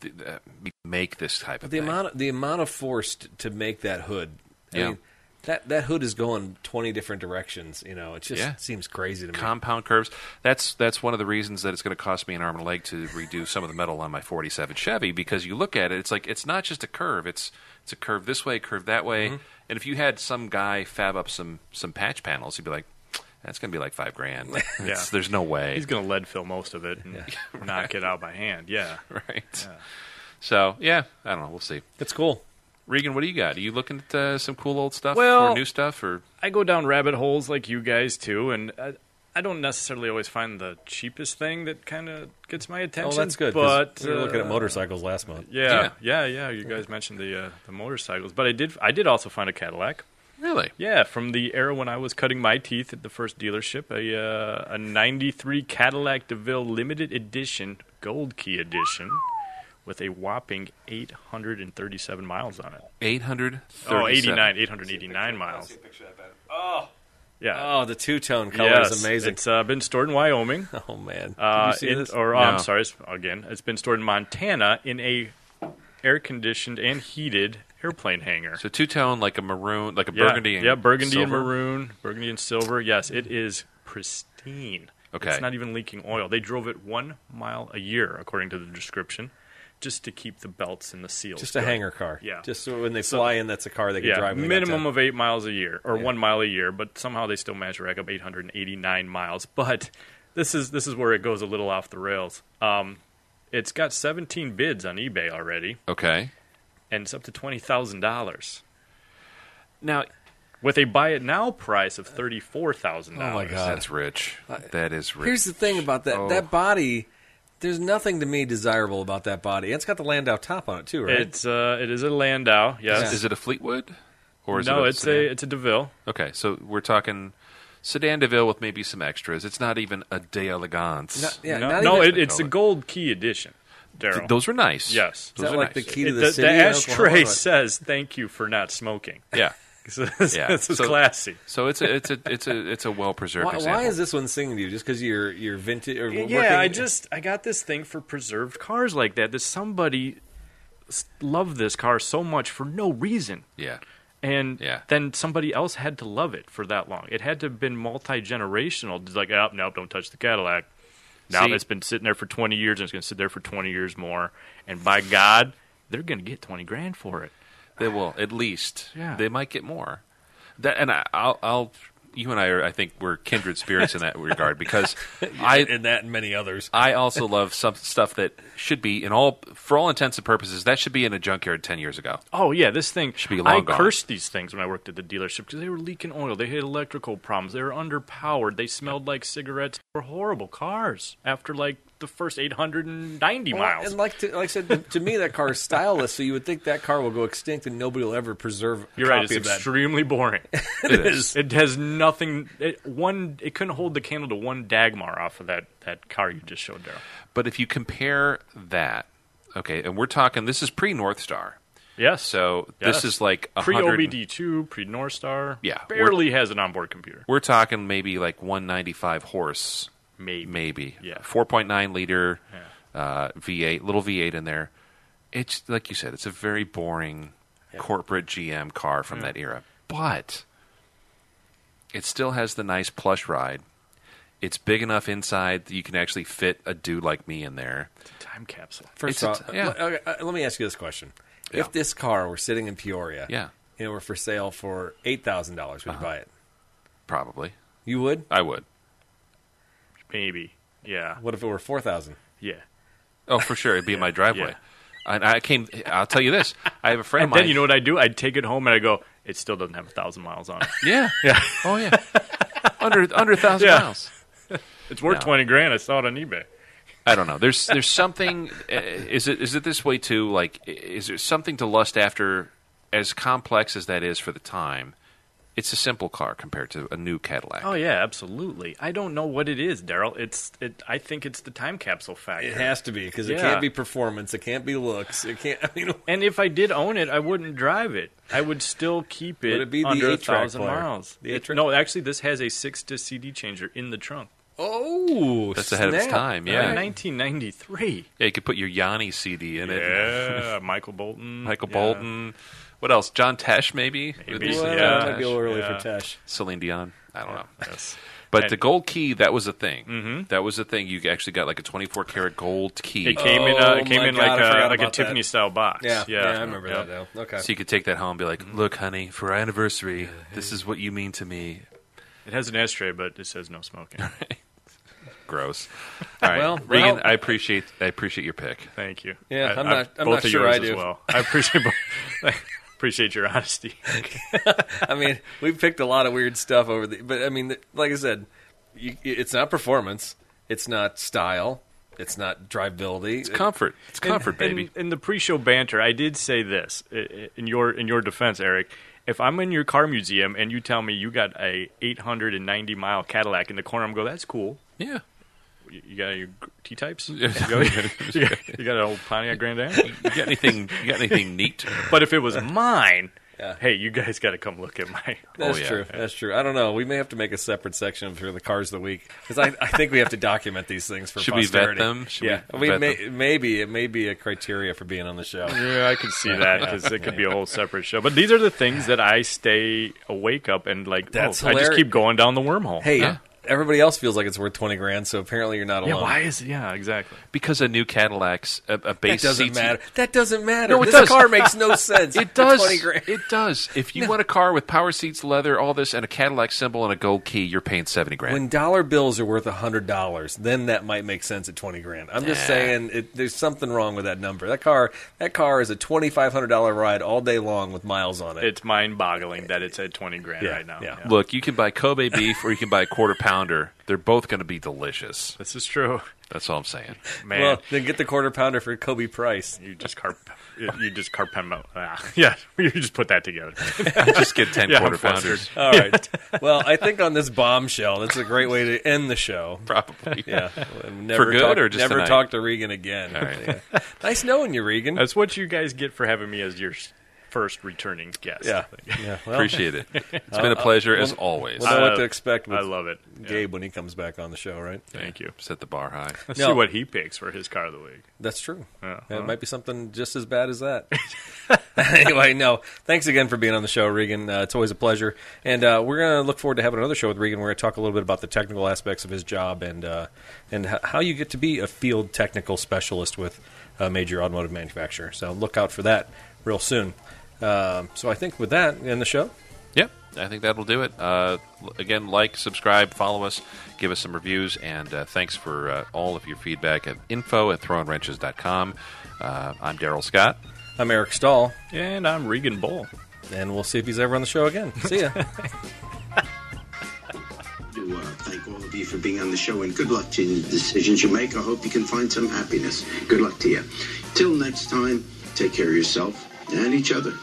S6: th- th- uh, make this type of
S5: the
S6: thing.
S5: amount of, the amount of force t- to make that hood. I
S6: Yeah.
S5: mean, that that hood is going twenty different directions. You know, it just
S6: Yeah.
S5: seems crazy to me.
S6: compound curves. That's that's one of the reasons that it's going to cost me an arm and a leg to redo some of the metal on my 47 Chevy because you look at it, it's like it's not just a curve. It's it's a curve this way, curve that way.
S7: Mm-hmm.
S6: And if you had some guy fab up some some patch panels, you'd be like, that's going to be like
S7: [LAUGHS]
S6: five grand. Like, it's- There's no way.
S7: He's going to lead fill most of it and [LAUGHS] knock it out by hand. Yeah.
S6: right. So yeah, I don't know. We'll see.
S5: It's cool.
S6: Regan, what do you got? Are you looking at uh, some cool old stuff
S7: Well-
S6: or new stuff or
S7: I go down rabbit holes like you guys too, and I, I don't necessarily always find the cheapest thing that kind of gets my
S5: Oh,
S7: attention.
S5: that's good. 'cause
S7: But
S5: we were looking at
S7: uh,
S5: motorcycles last month.
S7: Yeah, yeah, yeah. You guys mentioned the uh, the motorcycles, but I did I did also find a Cadillac.
S6: Really?
S7: Yeah, from the era when I was cutting my teeth at the first dealership, a uh, a '93 Cadillac DeVille Limited Edition Gold Key Edition with a whopping 837 miles on it.
S6: 837.
S7: Oh, 89, 889 miles. Yeah.
S5: Oh, the two tone color
S7: Yes,
S5: is amazing.
S7: It's uh, been stored in Wyoming.
S5: [LAUGHS] Oh man,
S7: Uh,
S5: Did you see
S7: in-
S5: this?
S7: Or oh, I'm
S6: No.
S7: sorry, it's, again, it's been stored in Montana in a air-conditioned and heated airplane hangar.
S6: So two tone, like a maroon, like a
S7: yeah,
S6: burgundy. And
S7: yeah, burgundy
S6: silver.
S7: and maroon, burgundy and silver. Yes, it is pristine.
S6: Okay.
S7: it's not even leaking oil. They drove it one mile a year, according to the description, just to keep the belts and the seals.
S5: just a
S7: good.
S5: hangar car.
S7: Yeah.
S5: just so when they fly in, that's a car they can
S7: Yeah,
S5: drive. when they got
S7: minimum
S5: time.
S7: of eight miles a year, or one mile a year, but somehow they still manage to rack up 889 miles. But this is this is where it goes a little off the rails. Um, it's got 17 bids on eBay already,
S6: Okay.
S7: and it's up to twenty thousand dollars
S6: Now,
S7: with a buy it now price of thirty-four thousand dollars.
S5: Oh my god,
S6: that's rich. That is rich.
S5: Uh, Here's the thing about that.
S6: Oh.
S5: That body, there's nothing to me desirable about that body. It's got the Landau top on it too, right?
S7: It's uh, it is a Landau. Yes.
S6: Is it a Fleetwood? Or is
S7: no,
S6: it a
S7: it's
S6: sedan?
S7: a it's a Deville.
S6: Okay, so we're talking sedan Deville with maybe some extras. It's not even a de elegance.
S5: Not- yeah,
S7: no,
S5: not
S7: no,
S5: even-
S7: it, it's a Gold Key edition. Daryl.
S6: Th- those were nice.
S7: Yes.
S5: Is
S6: those
S5: that
S6: were
S5: like
S6: nice.
S5: the key to
S7: It-
S5: the,
S7: the,
S5: city? in Oklahoma?
S7: ashtray says thank you for not smoking. [LAUGHS]
S6: Yeah.
S7: So this,
S6: Yeah.
S7: this is
S6: So-
S7: classy.
S6: So it's a it's a it's a it's a well preserved
S5: Why,
S6: example.
S5: why is this one singing to you? Just because you're you're vintage? Or
S7: Yeah,
S5: working,
S7: I
S5: [LAUGHS]
S7: just I got this thing for preserved cars like that. That somebody s- loved this car so much for no reason,
S6: Yeah.
S7: and
S6: Yeah.
S7: then somebody else had to love it for that long. It had to have been multi generational. Just like, oh, no, don't touch the Cadillac. Now
S6: See-
S7: it's been sitting there for twenty years, and it's going to sit there for twenty years more. And by God, they're going to get twenty grand for it.
S6: They will at least.
S7: Yeah.
S6: They might get more. That and I, I'll I'll you and I are I think we're kindred spirits in that
S7: [LAUGHS]
S6: regard because I
S5: and that and many others.
S6: I also love some stuff that should be in all for all intents and purposes that should be in a junkyard ten years ago.
S7: Oh yeah, this thing.
S6: be long
S7: I
S6: gone.
S7: cursed these things when I worked at the dealership because they were leaking oil. They had electrical problems. They were underpowered. They smelled like cigarettes. They were horrible cars after like the first 890
S5: Well,
S7: miles.
S5: and like to, like I said, to, to me that car is stylish, so you would think that car will go extinct and nobody will ever preserve. A
S7: You're
S5: copy
S7: right. It's
S5: of that.
S7: extremely
S5: [LAUGHS]
S7: boring.
S6: It is.
S7: It has nothing. It, one. It couldn't hold the candle to one Dagmar off of that that car you just showed, Daryl.
S6: But if you compare that, okay, and we're talking this is pre North Star.
S7: Yes.
S6: So
S7: Yes.
S6: this is like a
S7: pre
S6: hundred-
S7: OBD two, pre North Star.
S6: Yeah, we're-
S7: Barely has an onboard computer.
S6: We're talking maybe like 195 horse,
S7: Maybe.
S6: maybe.
S7: Yeah.
S6: 4.9 liter uh, V8, little V8 in there. It's like you said, it's a very boring corporate GM car from that era, but it still has the nice plush ride. It's big enough inside that you can actually fit a dude like me in there.
S7: Time capsule.
S5: First
S6: It's
S5: off,
S6: a- yeah.
S5: let, okay, uh, let me ask you this question:
S6: Yeah.
S5: If this car were sitting in Peoria,
S6: Yeah.
S5: and it were for sale for eight thousand dollars, would you buy it?
S6: Probably,
S5: You would.
S6: I would.
S7: Maybe. Yeah.
S5: What if it were four thousand?
S7: Yeah.
S6: Oh, for sure,
S7: [LAUGHS]
S6: it'd be in my driveway. And I came. I'll tell you this: I have a friend
S7: And
S6: of mine.
S7: then you know what I do? I'd take it home and I go, it still doesn't have a thousand miles [LAUGHS] on it.
S6: Yeah. Yeah. Oh yeah. under under a thousand
S7: Yeah.
S6: miles.
S7: It's worth
S6: No.
S7: twenty grand. I saw it on eBay.
S6: I don't know. There's there's something. uh, Is it is it this way too? Like, i- is there something to lust after? As complex as that is for the time, it's a simple car compared to a new Cadillac.
S7: Oh yeah, absolutely. I don't know what it is, Daryl. It's it. I think it's the time capsule factor.
S5: It has to be because it
S7: Yeah.
S5: can't be performance. It can't be looks. It can't. [LAUGHS] I mean,
S7: and if I did own it, I wouldn't drive it. I would still keep it,
S5: Would it be the
S7: under a
S5: eight-track
S7: thousand
S5: player?
S7: miles.
S5: The
S7: It-
S5: eight-track?
S7: no, actually, this has a six-disc CD changer in the trunk.
S5: oh,
S6: That's ahead of its
S5: snap.
S6: time,
S7: Yeah,
S6: yeah.
S7: 1993.
S6: Yeah, you could put your Yanni CD in it.
S7: Yeah, Michael Bolton.
S6: Michael
S7: Yeah.
S6: Bolton. What else? John Tesh, maybe.
S7: Maybe.
S6: Would
S5: Well,
S6: be-
S7: Yeah.
S5: Oh, that might be a little early
S7: Yeah.
S5: for Tesh.
S6: Celine Dion. I don't know.
S7: Yes.
S6: But
S7: And-
S6: the gold key, that was a thing. Mm-hmm. That was a thing. You actually got like a 24 karat gold key.
S7: It came in. A,
S5: Oh
S7: it came
S5: my
S7: in
S5: God,
S7: like
S5: I
S7: a
S5: forgot
S7: like a
S5: about that.
S7: Tiffany style box.
S5: Yeah, yeah, I remember
S7: Yep.
S5: that now.
S6: [LAUGHS]
S5: Okay,
S6: So you could take that home and be like,
S5: Mm-hmm.
S6: look, honey, for our anniversary, this is what you mean to me.
S5: [LAUGHS]
S7: It has an ashtray, but it says no smoking.
S6: Gross. All right.
S5: Well,
S6: Regan,
S5: well-
S6: I appreciate I appreciate your pick.
S7: Thank you.
S5: Yeah,
S7: I,
S5: I'm
S7: I-
S5: not- I'm
S7: both
S5: not
S7: of
S5: sure
S7: yours
S5: I do.
S7: As well, I appreciate bo- I [LAUGHS] appreciate your [LAUGHS] honesty.
S5: I mean, we picked a lot of weird stuff over the, but I mean, th- like I said, you, it's not performance. It's not style. It's not drivability.
S6: It's comfort. It's comfort,
S7: in,
S5: [LAUGHS]
S6: baby.
S7: In, in the pre-show banter, I did say this i- i- in your in your defense, Eric. If I'm in your car museum and you tell me you got a 890 mile Cadillac in the corner, I'm go. That's cool.
S6: yeah.
S7: You you got your T
S6: [LAUGHS]
S7: types. You,
S6: Yeah.
S7: got- [LAUGHS] you got- you got an old Pontiac Grand Am.
S6: You got anything? You got anything neat?
S7: But if it
S6: [LAUGHS]
S7: was mine,
S5: Yeah.
S7: hey, you guys got to come look at my.
S5: That's
S6: Oh, yeah.
S5: true. That's true. I don't know. We may have to make a separate section for the cars of the week because I, I think we have to document these things for
S6: Should we vet
S5: posterity.
S6: them? Should
S5: yeah,
S6: we
S5: we
S6: vet
S5: may, maybe it may be a criteria for being on the show.
S7: Yeah, I can see that because it could be a whole separate show. But these are the things that I stay awake up and like.
S5: That's
S7: oh, I just
S5: hilarious.
S7: keep going down the wormhole.
S5: Hey,
S6: Yeah.
S5: everybody else feels like it's worth twenty grand, so apparently you're not
S7: yeah,
S5: alone.
S7: why is it? Yeah, exactly.
S6: Because a new Cadillac's a, a
S5: That
S6: base
S5: doesn't
S6: CT
S5: matter. That doesn't matter.
S6: No, it
S5: this
S6: does.
S5: car makes no sense.
S6: [LAUGHS] It
S5: for
S6: does.
S5: 20 grand.
S6: It does. If you want a car with power seats, leather, all this, and a Cadillac symbol and a gold key, you're paying seventy grand.
S5: When dollar bills are worth hundred dollars, then that might make sense at twenty grand. I'm just
S6: Nah.
S5: saying, it, there's something wrong with that number. That car, that car is a twenty five hundred dollar ride all day long with miles on it.
S7: It's mind-boggling that it's at twenty grand right now.
S5: yeah.
S6: Look, you can buy Kobe beef or you can buy a quarter pounder. They're both going to be delicious.
S7: this is true, [LAUGHS]
S6: That's all
S5: [LAUGHS]
S6: I'm saying.
S7: man.
S5: well, then get the quarter pounder for Kobe
S6: [LAUGHS]
S5: Price.
S7: you just carp, you just carpemo. Ah, [LAUGHS] yeah, you just put that [LAUGHS] together.
S6: Just get ten
S7: Yeah,
S6: quarter
S7: I'm flustered.
S6: pounders.
S5: All right. well, I think on this bombshell, that's a great way to end the show.
S6: Probably.
S5: Yeah. Never
S6: good
S5: talk,
S6: or just
S5: never
S6: tonight?
S5: talk to Regan again.
S6: All right.
S5: Yeah. [LAUGHS] Nice knowing you, Regan.
S7: That's what you guys get for having me as your s- first returning guest.
S6: [LAUGHS]
S5: yeah. yeah. Well,
S6: [LAUGHS] Appreciate it. It's been a pleasure as always.
S5: We'll know what
S7: Uh,
S5: to expect with
S7: I love it. Yeah,
S5: Gabe when he comes back on the show, right?
S7: Thank you.
S6: Set the bar high.
S7: Let's
S5: No.
S7: see what he picks for his car of the week.
S5: That's true.
S7: Yeah.
S5: It might be something just as bad as that. [LAUGHS] anyway, no. Thanks again for being on the show, Regan. Uh, it's always a pleasure. And uh, we're going to look forward to having another show with Regan. We're going to talk a little bit about the technical aspects of his job and uh, and h- how you get to be a field technical specialist with a major automotive manufacturer. So look out for that real soon. Um, so I think with that, in the show.
S6: Yep, I think that'll do it. Uh, l- again, like, subscribe, follow us, give us some reviews, and uh, thanks for uh, all of your feedback at info at throwingwrenches.com. Uh, I'm Daryl Scott.
S5: I'm Eric Stahl,
S7: And I'm Regan Bull.
S5: and we'll see if he's ever on the show again. See ya.
S8: to uh, thank all of you for being on the show and good luck to you in the decisions you make. I hope you can find some happiness. Good luck to you. Till next time, take care of yourself and each other.